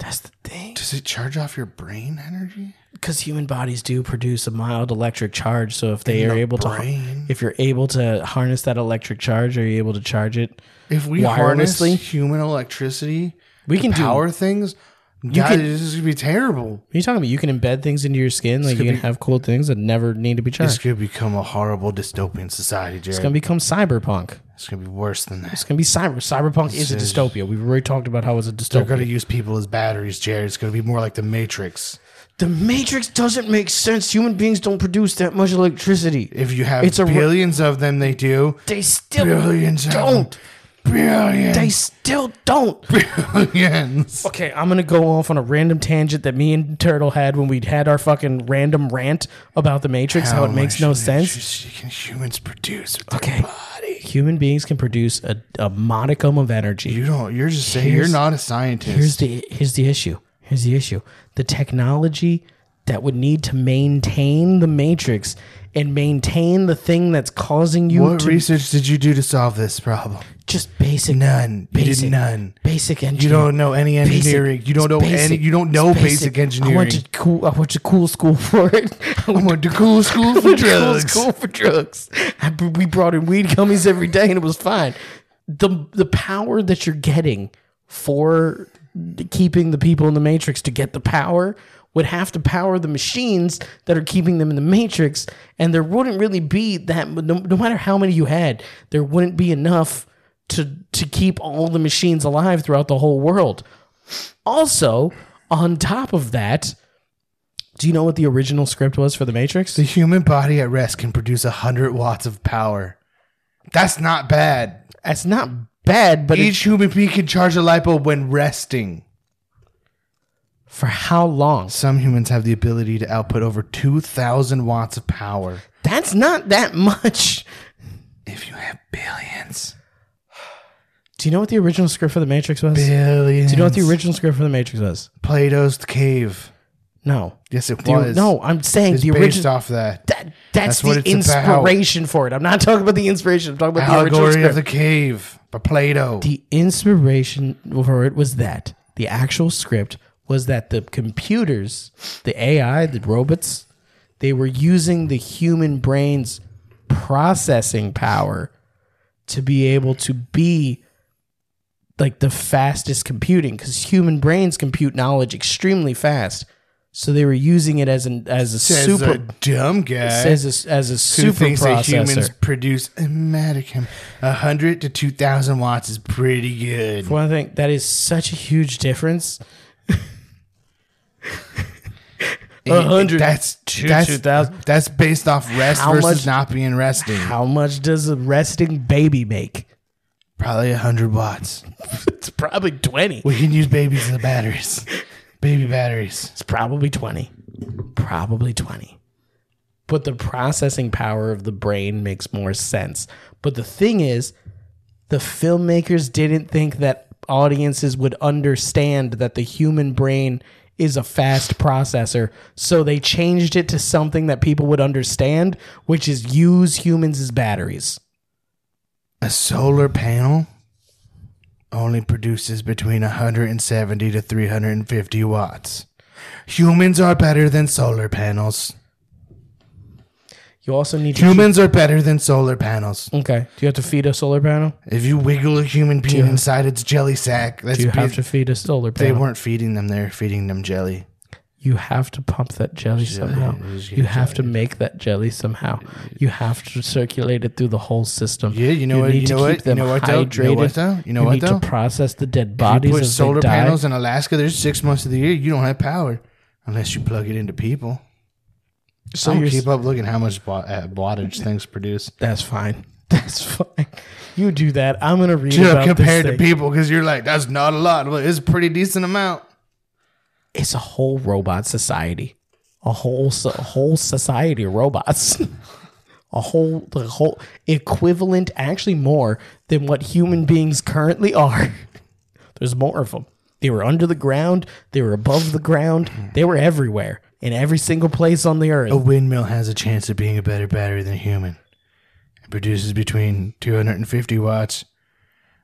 [SPEAKER 2] That's the thing.
[SPEAKER 1] Does it charge off your brain energy?
[SPEAKER 2] because human bodies do produce a mild electric charge so if they are able
[SPEAKER 1] brain.
[SPEAKER 2] to if you're able to harness that electric charge are you able to charge it
[SPEAKER 1] If we
[SPEAKER 2] Wirelessly?
[SPEAKER 1] harness human electricity,
[SPEAKER 2] we can
[SPEAKER 1] power
[SPEAKER 2] do
[SPEAKER 1] things, God,
[SPEAKER 2] can-
[SPEAKER 1] this is gonna be terrible.
[SPEAKER 2] what are you talking about you can embed things into your skin like you can have cool things that never need to be
[SPEAKER 1] This
[SPEAKER 2] charged
[SPEAKER 1] could become a horrible dystopian society, Jared.
[SPEAKER 2] it's gonna become cyberpunk
[SPEAKER 1] be worse than that.
[SPEAKER 2] it's gonna be cyber cyberpunk is a dystopia we've already talked about how it's a
[SPEAKER 1] They're
[SPEAKER 2] dystopia
[SPEAKER 1] gonna use people as batteries, Jared. It's gonna be more like the Matrix.
[SPEAKER 2] the matrix doesn't make sense human beings don't produce that much electricity
[SPEAKER 1] If you have
[SPEAKER 2] It's a re-
[SPEAKER 1] billions of them, they do.
[SPEAKER 2] they still
[SPEAKER 1] Billions of them.
[SPEAKER 2] don't
[SPEAKER 1] Billions.
[SPEAKER 2] they still don't
[SPEAKER 1] Billions.
[SPEAKER 2] Okay, I'm gonna go off on a random tangent that me and Turtle had when we'd had our fucking random rant about the Matrix, how, it makes
[SPEAKER 1] much
[SPEAKER 2] no sense.
[SPEAKER 1] electricity Can humans produce? with their
[SPEAKER 2] Okay, human beings can produce a, a modicum of energy.
[SPEAKER 1] You don't. You're just saying you're
[SPEAKER 2] Here's-
[SPEAKER 1] not a scientist.
[SPEAKER 2] here's the here's the issue. Here's the issue. The technology that would need to maintain the Matrix and maintain the thing that's causing you
[SPEAKER 1] what
[SPEAKER 2] to
[SPEAKER 1] research did you do to solve this problem?
[SPEAKER 2] just basic
[SPEAKER 1] None. You did
[SPEAKER 2] basic,
[SPEAKER 1] none.
[SPEAKER 2] basic
[SPEAKER 1] You
[SPEAKER 2] engineering.
[SPEAKER 1] don't know any
[SPEAKER 2] Basic.
[SPEAKER 1] engineering. you don't
[SPEAKER 2] It's
[SPEAKER 1] know
[SPEAKER 2] basic.
[SPEAKER 1] any. You don't
[SPEAKER 2] It's
[SPEAKER 1] know basic, engineering.
[SPEAKER 2] I went to cool. I went to cool school for it. I
[SPEAKER 1] I
[SPEAKER 2] went
[SPEAKER 1] went to cool school for
[SPEAKER 2] to cool
[SPEAKER 1] drugs.
[SPEAKER 2] school for drugs. I, we brought in weed gummies every day, and it was fine. the The power that you're getting for keeping the people in the matrix to get the power would have to power the machines that are keeping them in the matrix, and there wouldn't really be that. No, no matter how many you had, there wouldn't be enough to to keep all the machines alive throughout the whole world. Also, on top of that, do you know what the original script was for the Matrix?
[SPEAKER 1] The human body at rest can produce hundred watts of power. That's not bad.
[SPEAKER 2] That's not bad, but it,
[SPEAKER 1] Each human being can charge a light bulb when resting.
[SPEAKER 2] for how long?
[SPEAKER 1] Some humans have the ability to output over two thousand watts of power.
[SPEAKER 2] That's not that much.
[SPEAKER 1] If you have billions,
[SPEAKER 2] Do you know what the original script for the Matrix was? Do
[SPEAKER 1] billions.
[SPEAKER 2] you know what the original script for the Matrix was?
[SPEAKER 1] Plato's cave?
[SPEAKER 2] No.
[SPEAKER 1] Yes, it
[SPEAKER 2] Do you-
[SPEAKER 1] was.
[SPEAKER 2] no, I'm saying
[SPEAKER 1] It's
[SPEAKER 2] the
[SPEAKER 1] based
[SPEAKER 2] original.
[SPEAKER 1] off that.
[SPEAKER 2] That, that's,
[SPEAKER 1] That's what
[SPEAKER 2] the
[SPEAKER 1] it's about.
[SPEAKER 2] inspiration for it. I'm not talking about the inspiration. I'm talking about the original
[SPEAKER 1] Allegory
[SPEAKER 2] script.
[SPEAKER 1] of the Cave by Plato.
[SPEAKER 2] the inspiration for it was that the actual script was that the computers, the AI, the robots, they were using the human brain's processing power to be able to be like the fastest computing because human brains compute knowledge extremely fast. So they were using it as an as a
[SPEAKER 1] Says
[SPEAKER 2] super
[SPEAKER 1] a dumb guy
[SPEAKER 2] as a, as a
[SPEAKER 1] who
[SPEAKER 2] super
[SPEAKER 1] thinks that humans
[SPEAKER 2] processor.
[SPEAKER 1] produce a medicum. hundred to two thousand watts is pretty good.
[SPEAKER 2] Well, I think that is such a huge difference. A hundred
[SPEAKER 1] That's
[SPEAKER 2] to
[SPEAKER 1] that's,
[SPEAKER 2] 2,000.
[SPEAKER 1] That's based off rest
[SPEAKER 2] How
[SPEAKER 1] versus
[SPEAKER 2] much-
[SPEAKER 1] not being resting.
[SPEAKER 2] How much does a resting baby make?
[SPEAKER 1] Probably a hundred watts.
[SPEAKER 2] it's probably 20.
[SPEAKER 1] We can use babies as batteries. Baby batteries.
[SPEAKER 2] It's probably 20. Probably 20. But the processing power of the brain makes more sense. But the thing is, the filmmakers didn't think that audiences would understand that the human brain is a fast processor. So they changed it to something that people would understand, which is use humans as batteries.
[SPEAKER 1] A solar panel only produces between 170 to 350 watts. Humans are better than solar panels.
[SPEAKER 2] You also need to
[SPEAKER 1] Humans are better than solar panels.
[SPEAKER 2] Okay. Do you have to feed a solar panel?
[SPEAKER 1] If you wiggle a human being inside its jelly sack, that's
[SPEAKER 2] Do you
[SPEAKER 1] be-
[SPEAKER 2] have to feed a solar
[SPEAKER 1] they
[SPEAKER 2] panel?
[SPEAKER 1] weren't feeding them, they were feeding them jelly.
[SPEAKER 2] you have to pump that jelly somehow. You have to make that jelly somehow. You have to circulate it through the whole system.
[SPEAKER 1] Yeah, you know what- you know what- you know what though? You know what though? You know what
[SPEAKER 2] need
[SPEAKER 1] though?
[SPEAKER 2] to process the dead
[SPEAKER 1] If
[SPEAKER 2] bodies.
[SPEAKER 1] you put
[SPEAKER 2] as they
[SPEAKER 1] solar
[SPEAKER 2] die.
[SPEAKER 1] panels in Alaska, there's six months of the year you don't have power unless you plug it into people.
[SPEAKER 2] So
[SPEAKER 1] I don't
[SPEAKER 2] you're-
[SPEAKER 1] keep up looking how much wa- uh, wattage things produce.
[SPEAKER 2] that's fine. That's fine. You do that. I'm gonna read
[SPEAKER 1] Dude,
[SPEAKER 2] about
[SPEAKER 1] compared
[SPEAKER 2] this
[SPEAKER 1] to
[SPEAKER 2] thing.
[SPEAKER 1] people, because you're like, that's not a lot. But it's a pretty decent amount.
[SPEAKER 2] It's a whole robot society. A whole so- a whole society of robots. a whole the whole equivalent actually more than what human beings currently are. There's more of them. They were under the ground, they were above the ground, they were everywhere in every single place on the earth.
[SPEAKER 1] A windmill has a chance of being a better battery than a human. It produces between 250 watts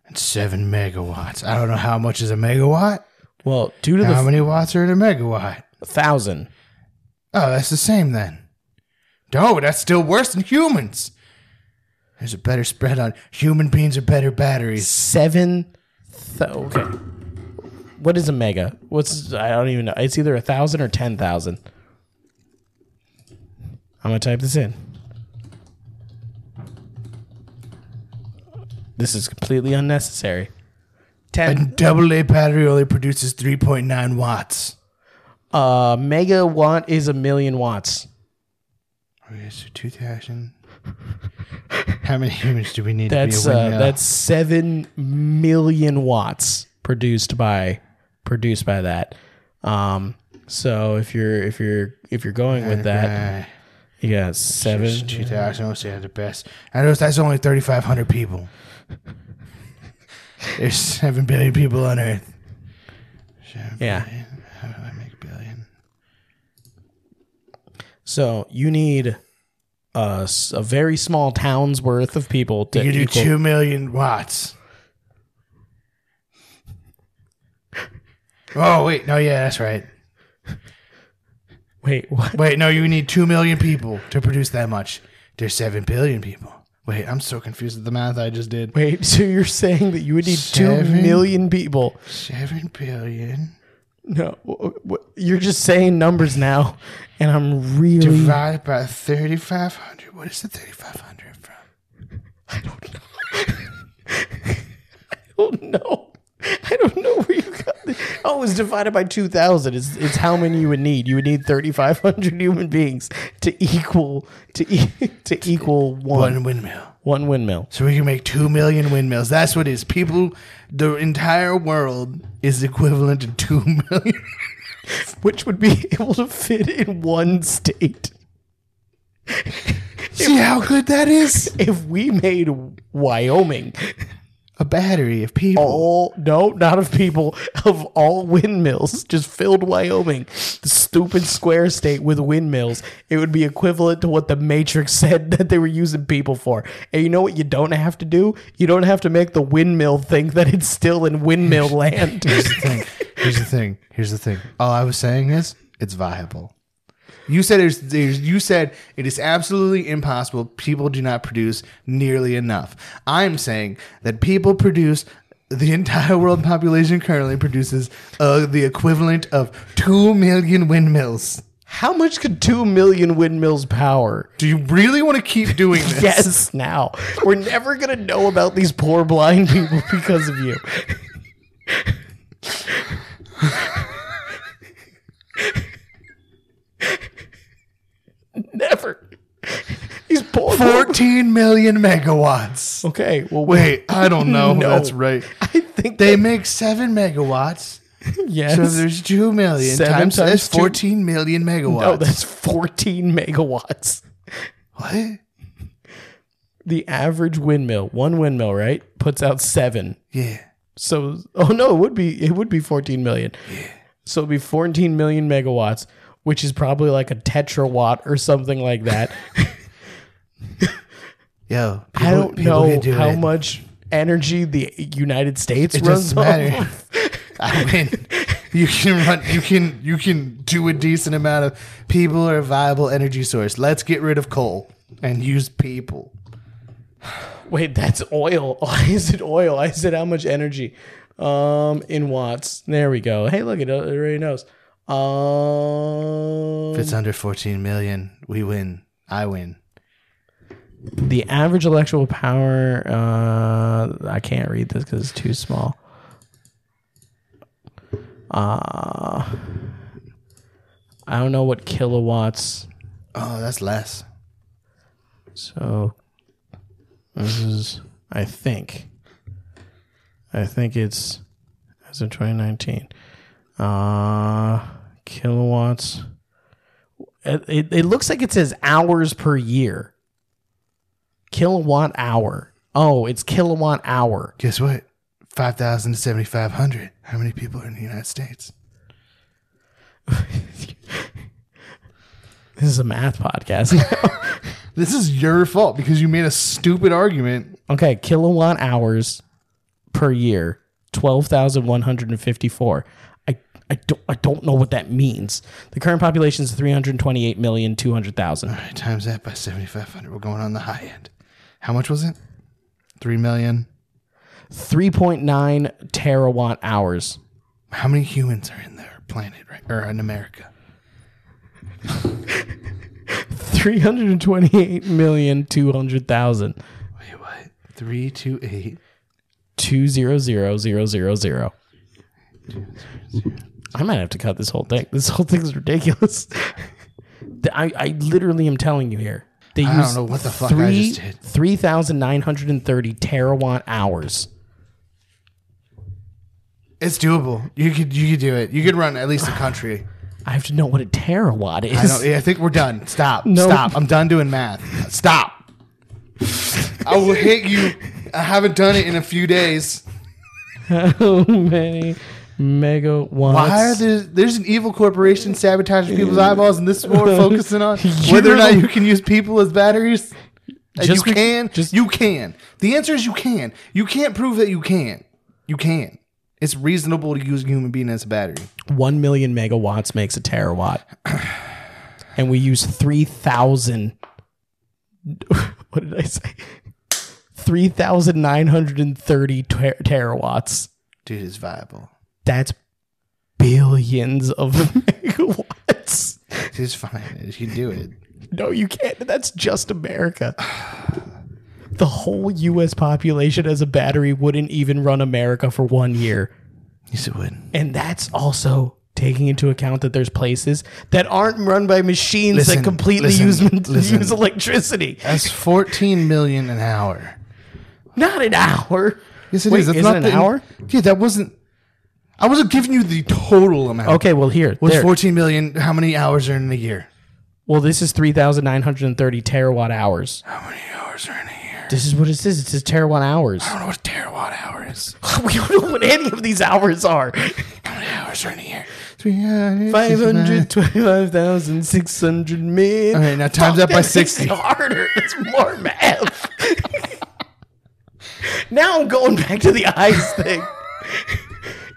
[SPEAKER 1] and 7 megawatts. I don't know how much is a megawatt.
[SPEAKER 2] Well, due to the
[SPEAKER 1] How
[SPEAKER 2] f-
[SPEAKER 1] many watts are in a megawatt?
[SPEAKER 2] thousand,
[SPEAKER 1] Oh, that's the same then. No, that's still worse than humans. There's a better spread on human beings are better batteries.
[SPEAKER 2] seven, th- okay. What is a mega? What's I don't even know. It's either a thousand or ten thousand. I'm gonna type this in. This is completely unnecessary.
[SPEAKER 1] A
[SPEAKER 2] Ten
[SPEAKER 1] AA battery only produces 3.9 watts.
[SPEAKER 2] uh, megawatt is a million watts.
[SPEAKER 1] Okay, Oh, so 2,000. How many humans do we need
[SPEAKER 2] That's
[SPEAKER 1] to be a
[SPEAKER 2] uh,
[SPEAKER 1] windmill?
[SPEAKER 2] that's seven million watts produced by produced by that. Um, so if you're if you're if you're going with that,
[SPEAKER 1] Uh,
[SPEAKER 2] you got seven.
[SPEAKER 1] Just 2,000. I'll say the best. I know that's only 3,500 people. There's 7 billion people on Earth.
[SPEAKER 2] Yeah.
[SPEAKER 1] How do I make a billion?
[SPEAKER 2] So you need a, s- a very small town's worth of people to
[SPEAKER 1] You do
[SPEAKER 2] equal-
[SPEAKER 1] 2 million watts. Oh, wait. No, yeah, that's right.
[SPEAKER 2] Wait, what?
[SPEAKER 1] Wait, no, you need 2 million people to produce that much. There's 7 billion people. Wait, I'm so confused with the math I just did.
[SPEAKER 2] Wait, so you're saying that you would need two
[SPEAKER 1] Seven?
[SPEAKER 2] million people?
[SPEAKER 1] 7 billion
[SPEAKER 2] No, wh- wh- you're just saying numbers now, and I'm really
[SPEAKER 1] divided by 3,500. What is the 3,500 from?
[SPEAKER 2] I don't know. I don't know. I don't know where you got the Oh, it's divided by 2,000. It's, it's how many you would need. You would need 3,500 human beings to equal to e- to equal one
[SPEAKER 1] One windmill.
[SPEAKER 2] one windmill.
[SPEAKER 1] So we can make 2 million windmills. That's what it is. People, the entire world is equivalent to 2 million.
[SPEAKER 2] which would be able to fit in one state.
[SPEAKER 1] See how good that is?
[SPEAKER 2] If we made Wyoming
[SPEAKER 1] A battery of people.
[SPEAKER 2] all no, not of people of all windmills, just filled Wyoming, the stupid square state with windmills, it would be equivalent to what the Matrix said that they were using people for. And you know what you don't have to do? You don't have to make the windmill think that it's still in windmill land.
[SPEAKER 1] thing. Here's the thing. Here's the thing. All I was saying is it's viable. You said there's, there's you said it is absolutely impossible. People do not produce nearly enough. I'm saying that people produce the entire world population currently produces uh, the equivalent of two million windmills.
[SPEAKER 2] How much could two million windmills power?
[SPEAKER 1] Do you really want to keep doing this?
[SPEAKER 2] yes now. We're never going to know about these poor blind people because of you. never. These poor
[SPEAKER 1] Fourteen million megawatts.
[SPEAKER 2] Okay, well,
[SPEAKER 1] Wait, I don't know.
[SPEAKER 2] No.
[SPEAKER 1] That's right.
[SPEAKER 2] I think think
[SPEAKER 1] They make seven megawatts.
[SPEAKER 2] yes.
[SPEAKER 1] So there's two million
[SPEAKER 2] Seven
[SPEAKER 1] times,
[SPEAKER 2] times
[SPEAKER 1] that's
[SPEAKER 2] two-
[SPEAKER 1] fourteen million
[SPEAKER 2] no,
[SPEAKER 1] megawatts.
[SPEAKER 2] Oh, that's 14 megawatts.
[SPEAKER 1] what?
[SPEAKER 2] The average windmill, one windmill, right, puts out seven.
[SPEAKER 1] Yeah.
[SPEAKER 2] So, oh no, it would be it would be 14 million. So it'd be 14 million megawatts, which is probably like a tetrawatt or something like that.
[SPEAKER 1] Yo, people,
[SPEAKER 2] I don't
[SPEAKER 1] people
[SPEAKER 2] know
[SPEAKER 1] can do
[SPEAKER 2] how
[SPEAKER 1] it.
[SPEAKER 2] much energy the United States
[SPEAKER 1] It
[SPEAKER 2] runs
[SPEAKER 1] doesn't matter.
[SPEAKER 2] off.
[SPEAKER 1] I mean, you can run. You can you can do a decent amount of people are a viable energy source. Let's get rid of coal and use people.
[SPEAKER 2] Wait, that's oil. Why is it oil? I said how much energy? Um, in watts. There we go. Hey, look, it already knows. Um,
[SPEAKER 1] If it's under fourteen million, we win. I win.
[SPEAKER 2] the average electrical power. Uh, I can't read this because it's too small. Uh, I don't know what kilowatts.
[SPEAKER 1] Oh, that's less.
[SPEAKER 2] So this is, I think, I think it's as of 2019. Uh, kilowatts. It, it, it looks like it says hours per year. Kilowatt hour. Oh, it's kilowatt hour.
[SPEAKER 1] Guess what? Five thousand to seventy five hundred. How many people are in the United States?
[SPEAKER 2] This is a math podcast.
[SPEAKER 1] This is your fault because you made a stupid argument.
[SPEAKER 2] okay, kilowatt hours per year, 12,154. I I don't I don't know what that means. The current population is 328,200,000.
[SPEAKER 1] All right, times that by seventy five hundred. We're going on the high end. How much was it? Three million.
[SPEAKER 2] 3.9 terawatt hours.
[SPEAKER 1] How many humans are in their planet right, or in America?
[SPEAKER 2] 328,200,000.
[SPEAKER 1] Wait, what? Three, two, eight.
[SPEAKER 2] 200,000. I might have to cut this whole thing. This whole thing's ridiculous. I, I literally am telling you here. They
[SPEAKER 1] I don't
[SPEAKER 2] use
[SPEAKER 1] know what the fuck I
[SPEAKER 2] three,
[SPEAKER 1] just did.
[SPEAKER 2] 3,930 terawatt hours.
[SPEAKER 1] It's doable. You could you could do it. You could run at least a country.
[SPEAKER 2] I have to know what a terawatt is.
[SPEAKER 1] I don't. I think we're done. Stop.
[SPEAKER 2] No.
[SPEAKER 1] Stop. I'm done doing math. Stop. I will hit you. I haven't done it in a few days.
[SPEAKER 2] How many megawatts?
[SPEAKER 1] Why are there, there's an evil corporation sabotaging people's eyeballs, and this is what we're focusing on whether or not you can use people as batteries. And
[SPEAKER 2] Just
[SPEAKER 1] you
[SPEAKER 2] be-
[SPEAKER 1] can.
[SPEAKER 2] just-
[SPEAKER 1] you can. The answer is you can. You can't prove that you can. You can. It's reasonable to use a human being as a battery.
[SPEAKER 2] 1 million megawatts makes a terawatt. and we use 3,000. What did I say? 3,930 ter- terawatts.
[SPEAKER 1] Dude, it's viable.
[SPEAKER 2] That's billions of megawatts.
[SPEAKER 1] It's fine. You can do it.
[SPEAKER 2] No, you can't. That's just America. The whole U.S. population as a battery wouldn't even run America for one year.
[SPEAKER 1] Yes, it would.
[SPEAKER 2] And that's also taking into account that there's places that aren't run by machines
[SPEAKER 1] Listen,
[SPEAKER 2] that completely
[SPEAKER 1] listen,
[SPEAKER 2] use,
[SPEAKER 1] listen.
[SPEAKER 2] use electricity.
[SPEAKER 1] That's 14 million an hour.
[SPEAKER 2] Not an hour.
[SPEAKER 1] Yes, it is.
[SPEAKER 2] Wait,
[SPEAKER 1] That's
[SPEAKER 2] is
[SPEAKER 1] not
[SPEAKER 2] it an
[SPEAKER 1] the-
[SPEAKER 2] hour?
[SPEAKER 1] Yeah, that wasn't. I wasn't giving you the total amount.
[SPEAKER 2] Okay, well, here.
[SPEAKER 1] What's
[SPEAKER 2] there.
[SPEAKER 1] 14 million? How many hours are in a year?
[SPEAKER 2] Well, this is 3,930 terawatt hours.
[SPEAKER 1] How many hours are in a year?
[SPEAKER 2] This is what it says. It says terawatt hours.
[SPEAKER 1] I don't know what terawatt hour is.
[SPEAKER 2] we don't know what any of these hours are.
[SPEAKER 1] How many hours are in a year? 300.
[SPEAKER 2] 525,600 men.
[SPEAKER 1] All right, now times that by 60.
[SPEAKER 2] harder. It's more math. now I'm going back to the eyes thing.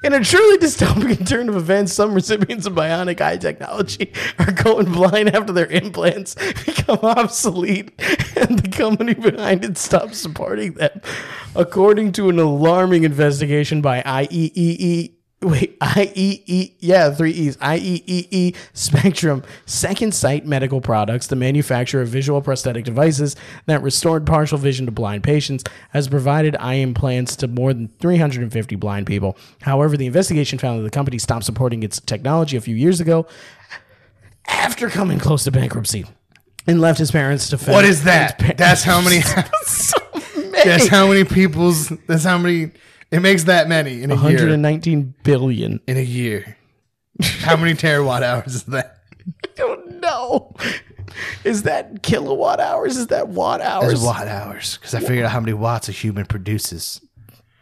[SPEAKER 2] In a truly dystopian turn of events, some recipients of bionic eye technology are going blind after their implants become obsolete and the company behind it stops supporting them. According to an alarming investigation by E IEEE. Wait, IEE, yeah, three E's. IEEE E, Spectrum, Second Sight Medical Products, the manufacturer of visual prosthetic devices that restored partial vision to blind patients, has provided eye implants to more than 350 blind people. However, the investigation found that the company stopped supporting its technology a few years ago after coming close to bankruptcy and left his parents to fend-
[SPEAKER 1] What is that? That's how many.
[SPEAKER 2] so many.
[SPEAKER 1] That's how many people's. That's how many It makes that many in a year.
[SPEAKER 2] 119 billion.
[SPEAKER 1] In a year. How many terawatt hours is that?
[SPEAKER 2] I don't know. Is that kilowatt hours? Is that watt
[SPEAKER 1] There's
[SPEAKER 2] hours?
[SPEAKER 1] watt hours because I figured out how many watts a human produces.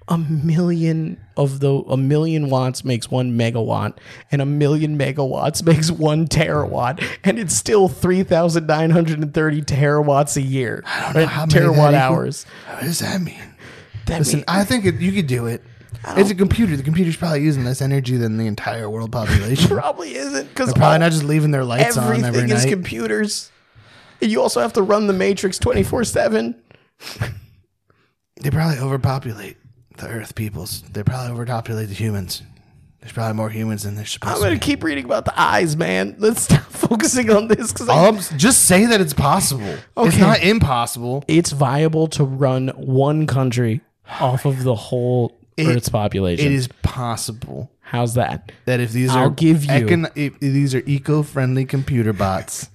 [SPEAKER 2] a million of the a million watts makes one megawatt, and a million megawatts makes one terawatt, and it's still three thousand nine hundred and thirty terawatts a year. I
[SPEAKER 1] know how many that
[SPEAKER 2] terawatt
[SPEAKER 1] equal-
[SPEAKER 2] hours.
[SPEAKER 1] What does that mean?
[SPEAKER 2] That
[SPEAKER 1] Listen,
[SPEAKER 2] mean-
[SPEAKER 1] I think it, you could do it. It's a computer. The computer's probably using less energy than the entire world population. They're
[SPEAKER 2] probably isn't because
[SPEAKER 1] probably not just leaving their lights on
[SPEAKER 2] everything
[SPEAKER 1] every
[SPEAKER 2] is
[SPEAKER 1] night.
[SPEAKER 2] computers. And you also have to run the matrix twenty four seven.
[SPEAKER 1] they probably overpopulate the Earth peoples. They probably overpopulate the humans. There's probably more humans than there's supposed
[SPEAKER 2] I'm
[SPEAKER 1] to
[SPEAKER 2] gonna
[SPEAKER 1] be.
[SPEAKER 2] keep reading about the eyes, man. Let's stop focusing on this because
[SPEAKER 1] All I'm s- just say that it's possible. It's
[SPEAKER 2] Okay.
[SPEAKER 1] not impossible.
[SPEAKER 2] it's viable to run one country off of the whole Earth's population.
[SPEAKER 1] It is possible
[SPEAKER 2] How's that?
[SPEAKER 1] that if these
[SPEAKER 2] I'll
[SPEAKER 1] are
[SPEAKER 2] give you-
[SPEAKER 1] econ- if these are eco-friendly computer bots,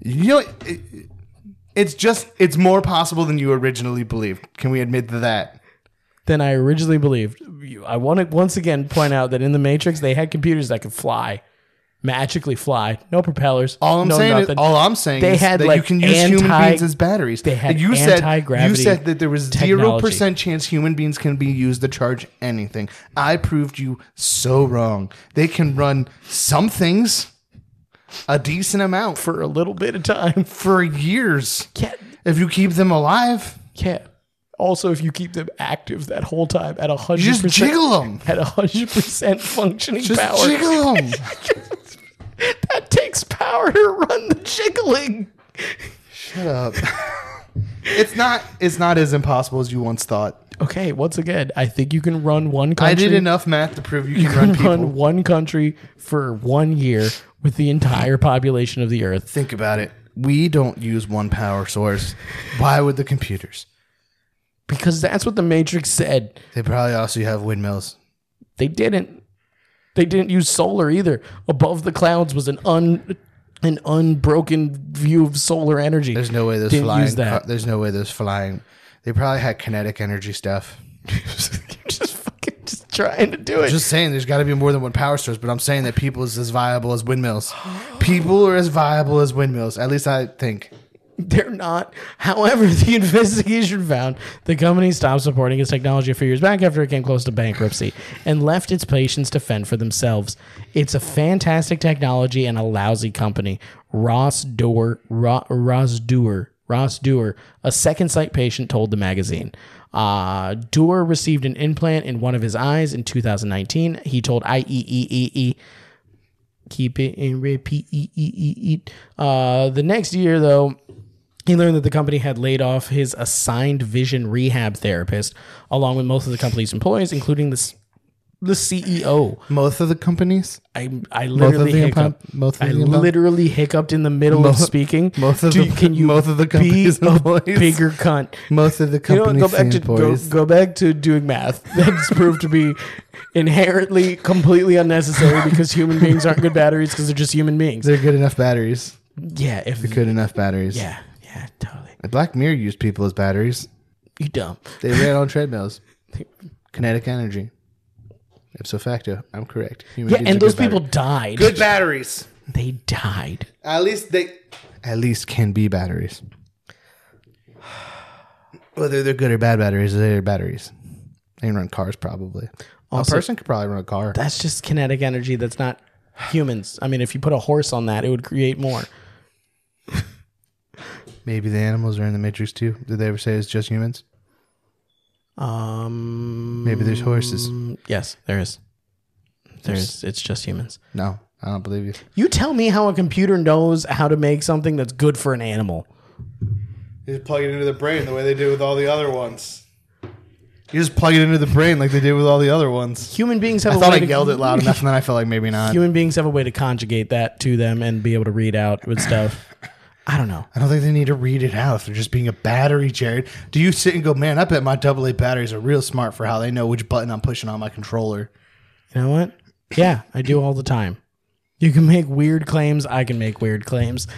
[SPEAKER 1] you know, it, it's just it's more possible than you originally believed. Can we admit that?
[SPEAKER 2] Than I originally believed. You- I want to once again point out that in the Matrix they had computers that could fly, magically fly, no propellers.
[SPEAKER 1] All I'm
[SPEAKER 2] no
[SPEAKER 1] saying
[SPEAKER 2] nothing.
[SPEAKER 1] is, all I'm saying
[SPEAKER 2] They
[SPEAKER 1] is
[SPEAKER 2] had,
[SPEAKER 1] that you
[SPEAKER 2] like,
[SPEAKER 1] can use human
[SPEAKER 2] anti-
[SPEAKER 1] beings as batteries.
[SPEAKER 2] they had
[SPEAKER 1] you said you
[SPEAKER 2] anti-gravity
[SPEAKER 1] said that there was zero
[SPEAKER 2] technology.
[SPEAKER 1] percent chance human beings can be used to charge anything. I proved you so wrong. They can run some things a decent amount for,
[SPEAKER 2] for a little bit of time.
[SPEAKER 1] for years
[SPEAKER 2] Yeah,
[SPEAKER 1] if you keep them alive.
[SPEAKER 2] yeah. Also, if you keep them active that whole time at a hundred
[SPEAKER 1] just
[SPEAKER 2] percent,
[SPEAKER 1] jiggle 'em.
[SPEAKER 2] at a hundred percent functioning
[SPEAKER 1] Just
[SPEAKER 2] power.
[SPEAKER 1] jiggle them.
[SPEAKER 2] That takes power to run the jiggling.
[SPEAKER 1] Shut up. it's not. It's not as impossible as you once thought.
[SPEAKER 2] Okay, once again, I think you can run one country.
[SPEAKER 1] I did enough math to prove you can
[SPEAKER 2] You
[SPEAKER 1] run
[SPEAKER 2] can
[SPEAKER 1] people.
[SPEAKER 2] run one country for one year with the entire population of the earth.
[SPEAKER 1] Think about it. We don't use one power source. Why would the computers?
[SPEAKER 2] Because that's what the Matrix said.
[SPEAKER 1] They probably also have windmills.
[SPEAKER 2] They didn't. They didn't use solar either. Above the clouds was an un an unbroken view of solar energy.
[SPEAKER 1] There's no way those
[SPEAKER 2] Didn't
[SPEAKER 1] flying.
[SPEAKER 2] use that.
[SPEAKER 1] car- there's no way those flying. They probably had kinetic energy stuff.
[SPEAKER 2] You're just fucking just trying to do it.
[SPEAKER 1] Just saying, there's got to be more than one power source. But I'm saying that people is as viable as windmills. People are as viable as windmills. At least I think.
[SPEAKER 2] They're not. However, the investigation found the company stopped supporting its technology a few years back after it came close to bankruptcy and left its patients to fend for themselves. It's a fantastic technology and a lousy company. Ross Doer, Ro, Ross Doer, Ross Doer, a second sight patient told the magazine. Uh, Doer received an implant in one of his eyes in 2019. He told E IEEEE keep it and repeat. E Eat, eat, eat, eat. Uh, the next year, though, he learned that the company had laid off his assigned vision rehab therapist, along with most of the company's employees, including the s- the CEO.
[SPEAKER 1] Most of the companies.
[SPEAKER 2] I I literally
[SPEAKER 1] the
[SPEAKER 2] hiccuped.
[SPEAKER 1] impo- most of
[SPEAKER 2] I
[SPEAKER 1] the impo-
[SPEAKER 2] literally hiccuped in the middle of
[SPEAKER 1] Most-
[SPEAKER 2] speaking.
[SPEAKER 1] most of
[SPEAKER 2] Do-
[SPEAKER 1] the- most of the company's
[SPEAKER 2] be a
[SPEAKER 1] employees.
[SPEAKER 2] bigger cunt?
[SPEAKER 1] Most of the
[SPEAKER 2] You know, what?
[SPEAKER 1] companies.
[SPEAKER 2] go back to go, go back to doing math. That's proved to be inherently completely unnecessary because human beings aren't good batteries because they're just human beings.
[SPEAKER 1] They're good enough batteries.
[SPEAKER 2] Yeah, if
[SPEAKER 1] Good enough batteries.
[SPEAKER 2] yeah, yeah, totally.
[SPEAKER 1] Black Mirror used people as batteries.
[SPEAKER 2] You dumb.
[SPEAKER 1] They ran on treadmills. Kinetic energy. Ipso facto, I'm correct. Human
[SPEAKER 2] Yeah,
[SPEAKER 1] beings are
[SPEAKER 2] and those
[SPEAKER 1] good
[SPEAKER 2] people
[SPEAKER 1] batteries.
[SPEAKER 2] died.
[SPEAKER 1] good batteries.
[SPEAKER 2] They died.
[SPEAKER 1] At least they, at least can be batteries. Whether they're good or bad batteries, they're batteries. They can run cars probably. a person could probably run a car.
[SPEAKER 2] That's just kinetic energy. That's not humans. I mean, if you put a horse on that, it would create more.
[SPEAKER 1] Maybe the animals are in the Matrix too. Did they ever say it's just humans?
[SPEAKER 2] Um.
[SPEAKER 1] Maybe there's horses.
[SPEAKER 2] Yes, there is. There's. It's just humans.
[SPEAKER 1] No, I don't believe you.
[SPEAKER 2] You tell me how a computer knows how to make something that's good for an animal.
[SPEAKER 1] You just plug it into the brain the way they did with all the other ones. You just plug it into the brain like they did with all the other ones.
[SPEAKER 2] Human beings have.
[SPEAKER 1] I
[SPEAKER 2] a
[SPEAKER 1] thought
[SPEAKER 2] way
[SPEAKER 1] I
[SPEAKER 2] to-
[SPEAKER 1] yelled it loud enough, and then I felt like maybe not.
[SPEAKER 2] Human beings have a way to conjugate that to them and be able to read out with stuff. I don't know.
[SPEAKER 1] I don't think they need to read it out if they're just being a battery, Jared. Do you sit and go, man, I bet my AA batteries are real smart for how they know which button I'm pushing on my controller?
[SPEAKER 2] You know what? Yeah, I do all the time. You can make weird claims. I can make weird claims.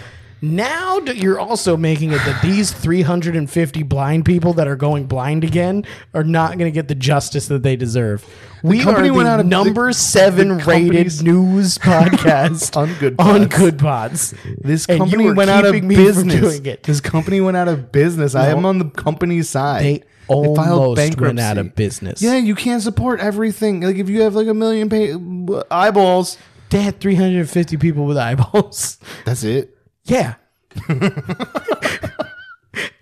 [SPEAKER 2] Now d- you're also making it that these 350 blind people that are going blind again are not going to get the justice that they deserve. We are
[SPEAKER 1] company
[SPEAKER 2] the
[SPEAKER 1] went out of-
[SPEAKER 2] number
[SPEAKER 1] the-
[SPEAKER 2] seven
[SPEAKER 1] the company's-
[SPEAKER 2] rated news podcast
[SPEAKER 1] On Good
[SPEAKER 2] on
[SPEAKER 1] Pods.
[SPEAKER 2] Good Pods.
[SPEAKER 1] This
[SPEAKER 2] And you
[SPEAKER 1] company
[SPEAKER 2] were
[SPEAKER 1] went out of
[SPEAKER 2] keeping me from
[SPEAKER 1] business.
[SPEAKER 2] doing it.
[SPEAKER 1] This company went out of business. I am on the company's side.
[SPEAKER 2] They almost went out of business.
[SPEAKER 1] Yeah, you can't support everything. Like if you have like a million pa eyeballs,
[SPEAKER 2] They had 350 people with eyeballs.
[SPEAKER 1] that's it.
[SPEAKER 2] Yeah.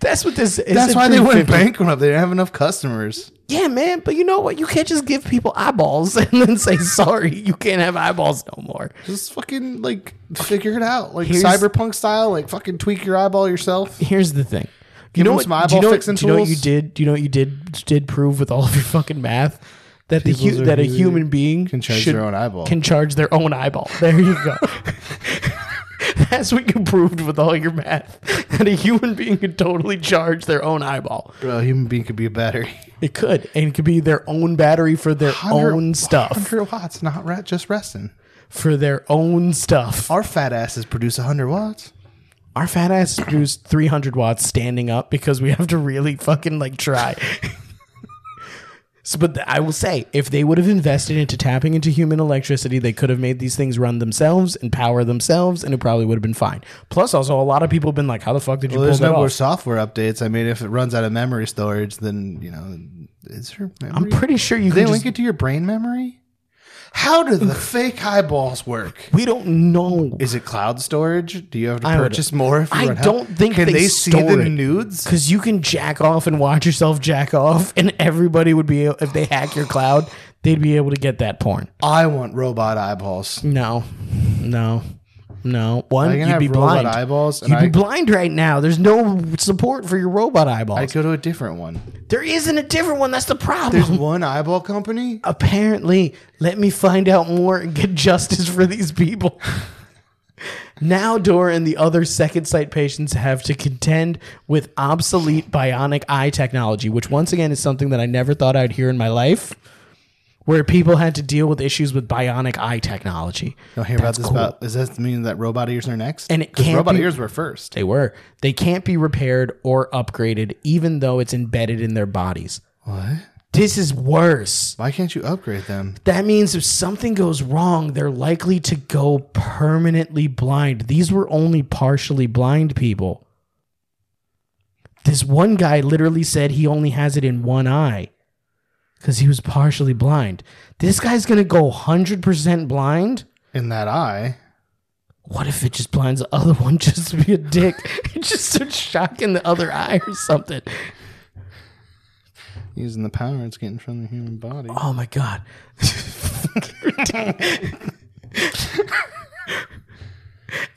[SPEAKER 2] That's what this is.
[SPEAKER 1] That's why they went bankrupt. They didn't have enough customers.
[SPEAKER 2] Yeah, man. But you know what? You can't just give people eyeballs and then say, sorry, you can't have eyeballs no more.
[SPEAKER 1] Just fucking like figure it out, like
[SPEAKER 2] Here's-
[SPEAKER 1] cyberpunk style. Like fucking tweak your eyeball yourself.
[SPEAKER 2] Here's the thing.
[SPEAKER 1] Give
[SPEAKER 2] you know
[SPEAKER 1] them some
[SPEAKER 2] what, do you
[SPEAKER 1] eyeball
[SPEAKER 2] know, what-
[SPEAKER 1] fixing
[SPEAKER 2] do you know what you
[SPEAKER 1] tools.
[SPEAKER 2] did? Do you know what you did did prove with all of your fucking math? That the
[SPEAKER 1] People's
[SPEAKER 2] hu- that a
[SPEAKER 1] review
[SPEAKER 2] human being
[SPEAKER 1] can charge
[SPEAKER 2] should-
[SPEAKER 1] their own eyeball.
[SPEAKER 2] Can charge their own eyeball. There you go. That's what you proved with all your math. That a human being could totally charge their own eyeball.
[SPEAKER 1] Bro, a human being could be a battery.
[SPEAKER 2] It could, and it could be their own battery for their
[SPEAKER 1] 100
[SPEAKER 2] own stuff.
[SPEAKER 1] 100 watts, not re- just resting.
[SPEAKER 2] For their own stuff.
[SPEAKER 1] Our fat asses produce 100 watts.
[SPEAKER 2] Our fat ass produce 300 watts standing up because we have to really fucking like try. so, but th- I will say, if they would have invested into tapping into human electricity, they could have made these things run themselves and power themselves, and it probably would have been fine. Plus, also, a lot of people have been like, "How the fuck did you
[SPEAKER 1] Well,
[SPEAKER 2] pull
[SPEAKER 1] there's
[SPEAKER 2] that
[SPEAKER 1] no more
[SPEAKER 2] off?"
[SPEAKER 1] software updates. I mean, if it runs out of memory storage, then, you know, is there
[SPEAKER 2] I'm
[SPEAKER 1] memory?
[SPEAKER 2] pretty sure you
[SPEAKER 1] Do they
[SPEAKER 2] can.
[SPEAKER 1] link
[SPEAKER 2] Just,
[SPEAKER 1] it to your brain memory? How do the fake eyeballs work?
[SPEAKER 2] we don't know
[SPEAKER 1] Is it cloud storage? Do you have to
[SPEAKER 2] I would-
[SPEAKER 1] purchase more if you
[SPEAKER 2] I
[SPEAKER 1] want help?
[SPEAKER 2] don't think
[SPEAKER 1] Can
[SPEAKER 2] they
[SPEAKER 1] they, see
[SPEAKER 2] store
[SPEAKER 1] the
[SPEAKER 2] it.
[SPEAKER 1] nudes?
[SPEAKER 2] Because you can jack off and watch yourself jack off, and everybody would be if they hack your cloud, they'd be able to get that porn.
[SPEAKER 1] I want robot eyeballs.
[SPEAKER 2] No, no, no. One,
[SPEAKER 1] I can
[SPEAKER 2] you'd
[SPEAKER 1] have
[SPEAKER 2] be
[SPEAKER 1] robot
[SPEAKER 2] blind.
[SPEAKER 1] eyeballs, and
[SPEAKER 2] You'd be
[SPEAKER 1] I-
[SPEAKER 2] blind right now. There's no support for your robot
[SPEAKER 1] I
[SPEAKER 2] eyeballs.
[SPEAKER 1] go to a different one.
[SPEAKER 2] there isn't a different one. That's the problem.
[SPEAKER 1] There's one eyeball company.
[SPEAKER 2] Apparently, let me find out more and get justice for these people. Now, Dora and the other second sight patients have to contend with obsolete bionic eye technology, which once again is something that I never thought I'd hear in my life, where people had to deal with issues with bionic eye technology.
[SPEAKER 1] Don't hear
[SPEAKER 2] That's
[SPEAKER 1] about this.
[SPEAKER 2] cool.
[SPEAKER 1] About does that mean that robot ears are next?
[SPEAKER 2] And it
[SPEAKER 1] 'Cause
[SPEAKER 2] can't
[SPEAKER 1] robot
[SPEAKER 2] be-
[SPEAKER 1] ears were first.
[SPEAKER 2] They were. They can't be repaired or upgraded, even though it's embedded in their bodies.
[SPEAKER 1] What?
[SPEAKER 2] This is worse.
[SPEAKER 1] Why can't you upgrade them?
[SPEAKER 2] That means if something goes wrong, they're likely to go permanently blind. These were only partially blind people. This one guy literally said he only has it in one eye because he was partially blind. This guy's going to go 100% blind.
[SPEAKER 1] In that eye,
[SPEAKER 2] What if it just blinds the other one just to be a dick? it just starts shocking the other eye or something.
[SPEAKER 1] using the power it's getting from the human body.
[SPEAKER 2] Oh my god.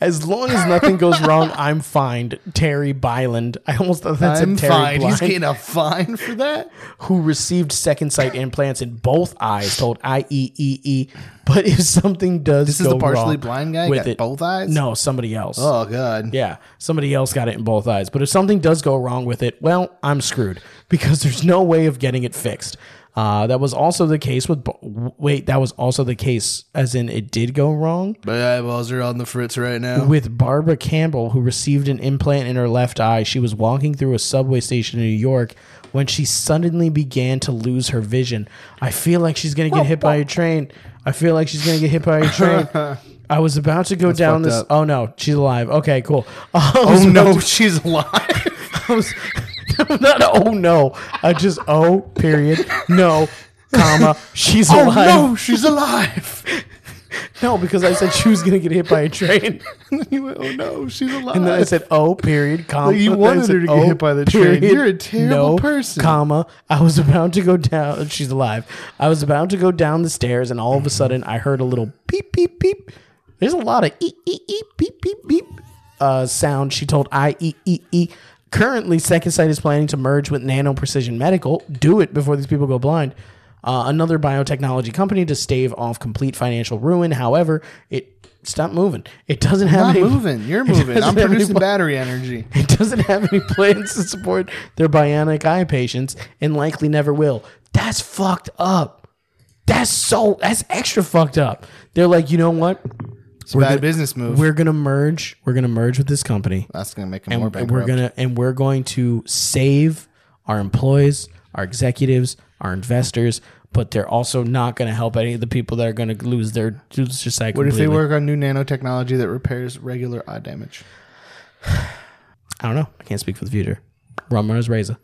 [SPEAKER 2] as long as nothing goes wrong, I'm fine. Terry Byland. I almost thought that's
[SPEAKER 1] I'm
[SPEAKER 2] a Terry
[SPEAKER 1] fine. He's
[SPEAKER 2] Blind,
[SPEAKER 1] getting a fine for that.
[SPEAKER 2] who received second sight implants in both eyes, told IEEE. E. But if something does,
[SPEAKER 1] This is
[SPEAKER 2] go
[SPEAKER 1] the partially
[SPEAKER 2] wrong
[SPEAKER 1] blind guy
[SPEAKER 2] with
[SPEAKER 1] got
[SPEAKER 2] it-
[SPEAKER 1] both eyes.
[SPEAKER 2] No, somebody else.
[SPEAKER 1] Oh god.
[SPEAKER 2] Yeah, somebody else got it in both eyes. But if something does go wrong with it, well, I'm screwed because there's no way of getting it fixed. Uh, that was also the case with. Bo- wait, that was also the case, as in it did go wrong
[SPEAKER 1] My eyeballs are on the fritz right now.
[SPEAKER 2] with Barbara Campbell, who received an implant in her left eye. She was walking through a subway station in New York when she suddenly began to lose her vision. I feel like she's gonna get hit by a train. I feel like she's gonna get hit by a train. I was about to go down
[SPEAKER 1] fucked
[SPEAKER 2] this.
[SPEAKER 1] up.
[SPEAKER 2] Oh no, she's alive. Okay, cool.
[SPEAKER 1] Oh no, she's alive.
[SPEAKER 2] I was not oh no. I just oh period no comma she's
[SPEAKER 1] oh
[SPEAKER 2] alive.
[SPEAKER 1] no, she's alive.
[SPEAKER 2] No, because I said she was gonna get hit by a train,
[SPEAKER 1] and then you went, oh no, she's alive.
[SPEAKER 2] and then I said oh period comma.
[SPEAKER 1] Like, you
[SPEAKER 2] Then I
[SPEAKER 1] wanted
[SPEAKER 2] said, oh,
[SPEAKER 1] her to get hit by the train. You're a terrible
[SPEAKER 2] no,
[SPEAKER 1] person.
[SPEAKER 2] Comma. I was about to go down. She's alive. I was about to go down the stairs, and all of a sudden I heard a little beep beep beep. There's a lot of eep eep eep beep beep beep. uh, sound. She told IEEE. Currently, Second Sight is planning to merge with Nano Precision Medical. Do it before these people go blind. Uh, another biotechnology company to stave off complete financial ruin. However, it stop moving. It doesn't have
[SPEAKER 1] Not
[SPEAKER 2] any,
[SPEAKER 1] moving. You're
[SPEAKER 2] it
[SPEAKER 1] moving. I'm
[SPEAKER 2] doesn't have any
[SPEAKER 1] producing
[SPEAKER 2] pla-
[SPEAKER 1] battery energy.
[SPEAKER 2] It doesn't have any plans to support their bionic eye patients, and likely never will. That's fucked up. That's so. That's extra fucked up. They're like, you know what?
[SPEAKER 1] It's a bad business move.
[SPEAKER 2] We're gonna merge. We're gonna merge with this company,
[SPEAKER 1] That's gonna make him
[SPEAKER 2] and,
[SPEAKER 1] Uh, more
[SPEAKER 2] and
[SPEAKER 1] bankrupt.
[SPEAKER 2] we're gonna and we're going to save our employees, our executives, our investors. But they're also not gonna help any of the people that are gonna lose their lose their site.
[SPEAKER 1] What if they
[SPEAKER 2] completely.
[SPEAKER 1] work on new nanotechnology that repairs regular eye damage?
[SPEAKER 2] I don't know. I can't speak for the future. Rumor's razor.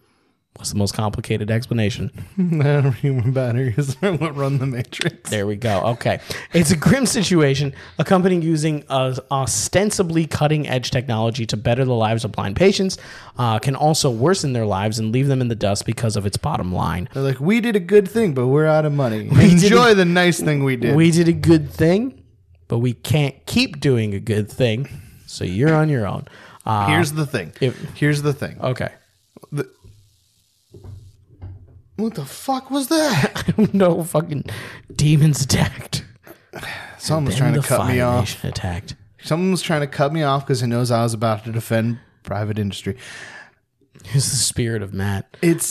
[SPEAKER 2] What's the most complicated explanation?
[SPEAKER 1] Human batteries are what run the matrix.
[SPEAKER 2] There we go. Okay. It's a grim situation. A company using uh, ostensibly cutting edge technology to better the lives of blind patients uh, can also worsen their lives and leave them in the dust because of its bottom line.
[SPEAKER 1] They're like, we did a good thing, but we're out of money.
[SPEAKER 2] did
[SPEAKER 1] Enjoy the nice thing we did.
[SPEAKER 2] We did a good thing, but we can't keep doing a good thing. So you're on your own. Uh,
[SPEAKER 1] Here's the thing.
[SPEAKER 2] if-
[SPEAKER 1] Here's the thing.
[SPEAKER 2] okay.
[SPEAKER 1] What the fuck was that?
[SPEAKER 2] no fucking demons attacked.
[SPEAKER 1] Someone was
[SPEAKER 2] Then
[SPEAKER 1] trying to
[SPEAKER 2] the
[SPEAKER 1] cut me
[SPEAKER 2] Fire
[SPEAKER 1] off.
[SPEAKER 2] Nation attacked.
[SPEAKER 1] Someone was trying to cut me off because he knows I was about to defend private industry.
[SPEAKER 2] Here's the spirit of Matt.
[SPEAKER 1] It's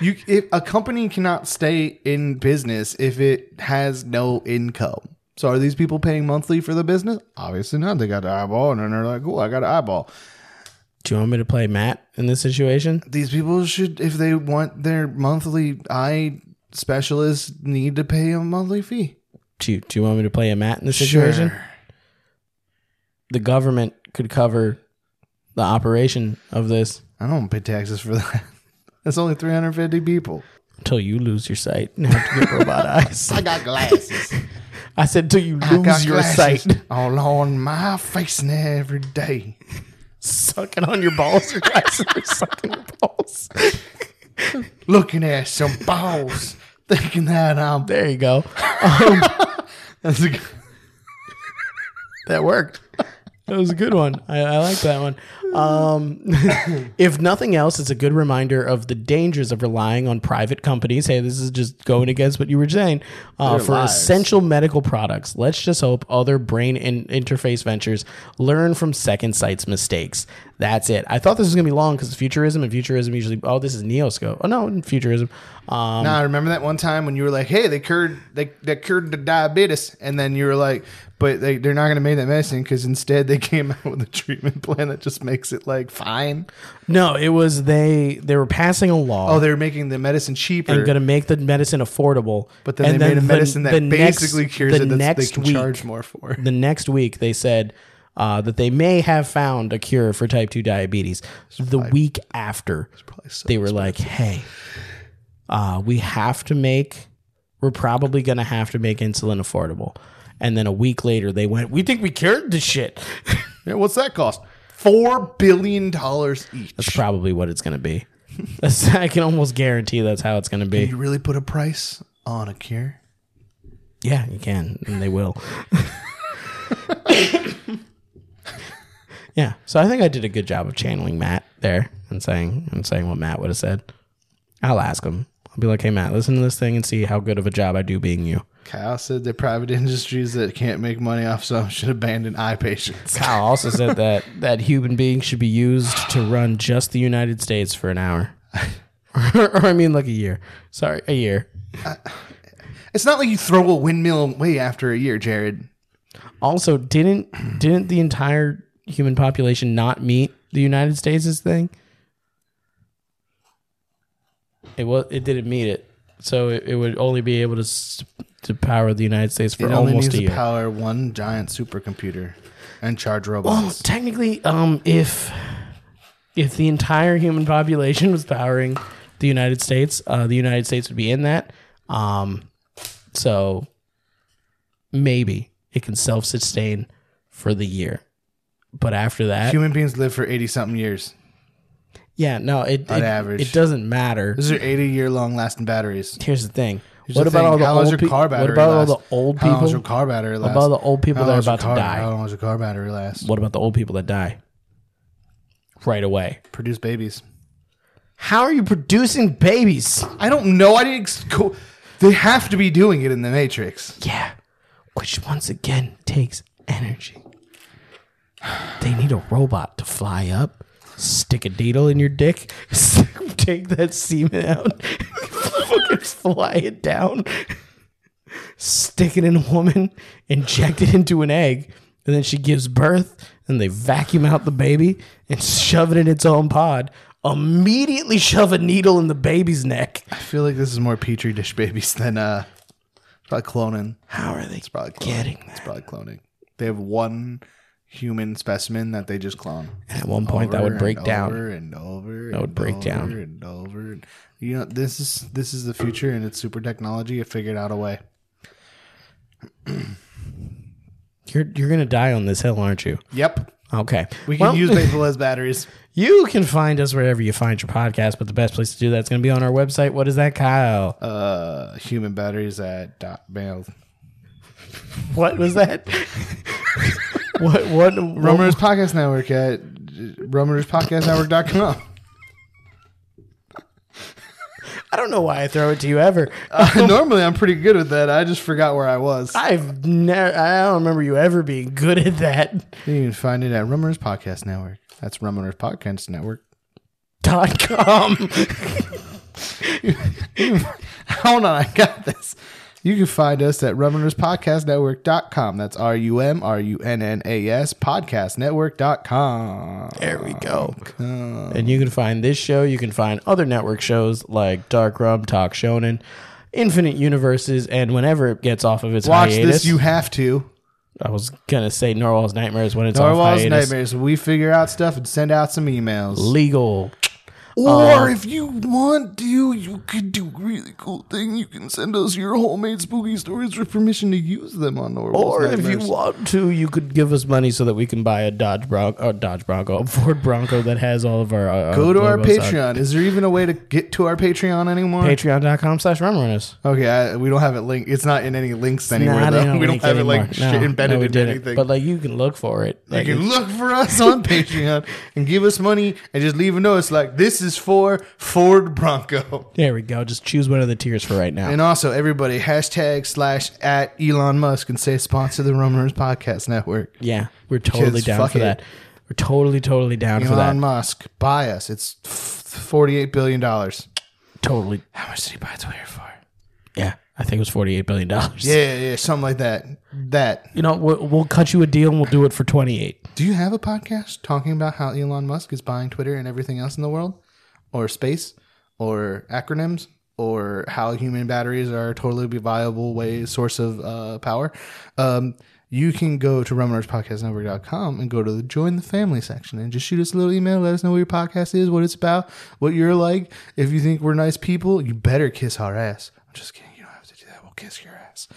[SPEAKER 1] you. If a company cannot stay in business if it has no income. So are these people paying monthly for the business? Obviously not. They got an eyeball, and then they're like, "Oh, I got an eyeball."
[SPEAKER 2] Do you want me to play Matt in this situation?
[SPEAKER 1] These people should, if they want their monthly eye specialists, need to pay a monthly fee.
[SPEAKER 2] Do you, do you want me to play a Matt in this situation?
[SPEAKER 1] Sure.
[SPEAKER 2] The government could cover the operation of this
[SPEAKER 1] I don't pay taxes for that. That's only three hundred fifty people.
[SPEAKER 2] until you lose your sight and have to get robot eyes.
[SPEAKER 1] got glasses.
[SPEAKER 2] I said till you
[SPEAKER 1] I got
[SPEAKER 2] lose your
[SPEAKER 1] glasses
[SPEAKER 2] sight.
[SPEAKER 1] all on my face now every day.
[SPEAKER 2] Sucking on your balls. Your eyes are sucking your balls.
[SPEAKER 1] looking at some balls, thinking that I'm.
[SPEAKER 2] There you go.
[SPEAKER 1] That's a,
[SPEAKER 2] That worked. That was a good one. I, I like that one. Um, if nothing else, it's a good reminder of the dangers of relying on private companies. Hey, this is just going against what you were saying uh, for
[SPEAKER 1] lies.
[SPEAKER 2] essential medical products. Let's just hope other brain in- interface ventures learn from Second Sight's mistakes. That's it. I thought this was going to be long because futurism and futurism usually. Oh, this is Neoscope. Oh no, futurism. Um,
[SPEAKER 1] now I remember that one time when you were like, "Hey, they cured they, they cured the diabetes," and then you were like, "But they they're not going to make that medicine because instead they came out with a treatment plan that just makes it like fine."
[SPEAKER 2] no, it was they. They were passing a law.
[SPEAKER 1] Oh, they're making the medicine cheaper.
[SPEAKER 2] and going to make the medicine affordable.
[SPEAKER 1] but then
[SPEAKER 2] And
[SPEAKER 1] they made a
[SPEAKER 2] the-
[SPEAKER 1] medicine
[SPEAKER 2] the
[SPEAKER 1] that
[SPEAKER 2] next-
[SPEAKER 1] basically cures
[SPEAKER 2] the
[SPEAKER 1] it that they
[SPEAKER 2] next
[SPEAKER 1] can
[SPEAKER 2] week,
[SPEAKER 1] charge more for.
[SPEAKER 2] The next week, they said uh, that they may have found a cure for type 2 diabetes. the week after, they were like, hey, uh, we have to make, we're probably going to have to make insulin affordable. And then a week later, they went, we think we cured the shit.
[SPEAKER 1] Yeah, what's that cost? Four billion dollars each.
[SPEAKER 2] That's probably what it's going to be. That's, I can almost guarantee that's how it's going to be.
[SPEAKER 1] you really put a price on a cure?
[SPEAKER 2] Yeah, you can, and they will. yeah, so I think I did a good job of channeling Matt there and saying and saying what Matt would have said. I'll ask him. I'll be like, "Hey, Matt, listen to this thing and see how good of a job I do being you."
[SPEAKER 1] Kyle said that private industries that can't make money off some should abandon eye patients.
[SPEAKER 2] Kyle also said that that human beings should be used to run just the United States for an hour, or, I mean, like a year. Sorry, a year.
[SPEAKER 1] It's not like you throw a windmill away after a year, Jared.
[SPEAKER 2] Also, didn't didn't the entire human population not meet the United States' thing? It was it didn't meet it, so it, it would only be able to s- to power the United States for
[SPEAKER 1] It only
[SPEAKER 2] almost
[SPEAKER 1] needs
[SPEAKER 2] a
[SPEAKER 1] to
[SPEAKER 2] year.
[SPEAKER 1] power one giant supercomputer and charge
[SPEAKER 2] well,
[SPEAKER 1] robots.
[SPEAKER 2] technically, um, if if the entire human population was powering the United States, uh, the United States would be in that. Um, so maybe it can self sustain for the year, but after that,
[SPEAKER 1] Human beings live for 80 something years.
[SPEAKER 2] Yeah, no, it
[SPEAKER 1] On
[SPEAKER 2] it,
[SPEAKER 1] average.
[SPEAKER 2] it doesn't matter.
[SPEAKER 1] These are 80 year long lasting batteries.
[SPEAKER 2] Here's the thing.
[SPEAKER 1] Here's
[SPEAKER 2] what
[SPEAKER 1] the
[SPEAKER 2] about
[SPEAKER 1] thing,
[SPEAKER 2] all the
[SPEAKER 1] how long
[SPEAKER 2] old
[SPEAKER 1] does your
[SPEAKER 2] people?
[SPEAKER 1] car
[SPEAKER 2] What
[SPEAKER 1] battery
[SPEAKER 2] about all
[SPEAKER 1] last?
[SPEAKER 2] the old
[SPEAKER 1] How long does your
[SPEAKER 2] people?
[SPEAKER 1] car battery
[SPEAKER 2] What
[SPEAKER 1] last?
[SPEAKER 2] about the old people
[SPEAKER 1] How
[SPEAKER 2] that
[SPEAKER 1] long
[SPEAKER 2] are
[SPEAKER 1] does your
[SPEAKER 2] about to
[SPEAKER 1] car-
[SPEAKER 2] die?
[SPEAKER 1] How long does your car battery last?
[SPEAKER 2] What about the old people that die? Right away.
[SPEAKER 1] Produce babies.
[SPEAKER 2] How are you producing babies?
[SPEAKER 1] I don't know. I didn't. ex- co- They have to be doing it in the Matrix.
[SPEAKER 2] Yeah, which once again takes energy. They need a robot to fly up, stick a needle in your dick, take that semen out, fucking fly it down, stick it in a woman, inject it into an egg, and then she gives birth, and they vacuum out the baby and shove it in its own pod. Immediately shove a needle in the baby's neck.
[SPEAKER 1] I feel like this is more petri dish babies than uh, it's probably cloning.
[SPEAKER 2] How are they
[SPEAKER 1] It's probably cloning.
[SPEAKER 2] getting that?
[SPEAKER 1] It's probably cloning. They have one human specimen that they just clone.
[SPEAKER 2] At one point, that
[SPEAKER 1] Over
[SPEAKER 2] would break
[SPEAKER 1] and
[SPEAKER 2] down.
[SPEAKER 1] Over and over.
[SPEAKER 2] That would
[SPEAKER 1] and
[SPEAKER 2] break down.
[SPEAKER 1] over And over. And, you know, this is this is the future, and it's super technology. It figured out a way.
[SPEAKER 2] You're you're gonna die on this hill, aren't you?
[SPEAKER 1] Yep,
[SPEAKER 2] Okay.
[SPEAKER 1] we can
[SPEAKER 2] Well,
[SPEAKER 1] use Maple as batteries.
[SPEAKER 2] You can find us wherever you find your podcast, but the best place to do that's going to be on our website. What is that, Kyle?
[SPEAKER 1] Uh, human batteries at dot mail.
[SPEAKER 2] what was that? what what
[SPEAKER 1] Rumors Podcast Network at rummorspodcastnetwork.com.
[SPEAKER 2] I don't know why I throw it to you ever.
[SPEAKER 1] Normally, I'm pretty good with that. I just forgot where I was.
[SPEAKER 2] I've never. I don't remember you ever being good at that.
[SPEAKER 1] You can find it at Rumors Podcast Network. That's Rumors Podcast Network.
[SPEAKER 2] Dot com.
[SPEAKER 1] Hold on, I got this. You can find us at rummerspodcastnetwork.com. That's R U M R U N N A S podcast network.com.
[SPEAKER 2] There we go. And you can find this show. You can find other network shows like Dark Rum, Talk Shonen, Infinite Universes, and whenever it gets off of its
[SPEAKER 1] Watch
[SPEAKER 2] hiatus,
[SPEAKER 1] this, you have to.
[SPEAKER 2] I was gonna say Norwal's Nightmares when it's off
[SPEAKER 1] Narwhal's
[SPEAKER 2] hiatus.
[SPEAKER 1] Nightmares. We figure out stuff and send out some emails.
[SPEAKER 2] Legal. uh,
[SPEAKER 1] Or if you want to, you could do a really cool thing. You can send us your homemade spooky stories with permission to use them on Norwal's
[SPEAKER 2] Or if you
[SPEAKER 1] Nightmares.
[SPEAKER 2] want to, you could give us money so that we can buy a Dodge Bronco, a Dodge Bronco, a Ford Bronco that has all of our. Uh,
[SPEAKER 1] Go to our
[SPEAKER 2] logos on.
[SPEAKER 1] Patreon. Is there even a way to get to our Patreon anymore?
[SPEAKER 2] Patreon.com slash rumrunners.
[SPEAKER 1] Okay, I, we don't have it linked. It's not in any links anywhere
[SPEAKER 2] Nah, they
[SPEAKER 1] though. we don't
[SPEAKER 2] link
[SPEAKER 1] have it like
[SPEAKER 2] anymore.
[SPEAKER 1] shit
[SPEAKER 2] No,
[SPEAKER 1] embedded
[SPEAKER 2] no, we
[SPEAKER 1] in
[SPEAKER 2] didn't.
[SPEAKER 1] anything.
[SPEAKER 2] But like you can look for it. Like,
[SPEAKER 1] you can
[SPEAKER 2] it's-
[SPEAKER 1] look for us on Patreon and give us money and just leave a note. It's like this is for Ford Bronco.
[SPEAKER 2] there we go. Just choose one of the tiers for right now.
[SPEAKER 1] And also, everybody hashtag slash at Elon Musk and say sponsor the Rumors Podcast Network.
[SPEAKER 2] yeah, we're totally
[SPEAKER 1] Kids,
[SPEAKER 2] down
[SPEAKER 1] fuck
[SPEAKER 2] for
[SPEAKER 1] it.
[SPEAKER 2] that. We're totally, totally down for that.
[SPEAKER 1] Elon Musk, buy us. It's forty eight billion dollars.
[SPEAKER 2] Totally.
[SPEAKER 1] How much did he buy Twitter for?
[SPEAKER 2] Yeah, I think it was forty-eight billion dollars.
[SPEAKER 1] Yeah, yeah, yeah, something like that. That.
[SPEAKER 2] You know, we'll, we'll cut you a deal and we'll do it for twenty-eight.
[SPEAKER 1] Do you have a podcast talking about how Elon Musk is buying Twitter and everything else in the world, or space, or acronyms, or how human batteries are a totally viable way source of uh, power? Um, you can go to rumrunnerspodcastnetwork.com and go to the join the family section and just shoot us a little email. Let us know what your podcast is, what it's about, what you're like. If you think we're nice people, you better kiss our ass. I'm just kidding. You don't have to do that. We'll kiss your ass.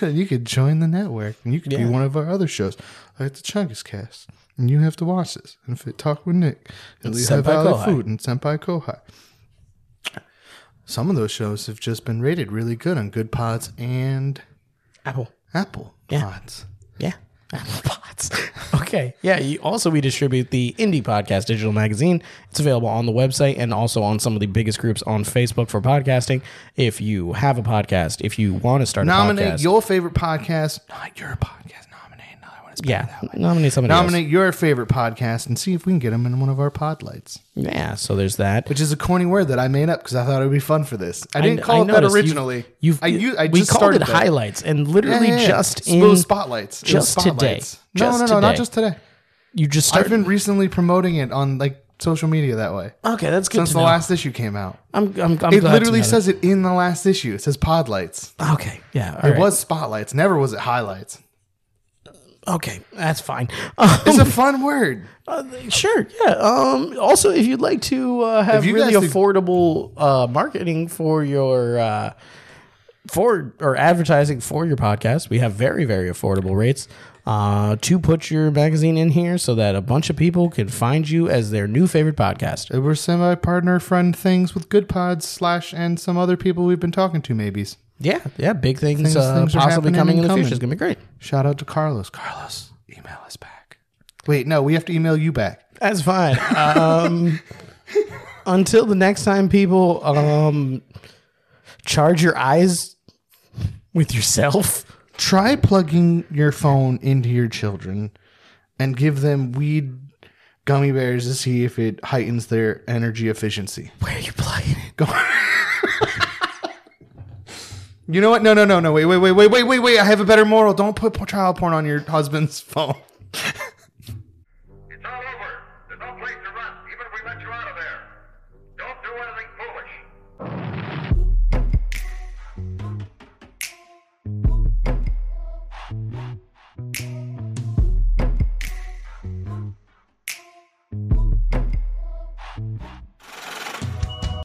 [SPEAKER 1] And you could join the network and you could be one of our other shows, like the Chungus Cast. And you have to watch this and fit talk with Nick. And we have
[SPEAKER 2] Senpai
[SPEAKER 1] Alley
[SPEAKER 2] Kohai.
[SPEAKER 1] Food and Senpai Kohai. Some of those shows have just been rated really good on Good Pods and
[SPEAKER 2] Apple.
[SPEAKER 1] Apple
[SPEAKER 2] Yeah.
[SPEAKER 1] Pods.
[SPEAKER 2] Yeah. Bots. Okay. Yeah. You, also, we distribute the Indie Podcast Digital Magazine. It's available on the website and also on some of the biggest groups on Facebook for podcasting. If you have a podcast, if you want to start a
[SPEAKER 1] Nominate
[SPEAKER 2] podcast,
[SPEAKER 1] your favorite podcast, not your podcast. Nominate another one. It's better
[SPEAKER 2] yeah,
[SPEAKER 1] that way.
[SPEAKER 2] nominate somebody.
[SPEAKER 1] Nominate your favorite podcast and see if we can get them in one of our podlights,
[SPEAKER 2] Else. Yeah. So there's that.
[SPEAKER 1] which is a corny word that I made up because I thought it would be fun for this. I didn't
[SPEAKER 2] I-
[SPEAKER 1] call
[SPEAKER 2] I
[SPEAKER 1] it that
[SPEAKER 2] noticed
[SPEAKER 1] originally.
[SPEAKER 2] You've, you've
[SPEAKER 1] I, u- I
[SPEAKER 2] we
[SPEAKER 1] just
[SPEAKER 2] called
[SPEAKER 1] started
[SPEAKER 2] it
[SPEAKER 1] that.
[SPEAKER 2] highlights, and literally
[SPEAKER 1] Yeah, yeah, yeah.
[SPEAKER 2] just
[SPEAKER 1] It's those
[SPEAKER 2] in
[SPEAKER 1] spotlights. It was
[SPEAKER 2] just today.
[SPEAKER 1] spotlights. No,
[SPEAKER 2] Just
[SPEAKER 1] no, no,
[SPEAKER 2] today.
[SPEAKER 1] not just today.
[SPEAKER 2] You just
[SPEAKER 1] I've
[SPEAKER 2] started.
[SPEAKER 1] been recently promoting it on like social media that way
[SPEAKER 2] okay, that's good.
[SPEAKER 1] since
[SPEAKER 2] to
[SPEAKER 1] the
[SPEAKER 2] know.
[SPEAKER 1] last issue came out.
[SPEAKER 2] I'm. I'm. I'm
[SPEAKER 1] it
[SPEAKER 2] glad to
[SPEAKER 1] literally
[SPEAKER 2] know that.
[SPEAKER 1] says it in the last issue. It says podlights.
[SPEAKER 2] Okay. Yeah. all
[SPEAKER 1] It
[SPEAKER 2] right.
[SPEAKER 1] was spotlights. Never was it highlights.
[SPEAKER 2] Okay. That's fine. Um,
[SPEAKER 1] It's a fun word.
[SPEAKER 2] Uh, sure. Yeah. Um, also, if you'd like to uh, have
[SPEAKER 1] If you
[SPEAKER 2] really
[SPEAKER 1] guys think-
[SPEAKER 2] affordable uh, marketing for your uh, for or advertising for your podcast, we have very very affordable rates uh, to put your magazine in here so that a bunch of people can find you as their new favorite podcast.
[SPEAKER 1] They were semi partner friend things with Good Pods slash and some other people we've been talking to. Maybes.
[SPEAKER 2] Yeah. Yeah. Big things,
[SPEAKER 1] Things-
[SPEAKER 2] uh,
[SPEAKER 1] things are
[SPEAKER 2] possibly
[SPEAKER 1] happening
[SPEAKER 2] coming in
[SPEAKER 1] and
[SPEAKER 2] the
[SPEAKER 1] coming.
[SPEAKER 2] future. It's gonna be great.
[SPEAKER 1] Shout out to Carlos. Carlos, email us back. Wait, no, we have to email you back.
[SPEAKER 2] That's fine. Um, until the next time, people, um, charge your eyes with yourself.
[SPEAKER 1] try plugging your phone into your children and give them weed gummy bears to see if it heightens their energy efficiency.
[SPEAKER 2] Where are you plugging it?
[SPEAKER 1] Go You know what? No, no, no, no. Wait, wait, wait, wait, wait, wait, wait. I have a better moral. Don't put por- child porn on your husband's phone.